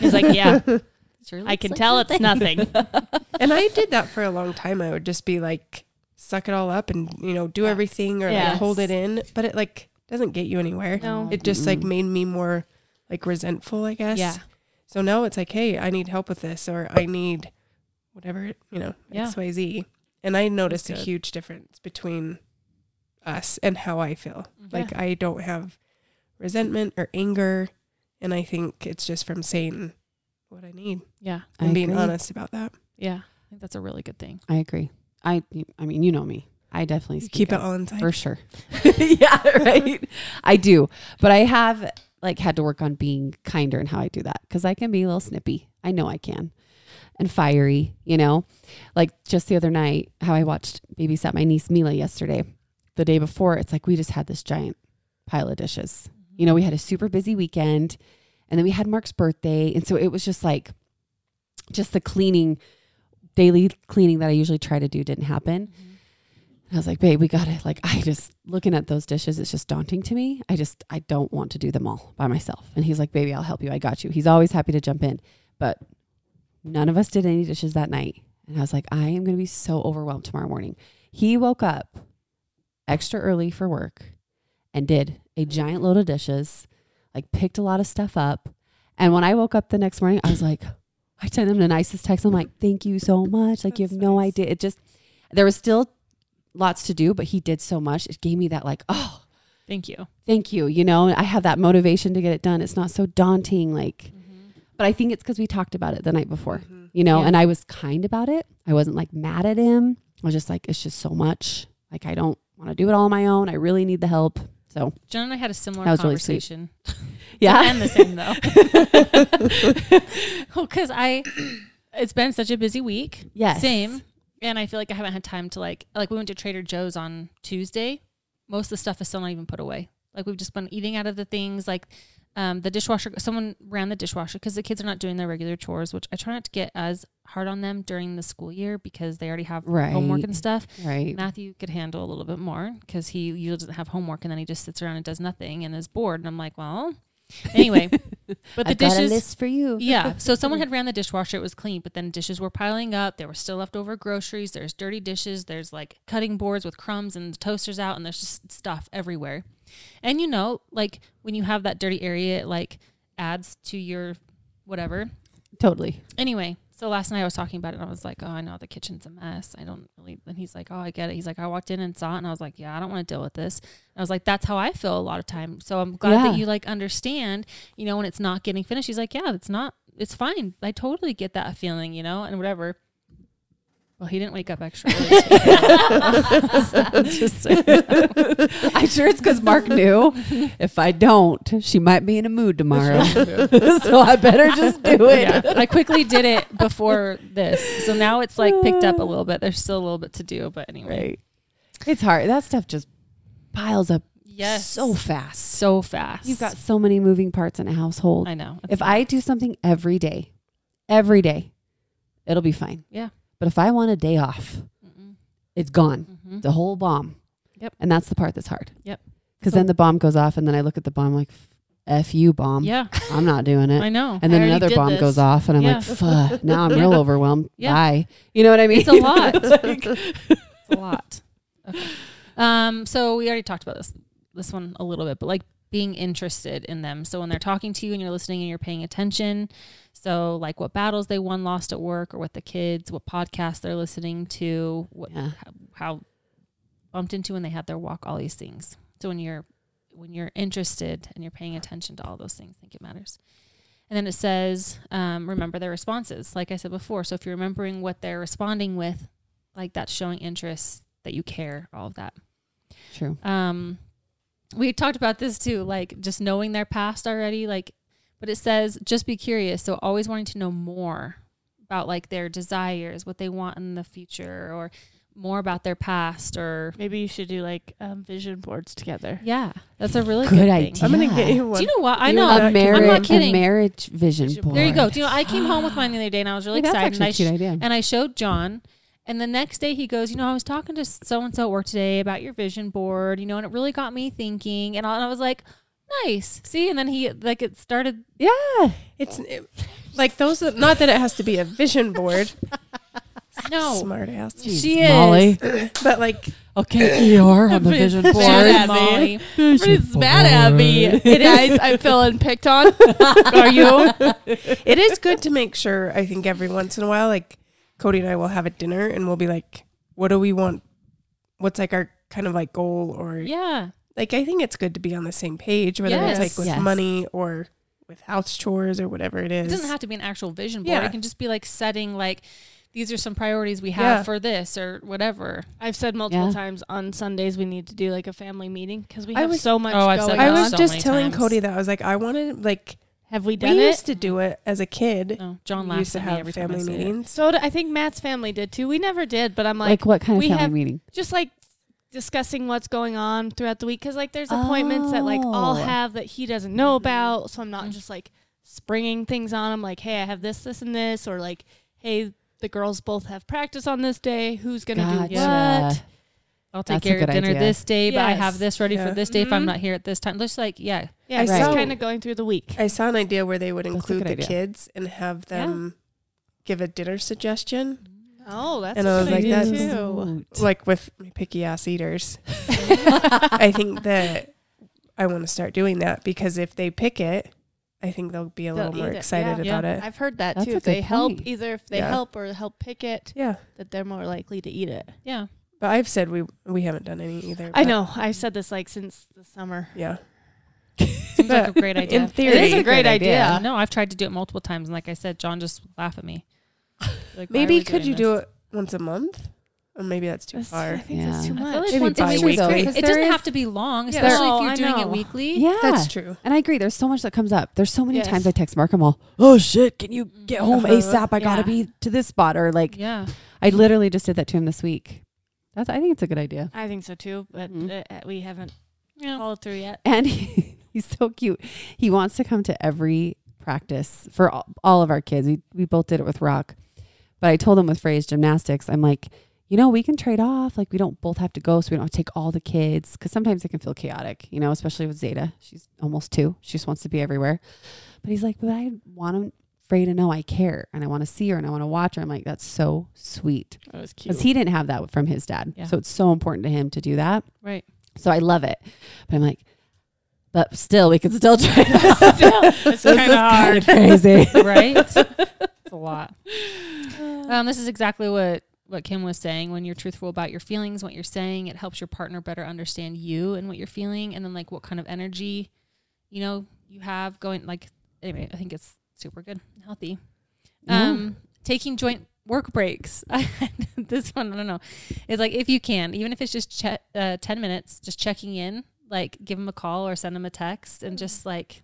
[SPEAKER 3] He's like, "Yeah,
[SPEAKER 1] It sure
[SPEAKER 3] I
[SPEAKER 1] looks
[SPEAKER 3] can
[SPEAKER 1] like
[SPEAKER 3] tell
[SPEAKER 1] that
[SPEAKER 3] it's
[SPEAKER 1] thing.
[SPEAKER 3] nothing."
[SPEAKER 4] and I did that for a long time. I would just be like, suck it all up and you know do everything or
[SPEAKER 3] Yes.
[SPEAKER 4] like hold it in, but it like doesn't get you anywhere.
[SPEAKER 3] No.
[SPEAKER 4] It just like made me more like resentful, I guess.
[SPEAKER 1] Yeah.
[SPEAKER 4] So now it's like, hey, I need help with this, or I need whatever you know
[SPEAKER 1] Yeah.
[SPEAKER 4] X Y Z. And I noticed a
[SPEAKER 1] good.
[SPEAKER 4] huge difference between us and how I feel. Like I don't have resentment or anger, and I think it's just from saying what I need
[SPEAKER 1] Yeah.
[SPEAKER 2] I
[SPEAKER 4] and being
[SPEAKER 2] agree.
[SPEAKER 4] honest about that.
[SPEAKER 1] Yeah. I think that's a really good thing.
[SPEAKER 2] I agree. I I mean, you know me. I definitely
[SPEAKER 4] You
[SPEAKER 2] speak
[SPEAKER 4] keep it
[SPEAKER 2] up.
[SPEAKER 4] all inside.
[SPEAKER 2] for sure. yeah, right. I do, but I have like had to work on being kinder and how I do that because I can be a little snippy. I know I can, and fiery. You know, like just the other night, how I watched babysat my niece Mila yesterday. The day before, it's like we just had this giant pile of dishes. You know, we had a super busy weekend, and then we had Mark's birthday, and so it was just like, just the cleaning, daily cleaning that I usually try to do didn't happen. I was like, babe, we got it. Like, I just looking at those dishes, it's just daunting to me. I just, I don't want to do them all by myself. And he's like, baby, I'll help you. I got you. He's always happy to jump in, but none of us did any dishes that night. And I was like, I am going to be so overwhelmed tomorrow morning. He woke up extra early for work and did a giant load of dishes, like picked a lot of stuff up. And when I woke up the next morning, I was like, I sent him the nicest text. I'm like, thank you so much. Like, you have
[SPEAKER 4] That's
[SPEAKER 2] no
[SPEAKER 4] nice.
[SPEAKER 2] idea. It just, there was still lots to do, but he did so much. It gave me that, like, oh,
[SPEAKER 1] Thank you.
[SPEAKER 2] thank you. You know, I have that motivation to get it done. It's not so daunting. Like,
[SPEAKER 3] Mm-hmm.
[SPEAKER 2] but I think it's because we talked about it the night before,
[SPEAKER 4] Mhm.
[SPEAKER 2] you know,
[SPEAKER 1] Yeah.
[SPEAKER 2] and I was kind about it. I wasn't like mad at him. I was just like, it's just so much. Like, I don't want to do it all on my own. I really need the help. So,
[SPEAKER 1] John and I had a similar
[SPEAKER 2] That was really sweet.
[SPEAKER 1] conversation.
[SPEAKER 2] yeah.
[SPEAKER 1] and the same though. Because I, it's been such a busy week.
[SPEAKER 2] Yes.
[SPEAKER 1] Same. And I feel like I haven't had time to like like we went to Trader Joe's on Tuesday. Most of the stuff is still not even put away. Like we've just been eating out of the things. Like um, the dishwasher, someone ran the dishwasher because the kids are not doing their regular chores, which I try not to get as hard on them during the school year because they already have homework
[SPEAKER 2] Right.
[SPEAKER 1] and stuff.
[SPEAKER 2] Right.
[SPEAKER 1] Matthew could handle a little bit more because he usually doesn't have homework and then he just sits around and does nothing and is bored. And I'm like, well, anyway. But the
[SPEAKER 2] I've got a
[SPEAKER 1] dishes,
[SPEAKER 2] list for you.
[SPEAKER 1] yeah. So someone had ran the dishwasher. It was clean, but then dishes were piling up. There were still leftover groceries. There's dirty dishes. There's like cutting boards with crumbs and the toasters out, and there's just stuff everywhere. And you know, like when you have that dirty area, it like adds to your whatever.
[SPEAKER 2] Totally.
[SPEAKER 1] Anyway, so last night I was talking about it, and I was like, "Oh, I know the kitchen's a mess. I don't really." And he's like, "Oh, I get it." He's like, "I walked in and saw it, and I was like, yeah, I don't want to deal with this." And I was like, "That's how I feel a lot of time." So I'm glad
[SPEAKER 2] Yeah.
[SPEAKER 1] that you like understand, you know, when it's not getting finished. He's like, "Yeah, it's not. It's fine. I totally get that feeling, you know, and whatever." Well, he didn't wake up extra. early.
[SPEAKER 2] Just so you know. I'm sure it's because Mark knew if I don't, she might be in a mood tomorrow. so I better just do it.
[SPEAKER 1] yeah, I quickly did it before this, so now it's like picked up a little bit. There's still a little bit to do, but anyway.
[SPEAKER 2] Right. It's hard. That stuff just piles up
[SPEAKER 1] Yes.
[SPEAKER 2] so fast.
[SPEAKER 1] so fast.
[SPEAKER 2] You've got so many moving parts in a household.
[SPEAKER 1] I know.
[SPEAKER 2] if I do something every day, every day, it'll be fine.
[SPEAKER 1] Yeah.
[SPEAKER 2] But if I want a day off, it's gone. The whole bomb.
[SPEAKER 1] Mm-hmm. Yep.
[SPEAKER 2] And that's the part that's hard.
[SPEAKER 1] Yep.
[SPEAKER 2] Because
[SPEAKER 1] So-
[SPEAKER 2] then the bomb goes off, and then I look at the bomb like, "F you, bomb.
[SPEAKER 1] Yeah,
[SPEAKER 2] I'm not doing it."
[SPEAKER 1] I know.
[SPEAKER 2] and then
[SPEAKER 3] I already
[SPEAKER 2] another
[SPEAKER 3] did
[SPEAKER 2] bomb
[SPEAKER 3] this.
[SPEAKER 2] goes off, and I'm like,
[SPEAKER 1] Yeah.
[SPEAKER 2] "Fuck!" Now I'm real overwhelmed.
[SPEAKER 1] Yeah.
[SPEAKER 2] Bye. You know what I mean?
[SPEAKER 1] It's a lot. It's a lot. Okay. Um, so we already talked about this this one a little bit, but like being interested in them. So when they're talking to you and you're listening and you're paying attention. So like what battles they won, lost at work or with the kids, what podcasts they're listening to, what
[SPEAKER 2] Yeah.
[SPEAKER 1] how, how bumped into when they had their walk, all these things. So when you're when you're interested and you're paying attention to all those things, I think it matters. And then it says, um, remember their responses. Like I said before, so if you're remembering what they're responding with, like that's showing interest that you care, all of that.
[SPEAKER 2] True.
[SPEAKER 1] Um, we talked about this too, like just knowing their past already, like, but it says just be curious. So always wanting to know more about like their desires, what they want in the future, or more about their past, or
[SPEAKER 3] Maybe you should do like um, vision boards together.
[SPEAKER 1] yeah, that's a really
[SPEAKER 2] Good
[SPEAKER 1] good, thing.
[SPEAKER 2] idea.
[SPEAKER 4] I'm gonna
[SPEAKER 2] Yeah.
[SPEAKER 4] get you
[SPEAKER 1] Do
[SPEAKER 4] one.
[SPEAKER 1] you know what? I
[SPEAKER 4] You
[SPEAKER 1] know.
[SPEAKER 4] have
[SPEAKER 2] a
[SPEAKER 4] I'm not
[SPEAKER 2] marriage,
[SPEAKER 1] kidding.
[SPEAKER 2] a marriage vision board.
[SPEAKER 1] There you go. Do you know? I came home with mine the other day and I was really
[SPEAKER 2] Hey, that's
[SPEAKER 1] excited.
[SPEAKER 2] actually
[SPEAKER 1] and I
[SPEAKER 2] a cute idea.
[SPEAKER 1] And I showed John. And the next day he goes, You know, I was talking to so and so at work today about your vision board, you know, and it really got me thinking. And I and I was like, Nice. See? And then he, like, it started.
[SPEAKER 2] Yeah.
[SPEAKER 4] It's it- like those. are- Not that it has to be a vision board.
[SPEAKER 1] No.
[SPEAKER 4] Smart ass.
[SPEAKER 1] She is.
[SPEAKER 2] Molly.
[SPEAKER 4] but like
[SPEAKER 2] Okay, ER on the vision board.
[SPEAKER 1] Bad
[SPEAKER 3] Molly.
[SPEAKER 1] Molly.
[SPEAKER 3] It's bad at me. Guys, I'm feeling picked on. Are you?
[SPEAKER 4] it is good to make sure i think every once in a while like cody and i will have a dinner and we'll be like what do we want what's like our kind of like goal or
[SPEAKER 1] Yeah.
[SPEAKER 4] like i think it's good to be on the same page whether
[SPEAKER 1] Yes.
[SPEAKER 4] it's like with
[SPEAKER 2] Yes.
[SPEAKER 4] money or with house chores or whatever it
[SPEAKER 1] It
[SPEAKER 4] is
[SPEAKER 1] doesn't have to be an actual vision board.
[SPEAKER 4] Yeah.
[SPEAKER 1] It can just be like setting, like, these are some priorities we have
[SPEAKER 4] Yeah.
[SPEAKER 1] for this or whatever.
[SPEAKER 3] I've said multiple
[SPEAKER 2] Yeah.
[SPEAKER 3] times on Sundays we need to do like a family meeting because we
[SPEAKER 4] I
[SPEAKER 3] have
[SPEAKER 4] was-
[SPEAKER 3] so much
[SPEAKER 1] Oh, I've
[SPEAKER 3] going
[SPEAKER 1] said
[SPEAKER 3] on.
[SPEAKER 1] that
[SPEAKER 4] i was
[SPEAKER 1] so
[SPEAKER 4] just
[SPEAKER 1] many
[SPEAKER 4] telling
[SPEAKER 1] times.
[SPEAKER 4] cody that i was like i wanted like
[SPEAKER 3] have we
[SPEAKER 4] we
[SPEAKER 3] done it?
[SPEAKER 4] used to do it as a kid
[SPEAKER 1] No, John
[SPEAKER 4] we
[SPEAKER 1] laughs
[SPEAKER 4] used to
[SPEAKER 1] at me
[SPEAKER 4] have
[SPEAKER 1] every time I
[SPEAKER 4] family
[SPEAKER 1] say it.
[SPEAKER 4] meetings
[SPEAKER 3] So d- I think Matt's family did too. We never did, but I'm like,
[SPEAKER 2] Like what kind of
[SPEAKER 3] we
[SPEAKER 2] family
[SPEAKER 3] have-
[SPEAKER 2] meeting?
[SPEAKER 3] just like discussing what's going on throughout the week because like there's appointments that like
[SPEAKER 2] Oh.
[SPEAKER 3] I'll have that he doesn't know about. So I'm not
[SPEAKER 1] Mhm.
[SPEAKER 3] just like springing things on him like, hey, I have this, this, and this, or like, hey, the girls both have practice on this day. Who's gonna do
[SPEAKER 2] Gotcha.
[SPEAKER 3] what?
[SPEAKER 1] I'll take
[SPEAKER 2] That's a
[SPEAKER 1] care of
[SPEAKER 2] good
[SPEAKER 1] dinner
[SPEAKER 2] idea.
[SPEAKER 1] this day, but I have
[SPEAKER 3] Yes.
[SPEAKER 1] this ready for
[SPEAKER 4] Yeah. Mm-hmm.
[SPEAKER 1] this day if I'm
[SPEAKER 3] Mhm.
[SPEAKER 1] not here at this time. Just like, yeah,
[SPEAKER 3] Yeah,
[SPEAKER 4] I
[SPEAKER 3] it's just
[SPEAKER 4] saw-
[SPEAKER 3] kind of going through the week.
[SPEAKER 4] i saw an idea where they would
[SPEAKER 2] That's a
[SPEAKER 4] include
[SPEAKER 2] good
[SPEAKER 4] the
[SPEAKER 2] idea.
[SPEAKER 4] kids and have them give a dinner suggestion
[SPEAKER 3] Oh, that's
[SPEAKER 4] And
[SPEAKER 3] a
[SPEAKER 4] I was
[SPEAKER 3] good
[SPEAKER 4] like,
[SPEAKER 3] idea
[SPEAKER 4] that's-
[SPEAKER 3] too.
[SPEAKER 4] like with my picky ass eaters. I think that I want to start doing that because if they pick it, I think they'll be a
[SPEAKER 3] They'll
[SPEAKER 4] little more
[SPEAKER 3] eat it.
[SPEAKER 4] excited
[SPEAKER 1] Yeah.
[SPEAKER 4] about it.
[SPEAKER 3] I've heard that
[SPEAKER 2] That's
[SPEAKER 3] too.
[SPEAKER 2] a
[SPEAKER 3] If they
[SPEAKER 2] good
[SPEAKER 3] help,
[SPEAKER 2] point.
[SPEAKER 3] either if they
[SPEAKER 4] Yeah.
[SPEAKER 3] help or help pick it,
[SPEAKER 4] Yeah,
[SPEAKER 3] that they're more likely to eat it.
[SPEAKER 1] yeah.
[SPEAKER 4] but I've said we we haven't done any either.
[SPEAKER 3] I
[SPEAKER 4] but
[SPEAKER 3] know. I've said this like since the summer.
[SPEAKER 4] Yeah,
[SPEAKER 1] Seems like a great idea.
[SPEAKER 4] in
[SPEAKER 3] It is
[SPEAKER 4] theory,
[SPEAKER 3] a great idea.
[SPEAKER 1] I know. I've tried to do it multiple times, and like I said, John just laugh at me. Like, why are
[SPEAKER 4] maybe
[SPEAKER 1] we
[SPEAKER 4] could
[SPEAKER 1] doing
[SPEAKER 4] you
[SPEAKER 1] this?
[SPEAKER 4] do it once a month? Or maybe that's too
[SPEAKER 3] That's- I
[SPEAKER 4] far.
[SPEAKER 3] think that's
[SPEAKER 2] Yeah.
[SPEAKER 3] too
[SPEAKER 1] I
[SPEAKER 3] much.
[SPEAKER 1] feel like
[SPEAKER 4] Maybe
[SPEAKER 1] once a
[SPEAKER 4] bi-weekly.
[SPEAKER 1] week,
[SPEAKER 2] Because
[SPEAKER 1] It
[SPEAKER 2] there
[SPEAKER 1] doesn't
[SPEAKER 2] is-
[SPEAKER 1] have to be long,
[SPEAKER 4] Yeah.
[SPEAKER 1] especially
[SPEAKER 3] No,
[SPEAKER 1] if you're
[SPEAKER 3] I
[SPEAKER 1] doing it
[SPEAKER 3] know.
[SPEAKER 1] weekly.
[SPEAKER 2] Yeah.
[SPEAKER 4] That's true.
[SPEAKER 2] And I agree. There's so much that comes up. There's so many
[SPEAKER 3] Yes. Mm-hmm.
[SPEAKER 2] times I text Mark. I'm all, oh shit, can you get home
[SPEAKER 4] Uh-huh.
[SPEAKER 2] ASAP? I gotta
[SPEAKER 3] Yeah.
[SPEAKER 2] be to this spot. Or like,
[SPEAKER 1] Yeah.
[SPEAKER 2] I literally just did that to him this week. That's. I think it's a good idea.
[SPEAKER 3] I think so too, but
[SPEAKER 2] Mhm.
[SPEAKER 3] uh, we haven't
[SPEAKER 1] Yeah.
[SPEAKER 3] followed through yet.
[SPEAKER 2] And he, he's so cute. He wants to come to every practice for all, all of our kids. We we both did it with Rock, but I told him with Frey's gymnastics, I'm like. You know, we can trade off. Like, we don't both have to go, so we don't have to take all the kids. Cause sometimes it can feel chaotic, you know, especially with Zeta. She's almost two. She just wants to be everywhere. But he's like, but I want him, Frey to know I care and I want to see her and I want to watch her. I'm like, that's so sweet.
[SPEAKER 3] That was cute.
[SPEAKER 2] Because he didn't have that from his dad.
[SPEAKER 1] Yeah.
[SPEAKER 2] So it's so important to him to do that.
[SPEAKER 1] Right.
[SPEAKER 2] So I love it. But I'm like, but still, we could still try. this
[SPEAKER 1] It's kind of
[SPEAKER 2] kind
[SPEAKER 1] hard,
[SPEAKER 2] of crazy.
[SPEAKER 1] right? It's a lot.
[SPEAKER 3] Uh,
[SPEAKER 1] Um, this is exactly what what Kim was saying. When you're truthful about your feelings, what you're saying, it helps your partner better understand you and what you're feeling, and then like what kind of energy, you know, you have going. Like anyway, I think it's super good, and healthy. Um, taking joint work breaks. this one, I don't know. It's like if you can, even if it's just che- uh, ten minutes, just checking in. Like give them a call or send them a text, and
[SPEAKER 2] Mm-hmm.
[SPEAKER 1] just like,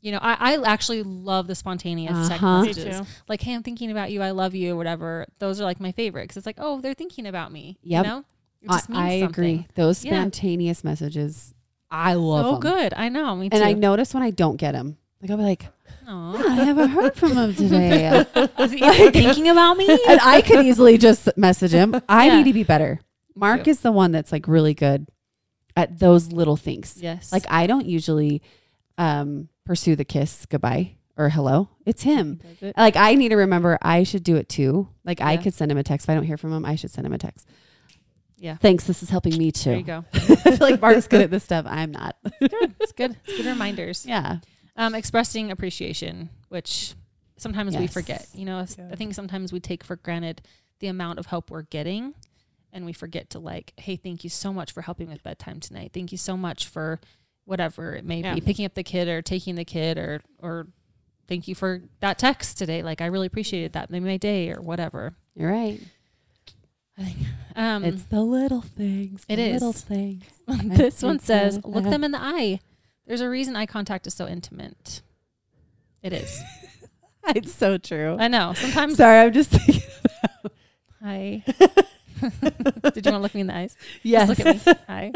[SPEAKER 1] you know, I, I actually love the spontaneous text
[SPEAKER 2] Uh-huh. Me
[SPEAKER 3] Me
[SPEAKER 1] messages
[SPEAKER 3] too.
[SPEAKER 1] like, hey, I'm thinking about you, I love you, or whatever, those are like my favorite because it's like, oh, they're thinking about me.
[SPEAKER 2] Yep.
[SPEAKER 1] You know? It just means
[SPEAKER 2] I, I agree.
[SPEAKER 1] something.
[SPEAKER 2] Those
[SPEAKER 1] Yeah.
[SPEAKER 2] spontaneous messages, I love
[SPEAKER 1] so
[SPEAKER 2] 'em.
[SPEAKER 1] good. I know. Me too.
[SPEAKER 2] And I notice when I don't get them. Like I'll be like, "Ah,
[SPEAKER 1] Aw.
[SPEAKER 2] I haven't heard from him today.
[SPEAKER 1] Is he even thinking about me?
[SPEAKER 2] and I could easily just message him. I
[SPEAKER 1] Yeah.
[SPEAKER 2] need to be better. Mark is the one that's like really good at those little things.
[SPEAKER 1] Yes.
[SPEAKER 2] Like I don't usually um, pursue the kiss goodbye or hello. It's him. Like I need to remember I should do it too. Like I
[SPEAKER 1] Yeah.
[SPEAKER 2] could send him a text. If I don't hear from him, I should send him a text.
[SPEAKER 1] Yeah.
[SPEAKER 2] Thanks. This is helping me too.
[SPEAKER 1] There you go.
[SPEAKER 2] I feel like Mark's good at this stuff. I'm not.
[SPEAKER 1] It's good. It's good reminders.
[SPEAKER 2] Yeah.
[SPEAKER 1] Um, expressing appreciation, which sometimes we
[SPEAKER 2] Yes.
[SPEAKER 1] forget. You know, s-
[SPEAKER 4] Yeah.
[SPEAKER 1] I think sometimes we take for granted the amount of help we're getting, and we forget to like, hey, thank you so much for helping with bedtime tonight. Thank you so much for whatever it may
[SPEAKER 2] Yeah.
[SPEAKER 1] be, picking up the kid or taking the kid or or thank you for that text today. Like, I really appreciated that. Made my day or whatever.
[SPEAKER 2] You're right.
[SPEAKER 1] I think. Um,
[SPEAKER 2] it's the little things.
[SPEAKER 1] it
[SPEAKER 2] the Little
[SPEAKER 1] is.
[SPEAKER 2] things.
[SPEAKER 1] this one says,
[SPEAKER 2] Uh-huh.
[SPEAKER 1] look them in the eye. There's a reason eye contact is so intimate. It is.
[SPEAKER 2] It's so true.
[SPEAKER 1] I know. Sometimes
[SPEAKER 2] sorry. I'm just thinking.
[SPEAKER 1] hi. Did you want to look me in the eyes?
[SPEAKER 2] Yes.
[SPEAKER 1] Just look at me. Hi.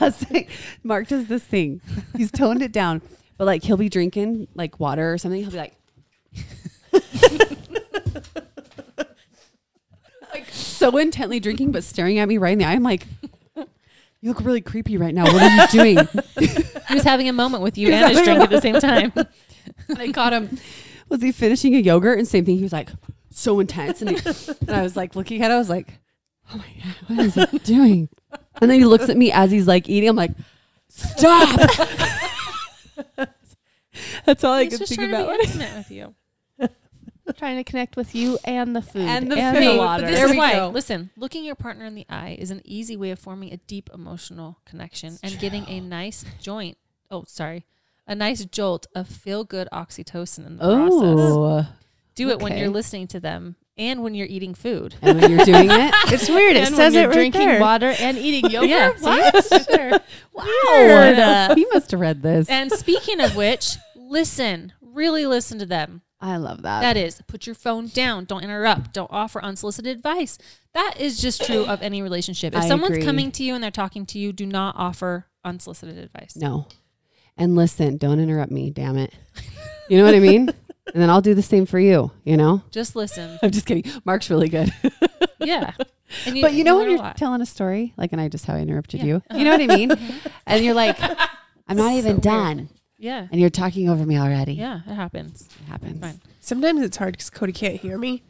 [SPEAKER 2] Last night, Mark does this thing. He's toned it down, but like he'll be drinking like water or something. He'll be like, like so intently drinking, but staring at me right in the eye. I'm like, you look really creepy right now. What are you doing? and
[SPEAKER 1] He was having a moment with you and his drink at the same time.
[SPEAKER 2] I caught him. Was he finishing a yogurt? And same thing. He was like, so intense. And, he- and I was like, looking at it, I was like, oh my God, what is he doing? And then he looks at me as he's like eating. I'm like, stop. That's all I
[SPEAKER 1] He's
[SPEAKER 2] could
[SPEAKER 1] just
[SPEAKER 2] think
[SPEAKER 1] trying
[SPEAKER 2] about.
[SPEAKER 1] to be intimate with you.
[SPEAKER 3] Trying to connect with you and the food
[SPEAKER 2] And the
[SPEAKER 1] Hey, but
[SPEAKER 2] food. water.
[SPEAKER 1] This
[SPEAKER 2] There
[SPEAKER 1] is
[SPEAKER 2] we
[SPEAKER 1] why.
[SPEAKER 2] go.
[SPEAKER 1] Listen, looking your partner in the eye is an easy way of forming a deep emotional connection and getting a nice joint. Oh, sorry. A nice jolt of feel good oxytocin in the process.
[SPEAKER 2] Oh,
[SPEAKER 1] Do it when
[SPEAKER 2] Okay.
[SPEAKER 1] you're listening to them and when you're eating food.
[SPEAKER 2] and when you're doing it,
[SPEAKER 4] It's weird. It
[SPEAKER 3] and when
[SPEAKER 4] says it
[SPEAKER 3] you're
[SPEAKER 4] right
[SPEAKER 3] drinking
[SPEAKER 4] there.
[SPEAKER 3] water and eating yogurt.
[SPEAKER 1] Yeah, see? Sure.
[SPEAKER 2] wow, he must have read this.
[SPEAKER 1] And speaking of which, listen, really listen to them.
[SPEAKER 2] I love that.
[SPEAKER 1] That is, put your phone down, don't interrupt, don't offer unsolicited advice. That is just true of any relationship. If
[SPEAKER 2] I
[SPEAKER 1] someone's
[SPEAKER 2] agree.
[SPEAKER 1] coming to you and they're talking to you, do not offer unsolicited advice.
[SPEAKER 2] No, and listen, don't interrupt me. Damn it, you know what I mean. And then I'll do the same for you. You know,
[SPEAKER 1] Just listen.
[SPEAKER 2] I'm just kidding. Mark's really good.
[SPEAKER 1] Yeah. And
[SPEAKER 2] but you know when
[SPEAKER 1] learn a
[SPEAKER 2] you're
[SPEAKER 1] lot.
[SPEAKER 2] telling a story, like, and I just how I interrupted
[SPEAKER 1] Yeah.
[SPEAKER 2] you. You know what I mean? and you're like, I'm not even done,
[SPEAKER 1] Yeah.
[SPEAKER 2] and you're talking over me already.
[SPEAKER 1] Yeah, it happens.
[SPEAKER 2] It happens.
[SPEAKER 1] Fine.
[SPEAKER 4] Sometimes it's hard because Cody can't hear me.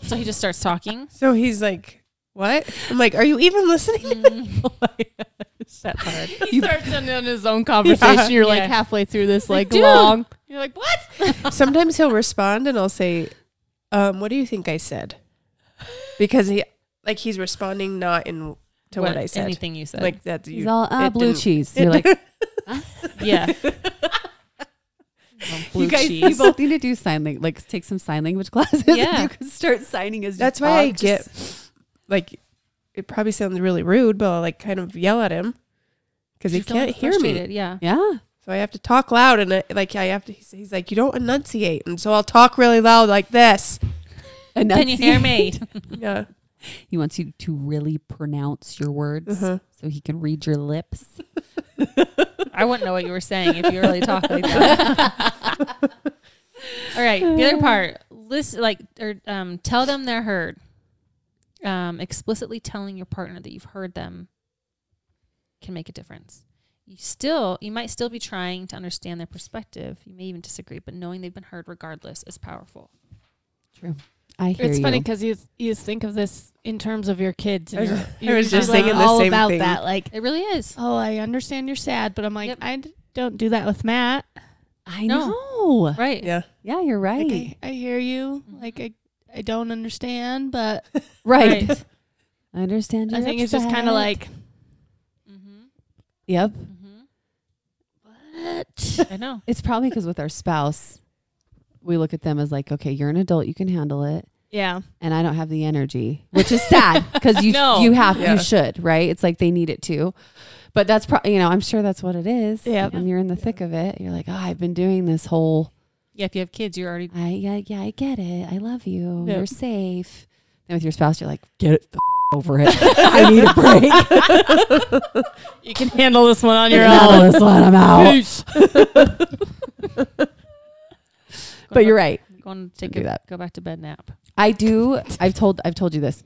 [SPEAKER 1] So he just starts talking.
[SPEAKER 4] So he's like, what? I'm like, are you even listening?
[SPEAKER 1] That's hard.
[SPEAKER 3] He starts in on his own conversation.
[SPEAKER 4] Yeah.
[SPEAKER 3] You're like
[SPEAKER 1] Yeah.
[SPEAKER 3] halfway through this, like,
[SPEAKER 1] dude.
[SPEAKER 3] long. You're like, what?
[SPEAKER 4] Sometimes he'll respond and I'll say, um, what do you think I said? Because he, like, he's responding not in to what, I said.
[SPEAKER 1] Anything you said.
[SPEAKER 4] Like that's
[SPEAKER 2] He's
[SPEAKER 4] you.
[SPEAKER 2] all ah,
[SPEAKER 4] it
[SPEAKER 2] blue
[SPEAKER 4] didn't-
[SPEAKER 2] cheese. You're like,
[SPEAKER 1] yeah. Oh, blue
[SPEAKER 2] you guys, you
[SPEAKER 1] cheese.
[SPEAKER 2] both need to do sign language. Like, take some sign language classes. and
[SPEAKER 1] Yeah.
[SPEAKER 2] you can start signing as.
[SPEAKER 4] That's
[SPEAKER 2] you
[SPEAKER 4] why I
[SPEAKER 2] talk.
[SPEAKER 4] get
[SPEAKER 2] Just-
[SPEAKER 4] like it probably sounds really rude, but I'll like kind of yell at him because he
[SPEAKER 1] You're feeling
[SPEAKER 4] can't hear me.
[SPEAKER 1] frustrated, Yeah.
[SPEAKER 2] yeah.
[SPEAKER 4] So I have to talk loud and I, like I have to. He's, he's like, you don't enunciate, and so I'll talk really loud like this.
[SPEAKER 2] And
[SPEAKER 1] Can you hear me?
[SPEAKER 4] Yeah,
[SPEAKER 2] He wants you to really pronounce your words
[SPEAKER 4] Uh-huh.
[SPEAKER 2] so he can read your lips.
[SPEAKER 1] I wouldn't know what you were saying if you really talked like that. All right. The other part, listen, like, or um, tell them they're heard. Um, explicitly telling your partner that you've heard them can make a difference. You still, you might still be trying to understand their perspective. You may even disagree, but knowing they've been heard regardless is powerful.
[SPEAKER 2] I hear
[SPEAKER 3] It's
[SPEAKER 2] you.
[SPEAKER 3] funny because you you think of this in terms of your kids.
[SPEAKER 4] I
[SPEAKER 3] And
[SPEAKER 4] was-
[SPEAKER 3] you're,
[SPEAKER 4] I was
[SPEAKER 3] you're
[SPEAKER 4] just
[SPEAKER 3] like
[SPEAKER 4] thinking the
[SPEAKER 3] all
[SPEAKER 4] same
[SPEAKER 3] about
[SPEAKER 4] thing.
[SPEAKER 3] that. Like,
[SPEAKER 1] It really is.
[SPEAKER 3] oh, I understand you're sad, but I'm like,
[SPEAKER 1] Yep.
[SPEAKER 3] I d- don't do that with Matt.
[SPEAKER 2] I
[SPEAKER 1] No.
[SPEAKER 3] Oh,
[SPEAKER 2] know.
[SPEAKER 1] Right.
[SPEAKER 4] yeah.
[SPEAKER 2] Yeah, you're right.
[SPEAKER 3] Like, I, I hear you. Like, I I don't understand, but
[SPEAKER 2] Right.
[SPEAKER 1] Right.
[SPEAKER 2] I understand.
[SPEAKER 3] I
[SPEAKER 2] you're
[SPEAKER 3] think it's just kind
[SPEAKER 2] upset.
[SPEAKER 3] of like,
[SPEAKER 1] Mm-hmm.
[SPEAKER 2] Yep.
[SPEAKER 1] Mm-hmm.
[SPEAKER 3] what?
[SPEAKER 1] I know.
[SPEAKER 2] It's probably because with our spouse, we look at them as like, okay, you're an adult, you can handle it,
[SPEAKER 3] yeah,
[SPEAKER 2] and I don't have the energy, which is sad because you
[SPEAKER 1] No.
[SPEAKER 2] you have
[SPEAKER 4] Yeah.
[SPEAKER 2] you should right. It's like they need it too, but that's probably you know I'm sure that's what it is.
[SPEAKER 3] Yeah.
[SPEAKER 2] When you're in the thick of it, you're like, oh, I've been doing this whole
[SPEAKER 1] Yeah. If you have kids, you're already
[SPEAKER 2] I yeah yeah I get it. I love you.
[SPEAKER 3] Yeah.
[SPEAKER 2] You're safe. And with your spouse, you're like, get the f- over it. I need a break.
[SPEAKER 3] You can handle this one on your
[SPEAKER 2] Now
[SPEAKER 3] own.
[SPEAKER 2] let's let 'em out. But you're right.
[SPEAKER 1] Going to take
[SPEAKER 2] do
[SPEAKER 1] a,
[SPEAKER 2] that.
[SPEAKER 1] go back to bed nap.
[SPEAKER 2] I do. I've told. I've told you this.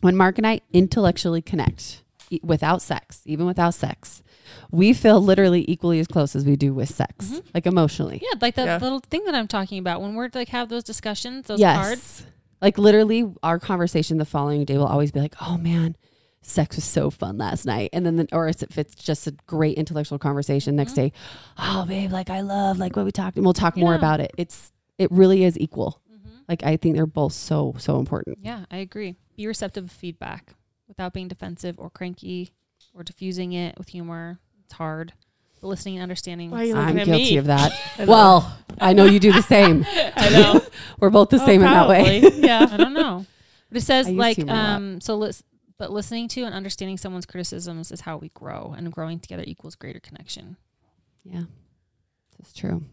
[SPEAKER 2] When Mark and I intellectually connect e- without sex, even without sex, we feel literally equally as close as we do with sex,
[SPEAKER 1] Mhm.
[SPEAKER 2] like emotionally.
[SPEAKER 1] Yeah, like that
[SPEAKER 4] Yeah.
[SPEAKER 1] little thing that I'm talking about when we're like have those discussions, those cards.
[SPEAKER 2] Like literally, our conversation the following day will always be like, "Oh man, sex was so fun last night," and then, or if it's just a great intellectual conversation next day, "Oh babe, like I love like what we talked," and we'll talk more
[SPEAKER 1] Mm-hmm. Yeah.
[SPEAKER 2] about it. It's it really is equal.
[SPEAKER 1] Mhm.
[SPEAKER 2] Like I think they're both so so important.
[SPEAKER 1] Yeah, I agree. Be receptive of feedback without being defensive or cranky or diffusing it with humor. It's hard. But listening and understanding.
[SPEAKER 3] Why are you looking
[SPEAKER 2] I'm
[SPEAKER 3] at
[SPEAKER 2] guilty
[SPEAKER 3] me?
[SPEAKER 2] of that. well, I know you do the same.
[SPEAKER 3] I know.
[SPEAKER 2] We're both
[SPEAKER 1] Oh,
[SPEAKER 2] the same in that way.
[SPEAKER 3] yeah.
[SPEAKER 1] I don't know. But it says
[SPEAKER 2] I used
[SPEAKER 1] like
[SPEAKER 2] humor a lot.
[SPEAKER 1] um so lis- but listening to and understanding someone's criticisms is how we grow and growing together equals greater connection.
[SPEAKER 2] Yeah, that's true.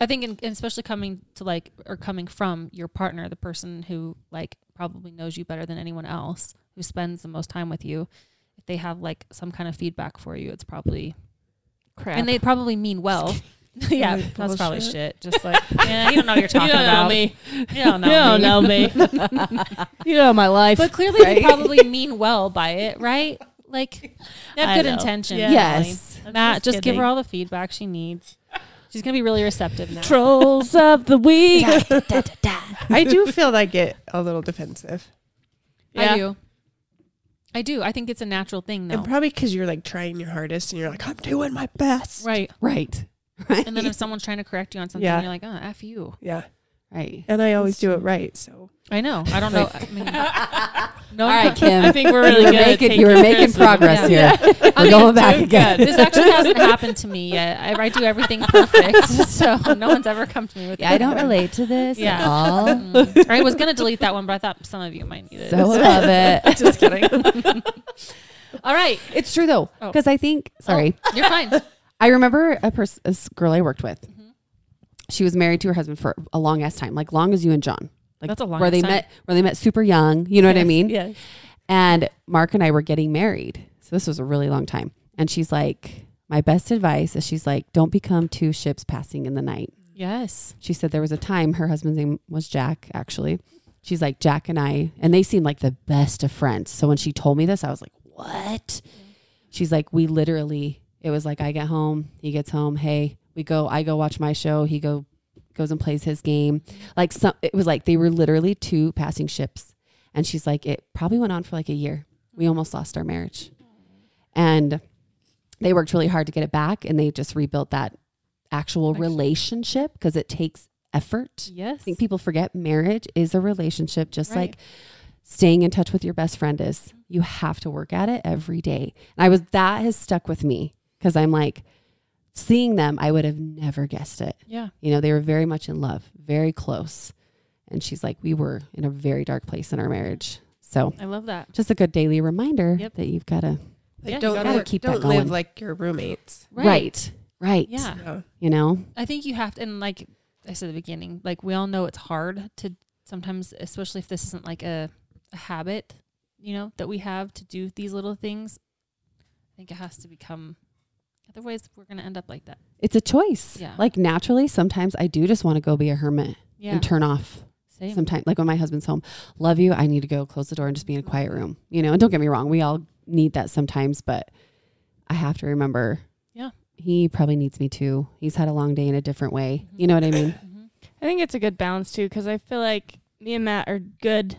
[SPEAKER 1] I think in, and especially coming to like or coming from your partner, the person who like probably knows you better than anyone else, who spends the most time with you, if they have like some kind of feedback for you, it's probably
[SPEAKER 3] Crap.
[SPEAKER 1] and they probably mean well. yeah,
[SPEAKER 4] Probably
[SPEAKER 1] that's probably
[SPEAKER 4] bullshit.
[SPEAKER 1] shit. Just like yeah, you don't know what you're talking
[SPEAKER 3] you don't
[SPEAKER 1] about.
[SPEAKER 3] Know me.
[SPEAKER 1] You don't know
[SPEAKER 3] you don't
[SPEAKER 1] me.
[SPEAKER 3] know me. you know my life.
[SPEAKER 1] But clearly, they probably mean well by it, right? Like they have
[SPEAKER 3] I
[SPEAKER 1] good
[SPEAKER 3] know.
[SPEAKER 1] intentions.
[SPEAKER 3] Yeah.
[SPEAKER 2] Yes.
[SPEAKER 1] Molly. Matt,
[SPEAKER 3] just
[SPEAKER 1] just give
[SPEAKER 3] kidding.
[SPEAKER 1] her all the feedback she needs. She's gonna be really receptive now.
[SPEAKER 3] trolls of the week.
[SPEAKER 4] I do feel I get a little defensive.
[SPEAKER 1] I
[SPEAKER 3] Yeah.
[SPEAKER 1] do. I do. I think it's a natural thing, though.
[SPEAKER 4] And probably because you're like trying your hardest and you're like, I'm doing my best.
[SPEAKER 1] right.
[SPEAKER 2] Right. Right.
[SPEAKER 1] And then if someone's trying to correct you on something,
[SPEAKER 4] Yeah.
[SPEAKER 1] you're like, oh, F you.
[SPEAKER 4] Yeah.
[SPEAKER 2] right.
[SPEAKER 4] And I always do it right. So
[SPEAKER 1] I know. I don't know. I mean, no,
[SPEAKER 2] All
[SPEAKER 1] one
[SPEAKER 2] right,
[SPEAKER 1] can-
[SPEAKER 2] Kim.
[SPEAKER 3] I think we're really
[SPEAKER 2] you were
[SPEAKER 3] good. at
[SPEAKER 2] making,
[SPEAKER 3] taking
[SPEAKER 2] you were making
[SPEAKER 3] criticism.
[SPEAKER 2] progress
[SPEAKER 1] Yeah.
[SPEAKER 2] here. We're going back again.
[SPEAKER 1] This actually hasn't happened to me yet. I, I do everything perfect. So no one's ever come to me with
[SPEAKER 2] I don't relate to this
[SPEAKER 1] at Yeah.
[SPEAKER 2] all.
[SPEAKER 1] Mm. I was going to delete that one, but I thought some of you might need it.
[SPEAKER 2] So love it.
[SPEAKER 1] Just kidding. All right.
[SPEAKER 2] It's true though,
[SPEAKER 1] Oh.
[SPEAKER 2] because I think. Sorry,
[SPEAKER 1] Oh, you're fine.
[SPEAKER 2] I remember a person, this girl I worked with.
[SPEAKER 1] Mm-hmm.
[SPEAKER 2] She was married to her husband for a long ass time, like long as you and John. Like
[SPEAKER 1] That's a long
[SPEAKER 2] where
[SPEAKER 1] ass
[SPEAKER 2] they
[SPEAKER 1] time.
[SPEAKER 2] met, where they met super young. You know what I mean?
[SPEAKER 1] Yes.
[SPEAKER 2] And Mark and I were getting married. So this was a really long time. And she's like, my best advice is she's like, don't become two ships passing in the night.
[SPEAKER 1] Yes.
[SPEAKER 2] She said there was a time her husband's name was Jack, actually. She's like, Jack and I, and they seemed like the best of friends. So when she told me this, I was like, what? She's like, we literally, it was like, I get home, he gets home. Hey, we go, I go watch my show. He go, goes and plays his game. Like some, it was like, they were literally two passing ships. And she's like, it probably went on for like a year. We almost lost our marriage. And they worked really hard to get it back and they just rebuilt that actual relationship because it takes effort.
[SPEAKER 1] Yes.
[SPEAKER 2] I think people forget marriage is a relationship, just
[SPEAKER 1] Right.
[SPEAKER 2] like staying in touch with your best friend is. You have to work at it every day. And I was, that has stuck with me because I'm like, seeing them, I would have never guessed it.
[SPEAKER 1] Yeah.
[SPEAKER 2] You know, they were very much in love, very close. And she's like, we were in a very dark place in our marriage. So
[SPEAKER 1] I love that.
[SPEAKER 2] just a good daily reminder
[SPEAKER 1] Yep.
[SPEAKER 2] that you've got to,
[SPEAKER 1] Yeah, you
[SPEAKER 4] like, don't,
[SPEAKER 1] gotta
[SPEAKER 4] like,
[SPEAKER 2] keep that
[SPEAKER 4] don't
[SPEAKER 2] going.
[SPEAKER 4] live like your roommates.
[SPEAKER 2] right, right.
[SPEAKER 1] Yeah.
[SPEAKER 4] No.
[SPEAKER 2] You know,
[SPEAKER 1] I think you have to, and like I said at the beginning, like we all know it's hard to sometimes, especially if this isn't like a, a habit, you know, that we have to do these little things. I think it has to become, otherwise, we're going to end up like that.
[SPEAKER 2] it's a choice.
[SPEAKER 1] Yeah.
[SPEAKER 2] Like naturally, sometimes I do just want to go be a hermit
[SPEAKER 1] Yeah.
[SPEAKER 2] and turn off
[SPEAKER 1] Same.
[SPEAKER 2] sometimes like when my husband's home love you i need to go close the door and just be in a quiet room you know and don't get me wrong we all need that sometimes but i have to remember
[SPEAKER 1] Yeah.
[SPEAKER 2] he probably needs me too he's had a long day in a different way you know what i mean
[SPEAKER 1] Mhm.
[SPEAKER 3] I think it's a good balance too because I feel like me and Matt are good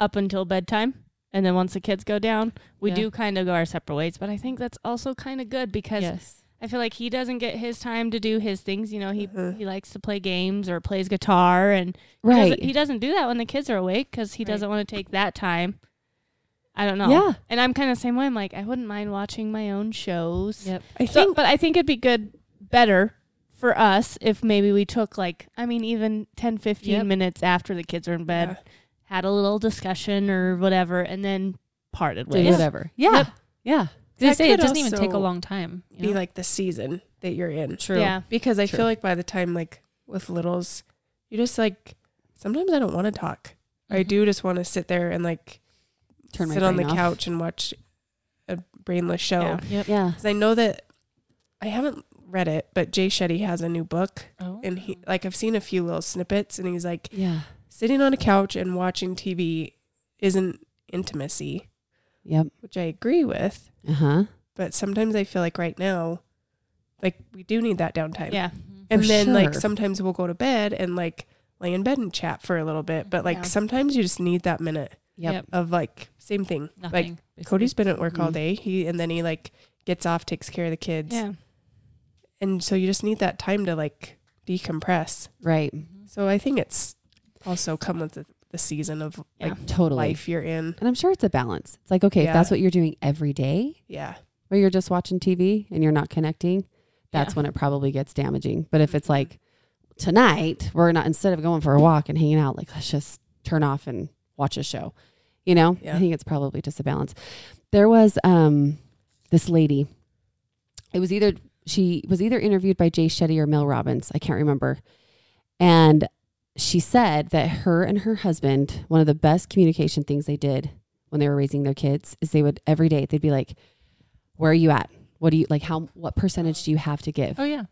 [SPEAKER 3] up until bedtime. And then once the kids go down, we
[SPEAKER 1] Yeah.
[SPEAKER 3] do kind of go our separate ways. But I think that's also kind of good because
[SPEAKER 1] Yes.
[SPEAKER 3] I feel like he doesn't get his time to do his things. You know, he
[SPEAKER 4] Mhm.
[SPEAKER 3] he likes to play games or plays guitar, and he doesn't-
[SPEAKER 2] right
[SPEAKER 3] he doesn't do that when the kids are awake because he
[SPEAKER 1] Right.
[SPEAKER 3] doesn't want to take that time. I don't know.
[SPEAKER 2] Yeah.
[SPEAKER 3] and I'm kind of the same way. I'm like, I wouldn't mind watching my own shows.
[SPEAKER 1] Yep.
[SPEAKER 4] I
[SPEAKER 3] So,
[SPEAKER 4] think
[SPEAKER 3] but I think it'd be good, better for us if maybe we took like, I mean, even 10, 15
[SPEAKER 1] Yep.
[SPEAKER 3] minutes after the kids are in bed, had a little discussion or whatever, and then parted
[SPEAKER 2] do
[SPEAKER 3] ways.
[SPEAKER 2] whatever yeah
[SPEAKER 1] Yep.
[SPEAKER 2] yeah
[SPEAKER 1] They
[SPEAKER 4] That
[SPEAKER 1] say it
[SPEAKER 4] could
[SPEAKER 1] doesn't even take a
[SPEAKER 4] also
[SPEAKER 1] long time. you
[SPEAKER 4] be
[SPEAKER 1] know?
[SPEAKER 4] like the season that you're in.
[SPEAKER 1] True.
[SPEAKER 3] Yeah.
[SPEAKER 4] Because I
[SPEAKER 2] True.
[SPEAKER 4] feel like by the time like with littles, you just like sometimes I don't want to talk. I
[SPEAKER 1] Mm-hmm.
[SPEAKER 4] do just want to sit there and like
[SPEAKER 2] Turn my
[SPEAKER 4] sit on the
[SPEAKER 2] brain off.
[SPEAKER 4] couch and watch a brainless show.
[SPEAKER 3] Yeah.
[SPEAKER 1] Yep.
[SPEAKER 2] Yeah.
[SPEAKER 4] 'Cause I know that I haven't read it, but Jay Shetty has a new book,
[SPEAKER 1] Oh.
[SPEAKER 4] and he
[SPEAKER 2] Mm.
[SPEAKER 4] like I've seen a few little snippets, and he's like
[SPEAKER 2] Yeah.
[SPEAKER 4] sitting on a couch and watching TV isn't intimacy,
[SPEAKER 2] Yep.
[SPEAKER 4] which I agree with.
[SPEAKER 2] Uh huh.
[SPEAKER 4] But sometimes I feel like right now, like we do need that downtime.
[SPEAKER 3] Yeah.
[SPEAKER 1] Mm-hmm.
[SPEAKER 4] And
[SPEAKER 2] For
[SPEAKER 4] then like
[SPEAKER 2] sure.
[SPEAKER 4] sometimes we'll go to bed and like lay in bed and chat for a little bit. But like
[SPEAKER 3] Yeah.
[SPEAKER 4] sometimes you just need that minute
[SPEAKER 2] Yep.
[SPEAKER 1] Yep.
[SPEAKER 4] of like same thing.
[SPEAKER 1] Nothing.
[SPEAKER 4] Like
[SPEAKER 1] basically.
[SPEAKER 4] Cody's been at work all
[SPEAKER 2] Mhm.
[SPEAKER 4] day. He and then he like gets off, takes care of the kids.
[SPEAKER 3] Yeah.
[SPEAKER 4] And so you just need that time to like decompress.
[SPEAKER 2] Right.
[SPEAKER 4] So I think it's also come with the, the season of
[SPEAKER 3] Yeah.
[SPEAKER 4] like
[SPEAKER 2] Totally.
[SPEAKER 4] life you're in.
[SPEAKER 2] And I'm sure it's a balance. It's like, okay, if
[SPEAKER 4] Yeah.
[SPEAKER 2] that's what you're doing every day,
[SPEAKER 4] Yeah.
[SPEAKER 2] where you're just watching TV and you're not connecting, that's when it probably gets damaging. But if it's like tonight, we're not instead of going for a walk and hanging out, like let's just turn off and watch a show. You know,
[SPEAKER 4] Yeah.
[SPEAKER 2] I think it's probably just a balance. There was um this lady. It was either she was either interviewed by Jay Shetty or Mel Robbins. I can't remember. And she said that her and her husband, one of the best communication things they did when they were raising their kids is they would every day they'd be like, Where are you at? What do you like how what percentage do you have to give?
[SPEAKER 1] Oh yeah,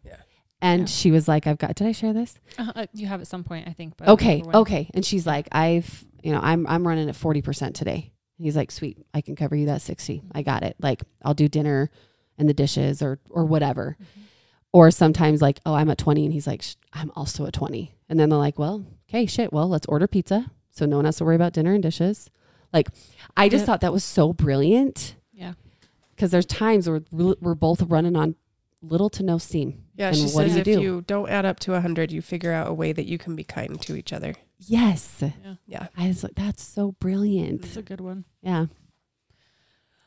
[SPEAKER 2] And
[SPEAKER 1] Yeah.
[SPEAKER 2] she was like, I've got, did I share this?
[SPEAKER 1] Uh, uh, you have at some point, I think. But I don't
[SPEAKER 2] Okay.
[SPEAKER 1] remember when.
[SPEAKER 2] Okay. And she's like, I've, you know, I'm, I'm running at 40% today. And he's like, sweet, I can cover you that 60. I got it. Like I'll do dinner and the dishes or, or whatever.
[SPEAKER 1] Mm-hmm.
[SPEAKER 2] Or sometimes like, oh, I'm at 20. And he's like, "Sh- I'm also at 20. And then they're like, well, okay, shit. Well, let's order pizza. So no one has to worry about dinner and dishes. Like, I just
[SPEAKER 1] Yep.
[SPEAKER 2] thought that was so brilliant.
[SPEAKER 1] Yeah.
[SPEAKER 2] Cause there's times where we're we're both running on little to no steam.
[SPEAKER 4] Yeah.
[SPEAKER 2] And
[SPEAKER 4] she
[SPEAKER 2] what do
[SPEAKER 4] says
[SPEAKER 2] you
[SPEAKER 4] if
[SPEAKER 2] do?
[SPEAKER 4] you don't add up to a hundred, you figure out a way that you can be kind to each other.
[SPEAKER 2] Yes.
[SPEAKER 4] Yeah.
[SPEAKER 2] I was like, that's so brilliant.
[SPEAKER 1] that's a good one.
[SPEAKER 2] Yeah.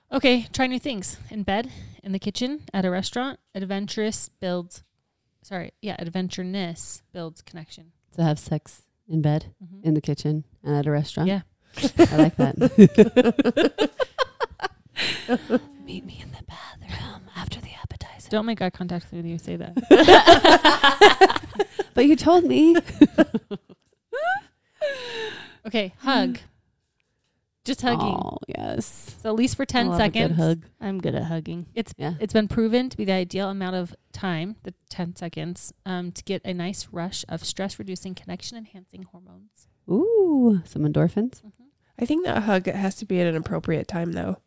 [SPEAKER 1] Okay, try new things in bed, in the kitchen, at a restaurant. Adventurous builds, sorry, yeah, adventureness builds connection.
[SPEAKER 2] To have sex in bed,
[SPEAKER 1] Mhm.
[SPEAKER 2] in the kitchen, and at a restaurant.
[SPEAKER 1] Yeah.
[SPEAKER 2] I like that. Meet me in the bathroom after the appetizer.
[SPEAKER 1] Don't make eye contact with me when you say that.
[SPEAKER 2] But you told me.
[SPEAKER 1] Okay, hug. Just hugging.
[SPEAKER 2] Oh, yes.
[SPEAKER 1] So at least for ten
[SPEAKER 2] Love a
[SPEAKER 1] seconds.
[SPEAKER 2] Good hug.
[SPEAKER 3] I'm good at hugging.
[SPEAKER 1] It's
[SPEAKER 2] Yeah.
[SPEAKER 1] it's been proven to be the ideal amount of time, the ten seconds, um, to get a nice rush of stress reducing, connection enhancing hormones.
[SPEAKER 2] Ooh, some endorphins.
[SPEAKER 4] I think that hug it has to be at an appropriate time though.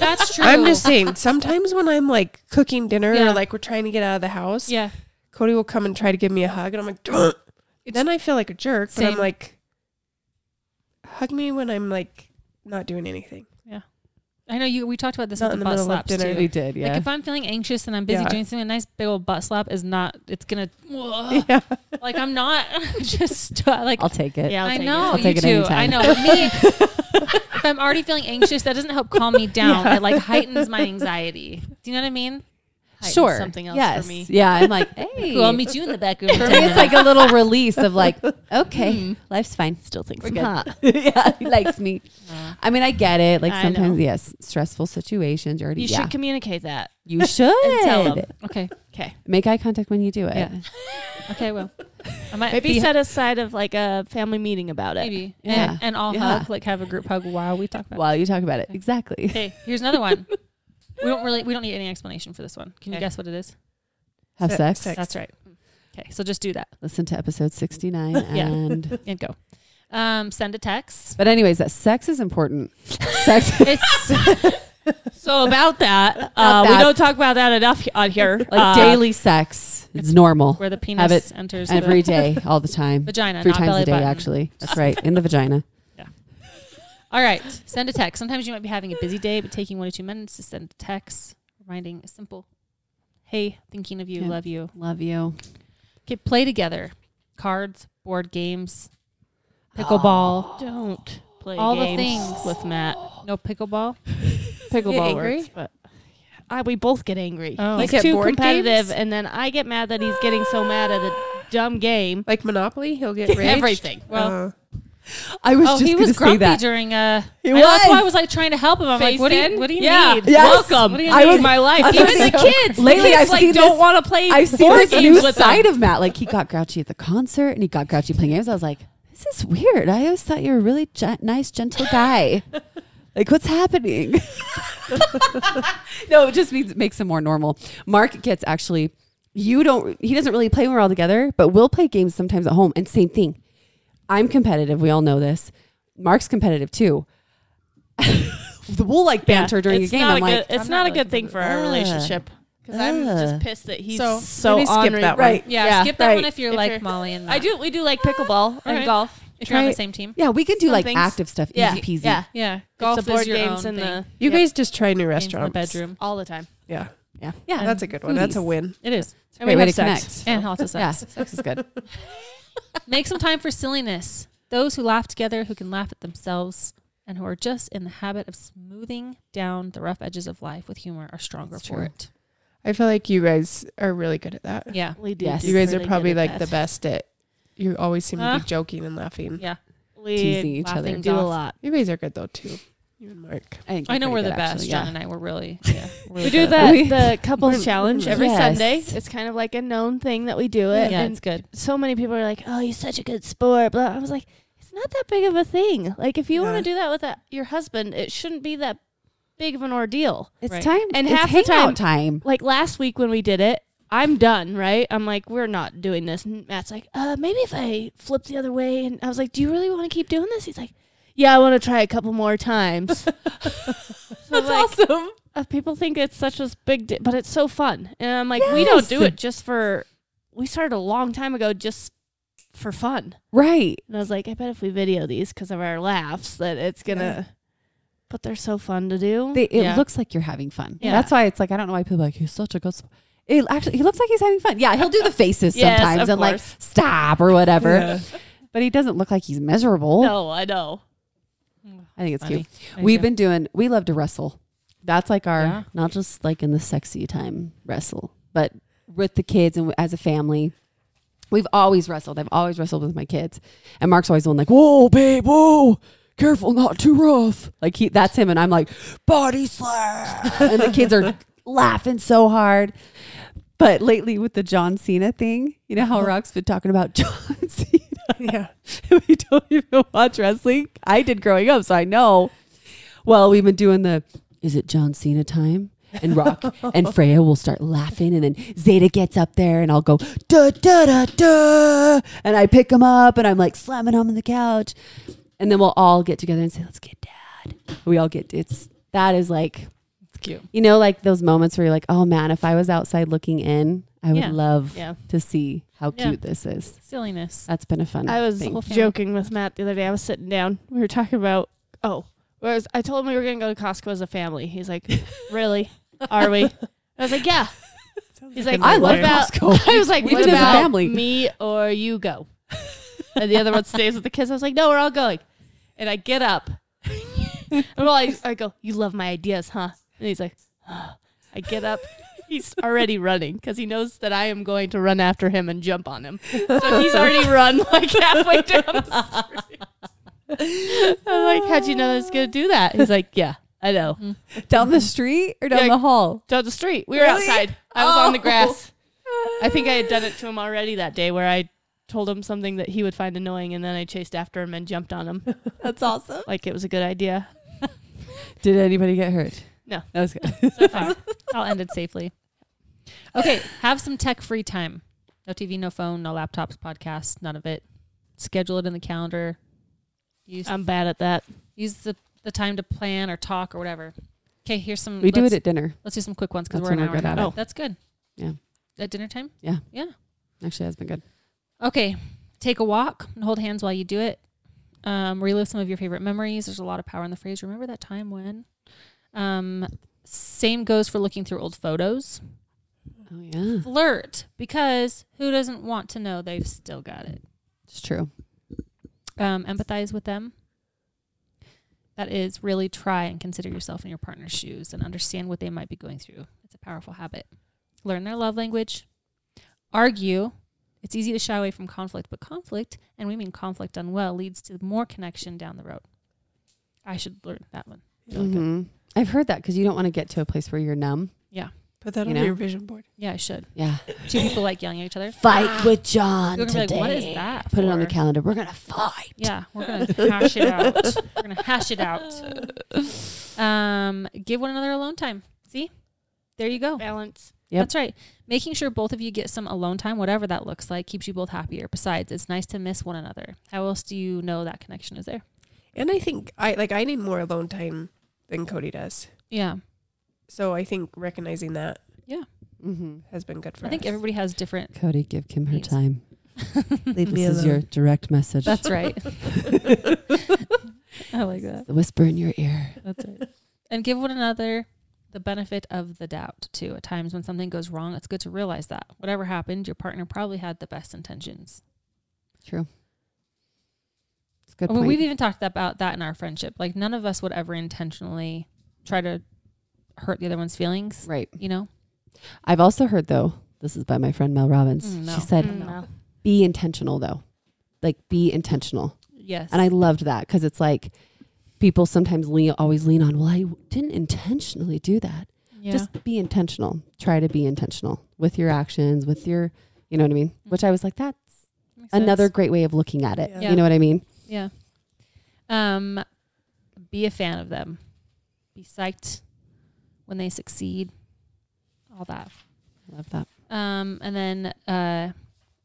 [SPEAKER 1] That's true.
[SPEAKER 4] I'm just saying, sometimes when I'm like cooking dinner
[SPEAKER 1] Yeah.
[SPEAKER 4] or like we're trying to get out of the house,
[SPEAKER 1] yeah.
[SPEAKER 4] Cody will come and try to give me a hug, and I'm like, "Ugh." then I feel like a jerk, but
[SPEAKER 1] Same.
[SPEAKER 4] I'm like, hug me when I'm like not doing anything.
[SPEAKER 1] I know you. We talked about this with
[SPEAKER 4] Not in
[SPEAKER 1] the
[SPEAKER 4] the
[SPEAKER 1] butt
[SPEAKER 4] middle of
[SPEAKER 1] slaps
[SPEAKER 4] dinner.
[SPEAKER 1] too.
[SPEAKER 4] We
[SPEAKER 2] did,
[SPEAKER 1] Like if I'm feeling anxious and I'm busy
[SPEAKER 4] Yeah.
[SPEAKER 1] doing something, a nice big old butt slap is not. It's gonna.
[SPEAKER 4] Yeah.
[SPEAKER 1] Like I'm not just uh, like.
[SPEAKER 2] I'll take it.
[SPEAKER 3] Yeah, I'll
[SPEAKER 1] I
[SPEAKER 3] take
[SPEAKER 1] know
[SPEAKER 3] It.
[SPEAKER 2] I'll
[SPEAKER 1] you
[SPEAKER 2] take it
[SPEAKER 1] too. I
[SPEAKER 2] anytime.
[SPEAKER 1] know me. if I'm already feeling anxious, that doesn't help calm me down. It like heightens my anxiety. Do you know what I mean?
[SPEAKER 3] Heightens
[SPEAKER 2] Sure.
[SPEAKER 3] Something else
[SPEAKER 2] yes.
[SPEAKER 3] for me.
[SPEAKER 2] Yeah. I'm like, hey.
[SPEAKER 1] Cool. I'll meet you in the back room.
[SPEAKER 2] For me, it's like a little release of like, okay, life's fine. Still thinks
[SPEAKER 3] I'm
[SPEAKER 2] yeah, he likes me. I mean, I get it. Like
[SPEAKER 3] I
[SPEAKER 2] sometimes,
[SPEAKER 3] know.
[SPEAKER 2] yes, stressful situations. You already,
[SPEAKER 3] You
[SPEAKER 2] yeah,
[SPEAKER 3] should communicate that.
[SPEAKER 2] you should
[SPEAKER 3] tell 'em.
[SPEAKER 1] okay.
[SPEAKER 3] Okay.
[SPEAKER 2] make eye contact when you do it.
[SPEAKER 1] Yeah. Okay. Well, I might
[SPEAKER 3] Maybe
[SPEAKER 1] be
[SPEAKER 3] set aside of like a family meeting about it.
[SPEAKER 1] maybe
[SPEAKER 2] Yeah.
[SPEAKER 1] and, and all
[SPEAKER 2] Yeah.
[SPEAKER 1] hug like have a group hug while we talk about.
[SPEAKER 2] While you talk about it, exactly.
[SPEAKER 1] Okay. Here's another one. We don't really we don't need any explanation for this one. Can you guess what it is?
[SPEAKER 2] Have
[SPEAKER 4] Se-
[SPEAKER 2] sex.
[SPEAKER 4] sex.
[SPEAKER 1] That's right. Okay, so just do that
[SPEAKER 2] Listen to episode sixty nine.
[SPEAKER 1] Yeah.
[SPEAKER 2] And
[SPEAKER 1] and go. Um, send a text.
[SPEAKER 2] but anyways, that sex is important. Sex.
[SPEAKER 1] It's
[SPEAKER 3] So about that, uh,
[SPEAKER 2] About
[SPEAKER 3] we
[SPEAKER 2] that.
[SPEAKER 3] don't talk about that enough he- on here.
[SPEAKER 2] like
[SPEAKER 3] Uh,
[SPEAKER 2] daily sex, it's normal
[SPEAKER 1] where the penis
[SPEAKER 2] Have it
[SPEAKER 1] enters
[SPEAKER 2] every
[SPEAKER 1] the
[SPEAKER 2] day, all the time,
[SPEAKER 1] vagina,
[SPEAKER 2] three
[SPEAKER 1] not
[SPEAKER 2] times
[SPEAKER 1] belly
[SPEAKER 2] a day.
[SPEAKER 1] button.
[SPEAKER 2] Actually, that's right, in the vagina.
[SPEAKER 1] All right, send a text. Sometimes you might be having a busy day, but taking one to two minutes to send a text, reminding a simple, "Hey, thinking of you,
[SPEAKER 2] Yeah.
[SPEAKER 1] love you."
[SPEAKER 2] Love you.
[SPEAKER 1] Okay, play together, cards, board games,
[SPEAKER 2] Oh,
[SPEAKER 1] pickleball.
[SPEAKER 3] don't play
[SPEAKER 1] All the
[SPEAKER 3] games
[SPEAKER 1] things.
[SPEAKER 3] with Matt.
[SPEAKER 1] No pickleball.
[SPEAKER 3] Pickleball
[SPEAKER 4] angry?
[SPEAKER 3] works, but I, we both get angry.
[SPEAKER 1] Oh.
[SPEAKER 3] He's
[SPEAKER 4] Like at
[SPEAKER 3] too
[SPEAKER 4] board
[SPEAKER 3] competitive,
[SPEAKER 4] games?
[SPEAKER 3] and then I get mad that he's getting so mad at a dumb game.
[SPEAKER 4] Like Monopoly, he'll get raged.
[SPEAKER 3] Everything.
[SPEAKER 1] Well-
[SPEAKER 4] Uh,
[SPEAKER 2] I was
[SPEAKER 1] Oh,
[SPEAKER 2] just
[SPEAKER 1] he
[SPEAKER 2] going
[SPEAKER 1] was
[SPEAKER 2] to say
[SPEAKER 1] grumpy
[SPEAKER 2] that.
[SPEAKER 1] during uh.
[SPEAKER 2] He
[SPEAKER 1] I know, that's why I was
[SPEAKER 2] was.
[SPEAKER 1] like trying to help him. I'm like,
[SPEAKER 3] Face
[SPEAKER 1] "What do you?
[SPEAKER 3] in?
[SPEAKER 1] What do you
[SPEAKER 3] Yeah.
[SPEAKER 1] need?
[SPEAKER 2] Yes.
[SPEAKER 1] Welcome. What do you
[SPEAKER 2] I
[SPEAKER 1] need?
[SPEAKER 2] was-
[SPEAKER 3] my life.
[SPEAKER 2] I was
[SPEAKER 3] Even
[SPEAKER 2] gonna
[SPEAKER 3] the
[SPEAKER 2] say-
[SPEAKER 3] kids. The
[SPEAKER 2] Lately,
[SPEAKER 3] kids,
[SPEAKER 2] I've
[SPEAKER 3] like,
[SPEAKER 2] seen
[SPEAKER 3] don't
[SPEAKER 2] this-
[SPEAKER 3] want to play.
[SPEAKER 2] I see
[SPEAKER 3] board
[SPEAKER 2] this
[SPEAKER 3] games
[SPEAKER 2] new
[SPEAKER 3] with them.
[SPEAKER 2] side of Matt. Like he got grouchy at the concert and he got grouchy playing games. I was like, this is weird. I always thought you were a really gen- nice, gentle guy. like, what's happening? no, it just means it makes him more normal. Mark gets actually, you don't, he doesn't really play when we're all together, but we'll play games sometimes at home. And same thing. I'm competitive. We all know this. Mark's competitive too. we'll like banter during a
[SPEAKER 3] it's
[SPEAKER 2] game. I'm
[SPEAKER 3] Not a
[SPEAKER 2] like,
[SPEAKER 3] good, it's
[SPEAKER 1] I'm
[SPEAKER 3] not,
[SPEAKER 1] not
[SPEAKER 3] a
[SPEAKER 1] really
[SPEAKER 3] good thing for our
[SPEAKER 2] Uh,
[SPEAKER 3] relationship because I'm
[SPEAKER 2] uh.
[SPEAKER 3] just pissed that he's
[SPEAKER 4] So,
[SPEAKER 3] so,
[SPEAKER 4] maybe skip
[SPEAKER 3] ornery-
[SPEAKER 4] that one.
[SPEAKER 3] Right.
[SPEAKER 1] Yeah,
[SPEAKER 2] Yeah,
[SPEAKER 1] skip that
[SPEAKER 4] right.
[SPEAKER 1] one if you're
[SPEAKER 3] If
[SPEAKER 1] like
[SPEAKER 3] you're-
[SPEAKER 1] Molly and
[SPEAKER 3] I do. We do like pickleball and
[SPEAKER 1] Alright.
[SPEAKER 3] golf.
[SPEAKER 1] If you're on
[SPEAKER 4] Try-
[SPEAKER 1] the same team.
[SPEAKER 2] yeah, we can do
[SPEAKER 3] Some
[SPEAKER 2] like
[SPEAKER 3] things-
[SPEAKER 2] active stuff, easy
[SPEAKER 3] Yeah.
[SPEAKER 2] peasy.
[SPEAKER 3] Yeah.
[SPEAKER 1] Yeah, golf
[SPEAKER 3] Golf the board
[SPEAKER 1] is your
[SPEAKER 3] games
[SPEAKER 1] games
[SPEAKER 3] in
[SPEAKER 1] own
[SPEAKER 3] the
[SPEAKER 1] thing.
[SPEAKER 4] You
[SPEAKER 3] Yep.
[SPEAKER 4] guys just try new
[SPEAKER 1] Games in the
[SPEAKER 4] restaurants.
[SPEAKER 1] bedroom.
[SPEAKER 3] all the time.
[SPEAKER 4] Yeah.
[SPEAKER 2] yeah,
[SPEAKER 3] Yeah.
[SPEAKER 4] That's a good one. That's a
[SPEAKER 2] Foodies.
[SPEAKER 4] win.
[SPEAKER 1] It is,
[SPEAKER 2] It's a
[SPEAKER 3] And
[SPEAKER 2] great
[SPEAKER 3] we
[SPEAKER 2] way to
[SPEAKER 3] have sex.
[SPEAKER 2] connect.
[SPEAKER 1] and also sex.
[SPEAKER 2] Yeah, sex is good.
[SPEAKER 1] Make some time for silliness. Those who laugh together, who can laugh at themselves, and who are just in the habit of smoothing down the rough edges of life with humor are stronger
[SPEAKER 2] That's
[SPEAKER 1] for
[SPEAKER 2] true.
[SPEAKER 1] it.
[SPEAKER 4] I feel like you guys are really good at that.
[SPEAKER 1] Yeah.
[SPEAKER 3] We do
[SPEAKER 2] Yes.
[SPEAKER 3] do
[SPEAKER 4] You guys
[SPEAKER 3] really
[SPEAKER 4] are probably
[SPEAKER 3] good at
[SPEAKER 4] like
[SPEAKER 3] that.
[SPEAKER 4] the best at. You always seem to
[SPEAKER 1] Huh?
[SPEAKER 4] be joking and laughing.
[SPEAKER 1] Yeah.
[SPEAKER 3] We
[SPEAKER 2] Teasing each
[SPEAKER 1] laugh
[SPEAKER 2] other.
[SPEAKER 1] things
[SPEAKER 3] do a
[SPEAKER 1] off.
[SPEAKER 3] lot.
[SPEAKER 4] You guys are good though too. You and Mark.
[SPEAKER 2] I, think
[SPEAKER 1] I
[SPEAKER 2] you're
[SPEAKER 1] know
[SPEAKER 2] pretty
[SPEAKER 1] we're the
[SPEAKER 2] good,
[SPEAKER 1] best.
[SPEAKER 2] actually,
[SPEAKER 1] John
[SPEAKER 2] yeah.
[SPEAKER 1] and I, we're really, yeah. really
[SPEAKER 3] We do
[SPEAKER 1] good at
[SPEAKER 3] that
[SPEAKER 2] We-
[SPEAKER 3] the couples challenge every
[SPEAKER 2] Yes.
[SPEAKER 3] Sunday. It's kind of like a known thing that we do it.
[SPEAKER 1] Yeah,
[SPEAKER 3] and
[SPEAKER 1] it's good.
[SPEAKER 3] so many people are like, "Oh, you're such a good sport." But I was like, it's not that big of a thing. Like if you
[SPEAKER 4] Yeah.
[SPEAKER 3] want to do that with a, your husband, it shouldn't be that big of an ordeal.
[SPEAKER 2] It's
[SPEAKER 1] Right.
[SPEAKER 2] time.
[SPEAKER 3] And
[SPEAKER 2] it's
[SPEAKER 3] half the
[SPEAKER 2] hangout time.
[SPEAKER 3] Like last week when we did it, I'm done, right? I'm like, we're not doing this. And Matt's like, uh, maybe if I flip the other way. And I was like, do you really want to keep doing this? He's like, yeah, I want to try a couple more times. so That's
[SPEAKER 2] awesome.
[SPEAKER 3] uh, people think it's such a big di- but it's so fun and i'm like we don't do
[SPEAKER 2] Yes.
[SPEAKER 3] it just for we started a long time ago just for fun
[SPEAKER 2] Right.
[SPEAKER 3] and i was like i bet if we video these because of our laughs that it's gonna but they're so fun to do
[SPEAKER 2] They, it
[SPEAKER 1] Yeah.
[SPEAKER 2] looks like you're having fun.
[SPEAKER 1] Yeah.
[SPEAKER 2] That's why it's like I don't know why people are like he's such a good. Sp-. It actually he looks like he's having fun. Yeah, he'll do the faces
[SPEAKER 3] Yes,
[SPEAKER 2] sometimes
[SPEAKER 3] of
[SPEAKER 2] and like
[SPEAKER 3] course.
[SPEAKER 2] stop or whatever.
[SPEAKER 4] Yeah.
[SPEAKER 2] But he doesn't look like he's miserable.
[SPEAKER 3] no i know
[SPEAKER 2] I think it's
[SPEAKER 1] Funny.
[SPEAKER 2] cute.
[SPEAKER 1] There
[SPEAKER 2] We've
[SPEAKER 1] you go.
[SPEAKER 2] been doing. We love to wrestle. That's like our
[SPEAKER 1] Yeah.
[SPEAKER 2] not just like in the sexy time wrestle, but with the kids and as a family. We've always wrestled. I've always wrestled with my kids, and Mark's always the one like, "Whoa, babe, whoa, careful, not too rough." Like he, that's him, and I'm like, "Body slam," and the kids are laughing so hard. But lately, with the John Cena thing, you know how Rock's been talking about John Cena
[SPEAKER 4] yeah.
[SPEAKER 2] we don't even watch wrestling. I did growing up, so I know. Well, we've been doing the is it John Cena time? And Rock and Freya will start laughing, and then Zeta gets up there, and I'll go da da da da, and I pick him up, and I'm like slamming him on the couch, and then we'll all get together and say, "Let's get dad." We all get it's that is like
[SPEAKER 1] It's cute.
[SPEAKER 2] you know like those moments where you're like, "Oh man, if I was outside looking in, I would
[SPEAKER 1] Yeah.
[SPEAKER 2] love
[SPEAKER 3] yeah
[SPEAKER 2] to see how
[SPEAKER 1] Yeah.
[SPEAKER 2] cute this is."
[SPEAKER 1] Silliness.
[SPEAKER 2] That's been a fun.
[SPEAKER 3] i was
[SPEAKER 2] thing.
[SPEAKER 1] Whole family.
[SPEAKER 3] joking with matt the other day i was sitting down we were talking about oh whereas i told him we were gonna go to costco as a family he's like really are we i was like yeah he's like
[SPEAKER 2] I love
[SPEAKER 3] what about
[SPEAKER 2] Costco.
[SPEAKER 3] I was like,
[SPEAKER 2] We
[SPEAKER 3] what
[SPEAKER 2] do as a
[SPEAKER 3] about
[SPEAKER 2] family.
[SPEAKER 3] me or you go? And the other one stays with the kids. I was like, no, we're all going. And I get up. and well, I, I go, you love my ideas, huh? And he's like, "Ah." I get up. He's already running because he knows that I am going to run after him and jump on him. So he's already run like halfway down the street. I'm like, how'd you know I was going to do that? He's like, yeah, I know.
[SPEAKER 2] down the street or down
[SPEAKER 3] Yeah.
[SPEAKER 2] the hall?
[SPEAKER 3] Down the street. We were outside. I was on the grass. I think I had done it to him already that day where I told him something that he would find annoying and then I chased after him and jumped on him
[SPEAKER 2] That's awesome.
[SPEAKER 3] like it was a good idea.
[SPEAKER 2] Did anybody get hurt?
[SPEAKER 3] No.
[SPEAKER 2] That was good.
[SPEAKER 1] So far, I'll end it safely. Okay, have some tech free time. No TV, no phone, no laptops, podcasts, none of it. Schedule it in the calendar. Use
[SPEAKER 3] I'm bad at that.
[SPEAKER 1] use the, the time to plan or talk or whatever. Okay, here's some.
[SPEAKER 2] We do it
[SPEAKER 1] Mm, let's-
[SPEAKER 2] at dinner.
[SPEAKER 1] Let's do some quick ones because
[SPEAKER 2] That's
[SPEAKER 1] we're an
[SPEAKER 2] when
[SPEAKER 1] hour
[SPEAKER 2] we're
[SPEAKER 1] and a
[SPEAKER 2] good
[SPEAKER 1] half.
[SPEAKER 2] at it.
[SPEAKER 1] Oh, That's good.
[SPEAKER 2] Yeah.
[SPEAKER 1] At dinner time?
[SPEAKER 2] Yeah.
[SPEAKER 1] Yeah.
[SPEAKER 2] Actually, that's been good.
[SPEAKER 1] Okay. Take a walk and hold hands while you do it. Um, relive some of your favorite memories. There's a lot of power in the phrase. Remember that time when? Um, same goes for looking through old photos.
[SPEAKER 2] Oh yeah,
[SPEAKER 1] Flirt because who doesn't want to know they've still got it?
[SPEAKER 2] it's true.
[SPEAKER 1] Um, empathize with them. That is really try and consider yourself in your partner's shoes and understand what they might be going through. It's a powerful habit. Learn their love language. Argue. It's easy to shy away from conflict, but conflict, and we mean conflict done well, leads to more connection down the road. I should learn that one. Really good.
[SPEAKER 2] Mm-hmm. Mhm. I've heard that because you don't want to get to a place where you're numb.
[SPEAKER 1] Yeah.
[SPEAKER 4] Put that
[SPEAKER 2] You
[SPEAKER 4] on
[SPEAKER 2] know?
[SPEAKER 4] your vision board.
[SPEAKER 1] Yeah, I should.
[SPEAKER 2] Yeah.
[SPEAKER 1] Two people like yelling at each other.
[SPEAKER 2] Fight with John
[SPEAKER 1] You're gonna be like,
[SPEAKER 2] today.
[SPEAKER 1] what is that?
[SPEAKER 2] Put it on the
[SPEAKER 1] for?
[SPEAKER 2] calendar. We're gonna fight.
[SPEAKER 1] Yeah, we're gonna hash it out. We're gonna hash it out. Um, give one another alone time. See, there you go.
[SPEAKER 3] Balance.
[SPEAKER 2] Yep.
[SPEAKER 1] That's right. Making sure both of you get some alone time, whatever that looks like, keeps you both happier. Besides, it's nice to miss one another. How else do you know that connection is there?
[SPEAKER 4] And I think I like I need more alone time than Cody does.
[SPEAKER 1] Yeah,
[SPEAKER 4] So I think recognizing that
[SPEAKER 2] Mm-hmm.
[SPEAKER 4] has been good for
[SPEAKER 1] I
[SPEAKER 4] us.
[SPEAKER 1] think everybody has different.
[SPEAKER 2] Cody, give Kim her
[SPEAKER 1] Please.
[SPEAKER 2] time.
[SPEAKER 4] Leave
[SPEAKER 2] This is your direct message.
[SPEAKER 1] That's right. I like that.
[SPEAKER 2] the whisper in your ear.
[SPEAKER 1] That's right. And give one another the benefit of the doubt too. At times when something goes wrong, it's good to realize that whatever happened, your partner probably had the best intentions.
[SPEAKER 2] True. It's a good
[SPEAKER 1] I mean,
[SPEAKER 2] point.
[SPEAKER 1] we've even talked about that in our friendship. Like none of us would ever intentionally try to hurt the other one's feelings.
[SPEAKER 2] right.
[SPEAKER 1] You know?
[SPEAKER 2] I've also heard though. This is by my friend Mel Robbins.
[SPEAKER 1] Mm, no.
[SPEAKER 2] She said,
[SPEAKER 3] Mm, no.
[SPEAKER 2] "Be intentional, though. Like, be intentional."
[SPEAKER 1] Yes.
[SPEAKER 2] And I loved that because it's like people sometimes lean, always lean on, well, I didn't intentionally do that.
[SPEAKER 1] yeah.
[SPEAKER 2] Just be intentional. Try to be intentional with your actions, with your, you know what I mean? Which I was like, that's
[SPEAKER 1] Mm-hmm. Makes sense.
[SPEAKER 2] another great way of looking at it.
[SPEAKER 4] Yeah.
[SPEAKER 1] Yeah.
[SPEAKER 2] You know what I mean?
[SPEAKER 1] Yeah. Um, be a fan of them. Be psyched when they succeed. All that.
[SPEAKER 2] I love that.
[SPEAKER 1] Um, and then uh,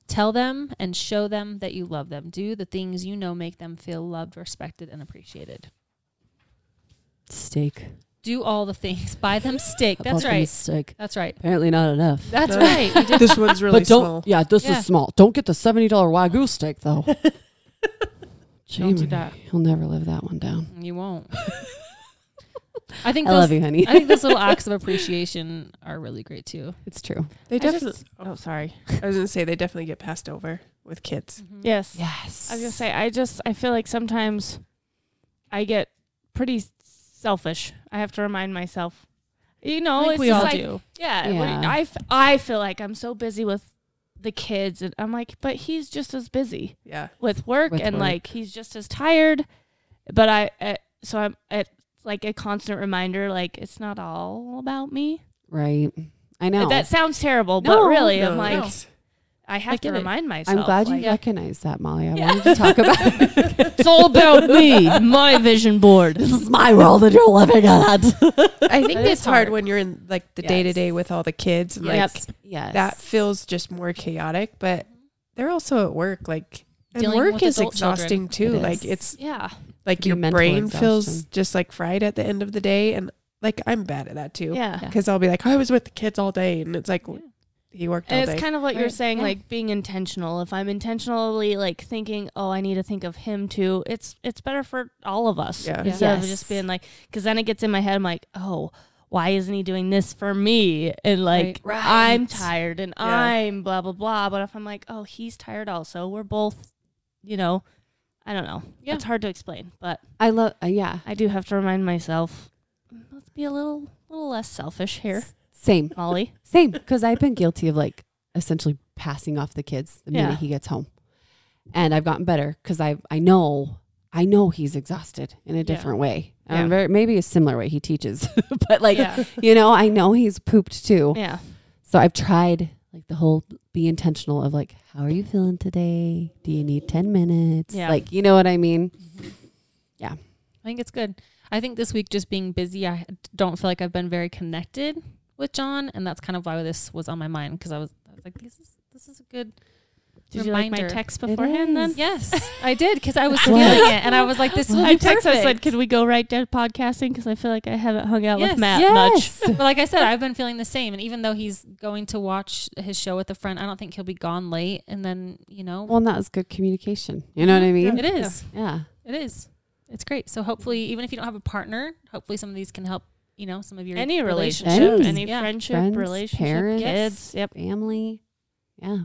[SPEAKER 1] tell them and show them that you love them. Do the things you know make them feel loved, respected, and appreciated.
[SPEAKER 2] Steak.
[SPEAKER 1] Do all the things. Buy them steak. That's right.
[SPEAKER 2] Steak.
[SPEAKER 1] That's right.
[SPEAKER 2] Apparently not enough.
[SPEAKER 1] That's
[SPEAKER 4] No.
[SPEAKER 1] right. We did-
[SPEAKER 4] this one's really
[SPEAKER 2] but don't,
[SPEAKER 4] small.
[SPEAKER 2] yeah, this
[SPEAKER 1] Yeah.
[SPEAKER 2] is small. Don't get the seventy dollar wagyu steak though. Gee,
[SPEAKER 1] Don't do
[SPEAKER 2] Marie,
[SPEAKER 1] that.
[SPEAKER 2] He'll never live that one down.
[SPEAKER 1] You won't. I think
[SPEAKER 2] I
[SPEAKER 1] those,
[SPEAKER 2] love you, honey.
[SPEAKER 1] I think those little acts of appreciation are really great too.
[SPEAKER 2] It's true.
[SPEAKER 4] They
[SPEAKER 3] I just-
[SPEAKER 4] definitely.
[SPEAKER 3] Oh, sorry.
[SPEAKER 4] I was gonna say they definitely get passed over with kids.
[SPEAKER 3] Yes.
[SPEAKER 2] Yes.
[SPEAKER 3] I was gonna say, I just I feel like sometimes I get pretty selfish. I have to remind myself, you
[SPEAKER 1] I
[SPEAKER 3] know,
[SPEAKER 1] think
[SPEAKER 3] it's
[SPEAKER 1] we
[SPEAKER 3] just
[SPEAKER 1] all
[SPEAKER 3] like,
[SPEAKER 1] do.
[SPEAKER 3] yeah, we-
[SPEAKER 2] Yeah.
[SPEAKER 3] I, f- I feel like I'm so busy with the kids, and I'm like, but he's just as busy
[SPEAKER 4] Yeah.
[SPEAKER 3] with work,
[SPEAKER 2] With
[SPEAKER 3] and
[SPEAKER 2] work.
[SPEAKER 3] like he's just as tired. But I, uh, so I'm it's like a constant reminder, like it's not all about me.
[SPEAKER 2] Right. I know.
[SPEAKER 3] That sounds terrible,
[SPEAKER 2] No,
[SPEAKER 3] but really,
[SPEAKER 4] No,
[SPEAKER 3] I'm like,
[SPEAKER 4] it's-
[SPEAKER 3] I have
[SPEAKER 1] I
[SPEAKER 3] to
[SPEAKER 1] get it.
[SPEAKER 3] remind myself.
[SPEAKER 2] I'm glad you
[SPEAKER 3] like,
[SPEAKER 2] recognized that, Molly. I wanted to talk about it.
[SPEAKER 3] It's all about me, my vision board.
[SPEAKER 2] this is my world and you're living at.
[SPEAKER 4] I think
[SPEAKER 1] That
[SPEAKER 4] it's
[SPEAKER 1] is
[SPEAKER 4] hard
[SPEAKER 1] hard.
[SPEAKER 4] when you're in like the
[SPEAKER 2] Yes.
[SPEAKER 4] day to day with all the kids. And, like
[SPEAKER 2] Yes. Yes.
[SPEAKER 4] that feels just more chaotic, but they're also at work. Like and
[SPEAKER 1] Dealing
[SPEAKER 4] work
[SPEAKER 1] with
[SPEAKER 4] is
[SPEAKER 1] adult children.
[SPEAKER 4] exhausting too.
[SPEAKER 2] It
[SPEAKER 4] Like
[SPEAKER 2] is.
[SPEAKER 4] it's
[SPEAKER 3] Yeah.
[SPEAKER 4] like
[SPEAKER 2] Could be
[SPEAKER 4] your
[SPEAKER 2] mental
[SPEAKER 4] brain feels
[SPEAKER 2] exhaustion.
[SPEAKER 4] just like fried at the end of the day, and like I'm bad at that too.
[SPEAKER 3] Yeah.
[SPEAKER 1] Yeah.
[SPEAKER 4] Because I'll be like, I was with the kids all day, and it's like
[SPEAKER 3] Yeah.
[SPEAKER 4] he worked all
[SPEAKER 3] And
[SPEAKER 4] day.
[SPEAKER 3] it's kind of what you're
[SPEAKER 1] Right.
[SPEAKER 3] saying,
[SPEAKER 1] Yeah.
[SPEAKER 3] like being intentional. If I'm intentionally like thinking, oh, I need to think of him too, it's it's better for all of us
[SPEAKER 4] Yeah.
[SPEAKER 3] instead of
[SPEAKER 2] Yes.
[SPEAKER 3] just being like, because then it gets in my head. I'm like, oh, why isn't he doing this for me? And like,
[SPEAKER 2] Right.
[SPEAKER 3] I'm
[SPEAKER 2] Right.
[SPEAKER 3] tired and
[SPEAKER 4] Yeah.
[SPEAKER 3] I'm blah blah blah. But if I'm like, oh, he's tired also, we're both, you know, I don't know.
[SPEAKER 1] Yeah.
[SPEAKER 3] It's hard to explain, but
[SPEAKER 2] I love, uh, yeah.
[SPEAKER 3] I do have to remind myself, let's be a little little less selfish here,
[SPEAKER 2] Same.
[SPEAKER 3] Molly.
[SPEAKER 2] Same. Because I've been guilty of like essentially passing off the kids the minute
[SPEAKER 3] Yeah.
[SPEAKER 2] he gets home. And I've gotten better because I I know I know he's exhausted in a different way. Um,
[SPEAKER 3] Yeah.
[SPEAKER 2] very, maybe a similar way he teaches. but like,
[SPEAKER 3] yeah,
[SPEAKER 2] you know, I know he's pooped too.
[SPEAKER 3] yeah,
[SPEAKER 2] So I've tried like the whole be intentional of like, how are you feeling today? Do you need 10 minutes?
[SPEAKER 3] Yeah.
[SPEAKER 2] Like, you know what I mean?
[SPEAKER 1] I think it's good. I think this week just being busy, I don't feel like I've been very connected with John, and that's kind of why this was on my mind because I was, I was like, this is this is a good.
[SPEAKER 3] Did you like my
[SPEAKER 1] Reminder.
[SPEAKER 3] text
[SPEAKER 2] It
[SPEAKER 3] beforehand then?
[SPEAKER 2] is.
[SPEAKER 1] Yes, I did because I was
[SPEAKER 2] What?
[SPEAKER 1] feeling it, and I was like, this will
[SPEAKER 3] I
[SPEAKER 1] be
[SPEAKER 3] texted. I said,
[SPEAKER 1] perfect.
[SPEAKER 3] "Could we go right to podcasting? Because I feel like I haven't hung out
[SPEAKER 1] Yes.
[SPEAKER 3] with Matt much."
[SPEAKER 2] yes.
[SPEAKER 1] but like I said, I've been feeling the same. And even though he's going to watch his show with a friend, I don't think he'll be gone late. And then, you know,
[SPEAKER 2] Well, and that was good communication. You know what I mean?
[SPEAKER 1] it is.
[SPEAKER 2] Yeah.
[SPEAKER 1] It is. It's great. So hopefully, even if you don't have a partner, hopefully some of these can help, you know, some of your
[SPEAKER 3] Any relationship,
[SPEAKER 2] Friends.
[SPEAKER 3] any
[SPEAKER 1] Yeah.
[SPEAKER 3] friendship,
[SPEAKER 2] Friends,
[SPEAKER 3] relationship,
[SPEAKER 2] parents.
[SPEAKER 3] kids. Yep.
[SPEAKER 2] Family. Yeah.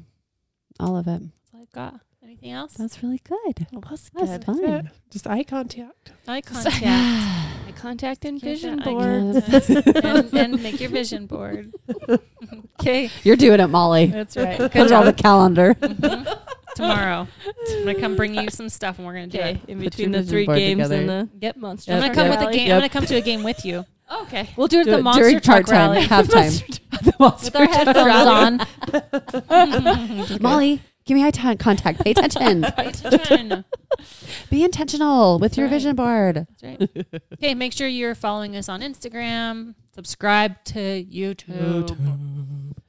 [SPEAKER 2] All of it.
[SPEAKER 1] That's all I've got. Anything else?
[SPEAKER 2] That's really good.
[SPEAKER 3] Well, that's
[SPEAKER 2] That's
[SPEAKER 3] good.
[SPEAKER 2] fun.
[SPEAKER 4] Yeah, just eye contact.
[SPEAKER 1] Eye contact.
[SPEAKER 2] Yeah.
[SPEAKER 3] My contact and
[SPEAKER 1] Keep that
[SPEAKER 3] vision
[SPEAKER 1] eye
[SPEAKER 3] board.
[SPEAKER 1] contact. and, and make your vision board. okay.
[SPEAKER 2] You're doing it, Molly.
[SPEAKER 1] That's right. Good
[SPEAKER 2] Put it on the
[SPEAKER 1] job.
[SPEAKER 2] calendar.
[SPEAKER 3] Mm-hmm.
[SPEAKER 1] Mhm. Tomorrow, I'm going to come bring you some stuff and we're going to do it.
[SPEAKER 3] Okay, in
[SPEAKER 2] Put
[SPEAKER 3] between
[SPEAKER 2] your
[SPEAKER 3] the
[SPEAKER 2] vision
[SPEAKER 3] three
[SPEAKER 2] board
[SPEAKER 3] games
[SPEAKER 2] together.
[SPEAKER 3] and the
[SPEAKER 1] Yep.
[SPEAKER 3] monster.
[SPEAKER 1] I'm
[SPEAKER 2] Yep,
[SPEAKER 1] gonna come
[SPEAKER 2] yep.
[SPEAKER 1] with a game.
[SPEAKER 2] Yep.
[SPEAKER 1] I'm gonna come to a game with you. Okay. We'll do it at the
[SPEAKER 2] it
[SPEAKER 1] monster
[SPEAKER 2] during
[SPEAKER 1] truck
[SPEAKER 2] part-time,
[SPEAKER 1] rally.
[SPEAKER 2] halftime. the
[SPEAKER 1] With our
[SPEAKER 2] monster truck
[SPEAKER 1] headphones
[SPEAKER 2] rally.
[SPEAKER 1] on.
[SPEAKER 2] Molly, give me eye t- contact. Pay attention.
[SPEAKER 1] That's
[SPEAKER 2] Be intentional with your
[SPEAKER 1] Right.
[SPEAKER 2] vision board.
[SPEAKER 1] right. Okay, make sure you're following us on Instagram. Subscribe to YouTube.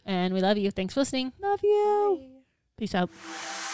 [SPEAKER 1] And we love you. Thanks for listening.
[SPEAKER 2] Love you.
[SPEAKER 3] Peace out.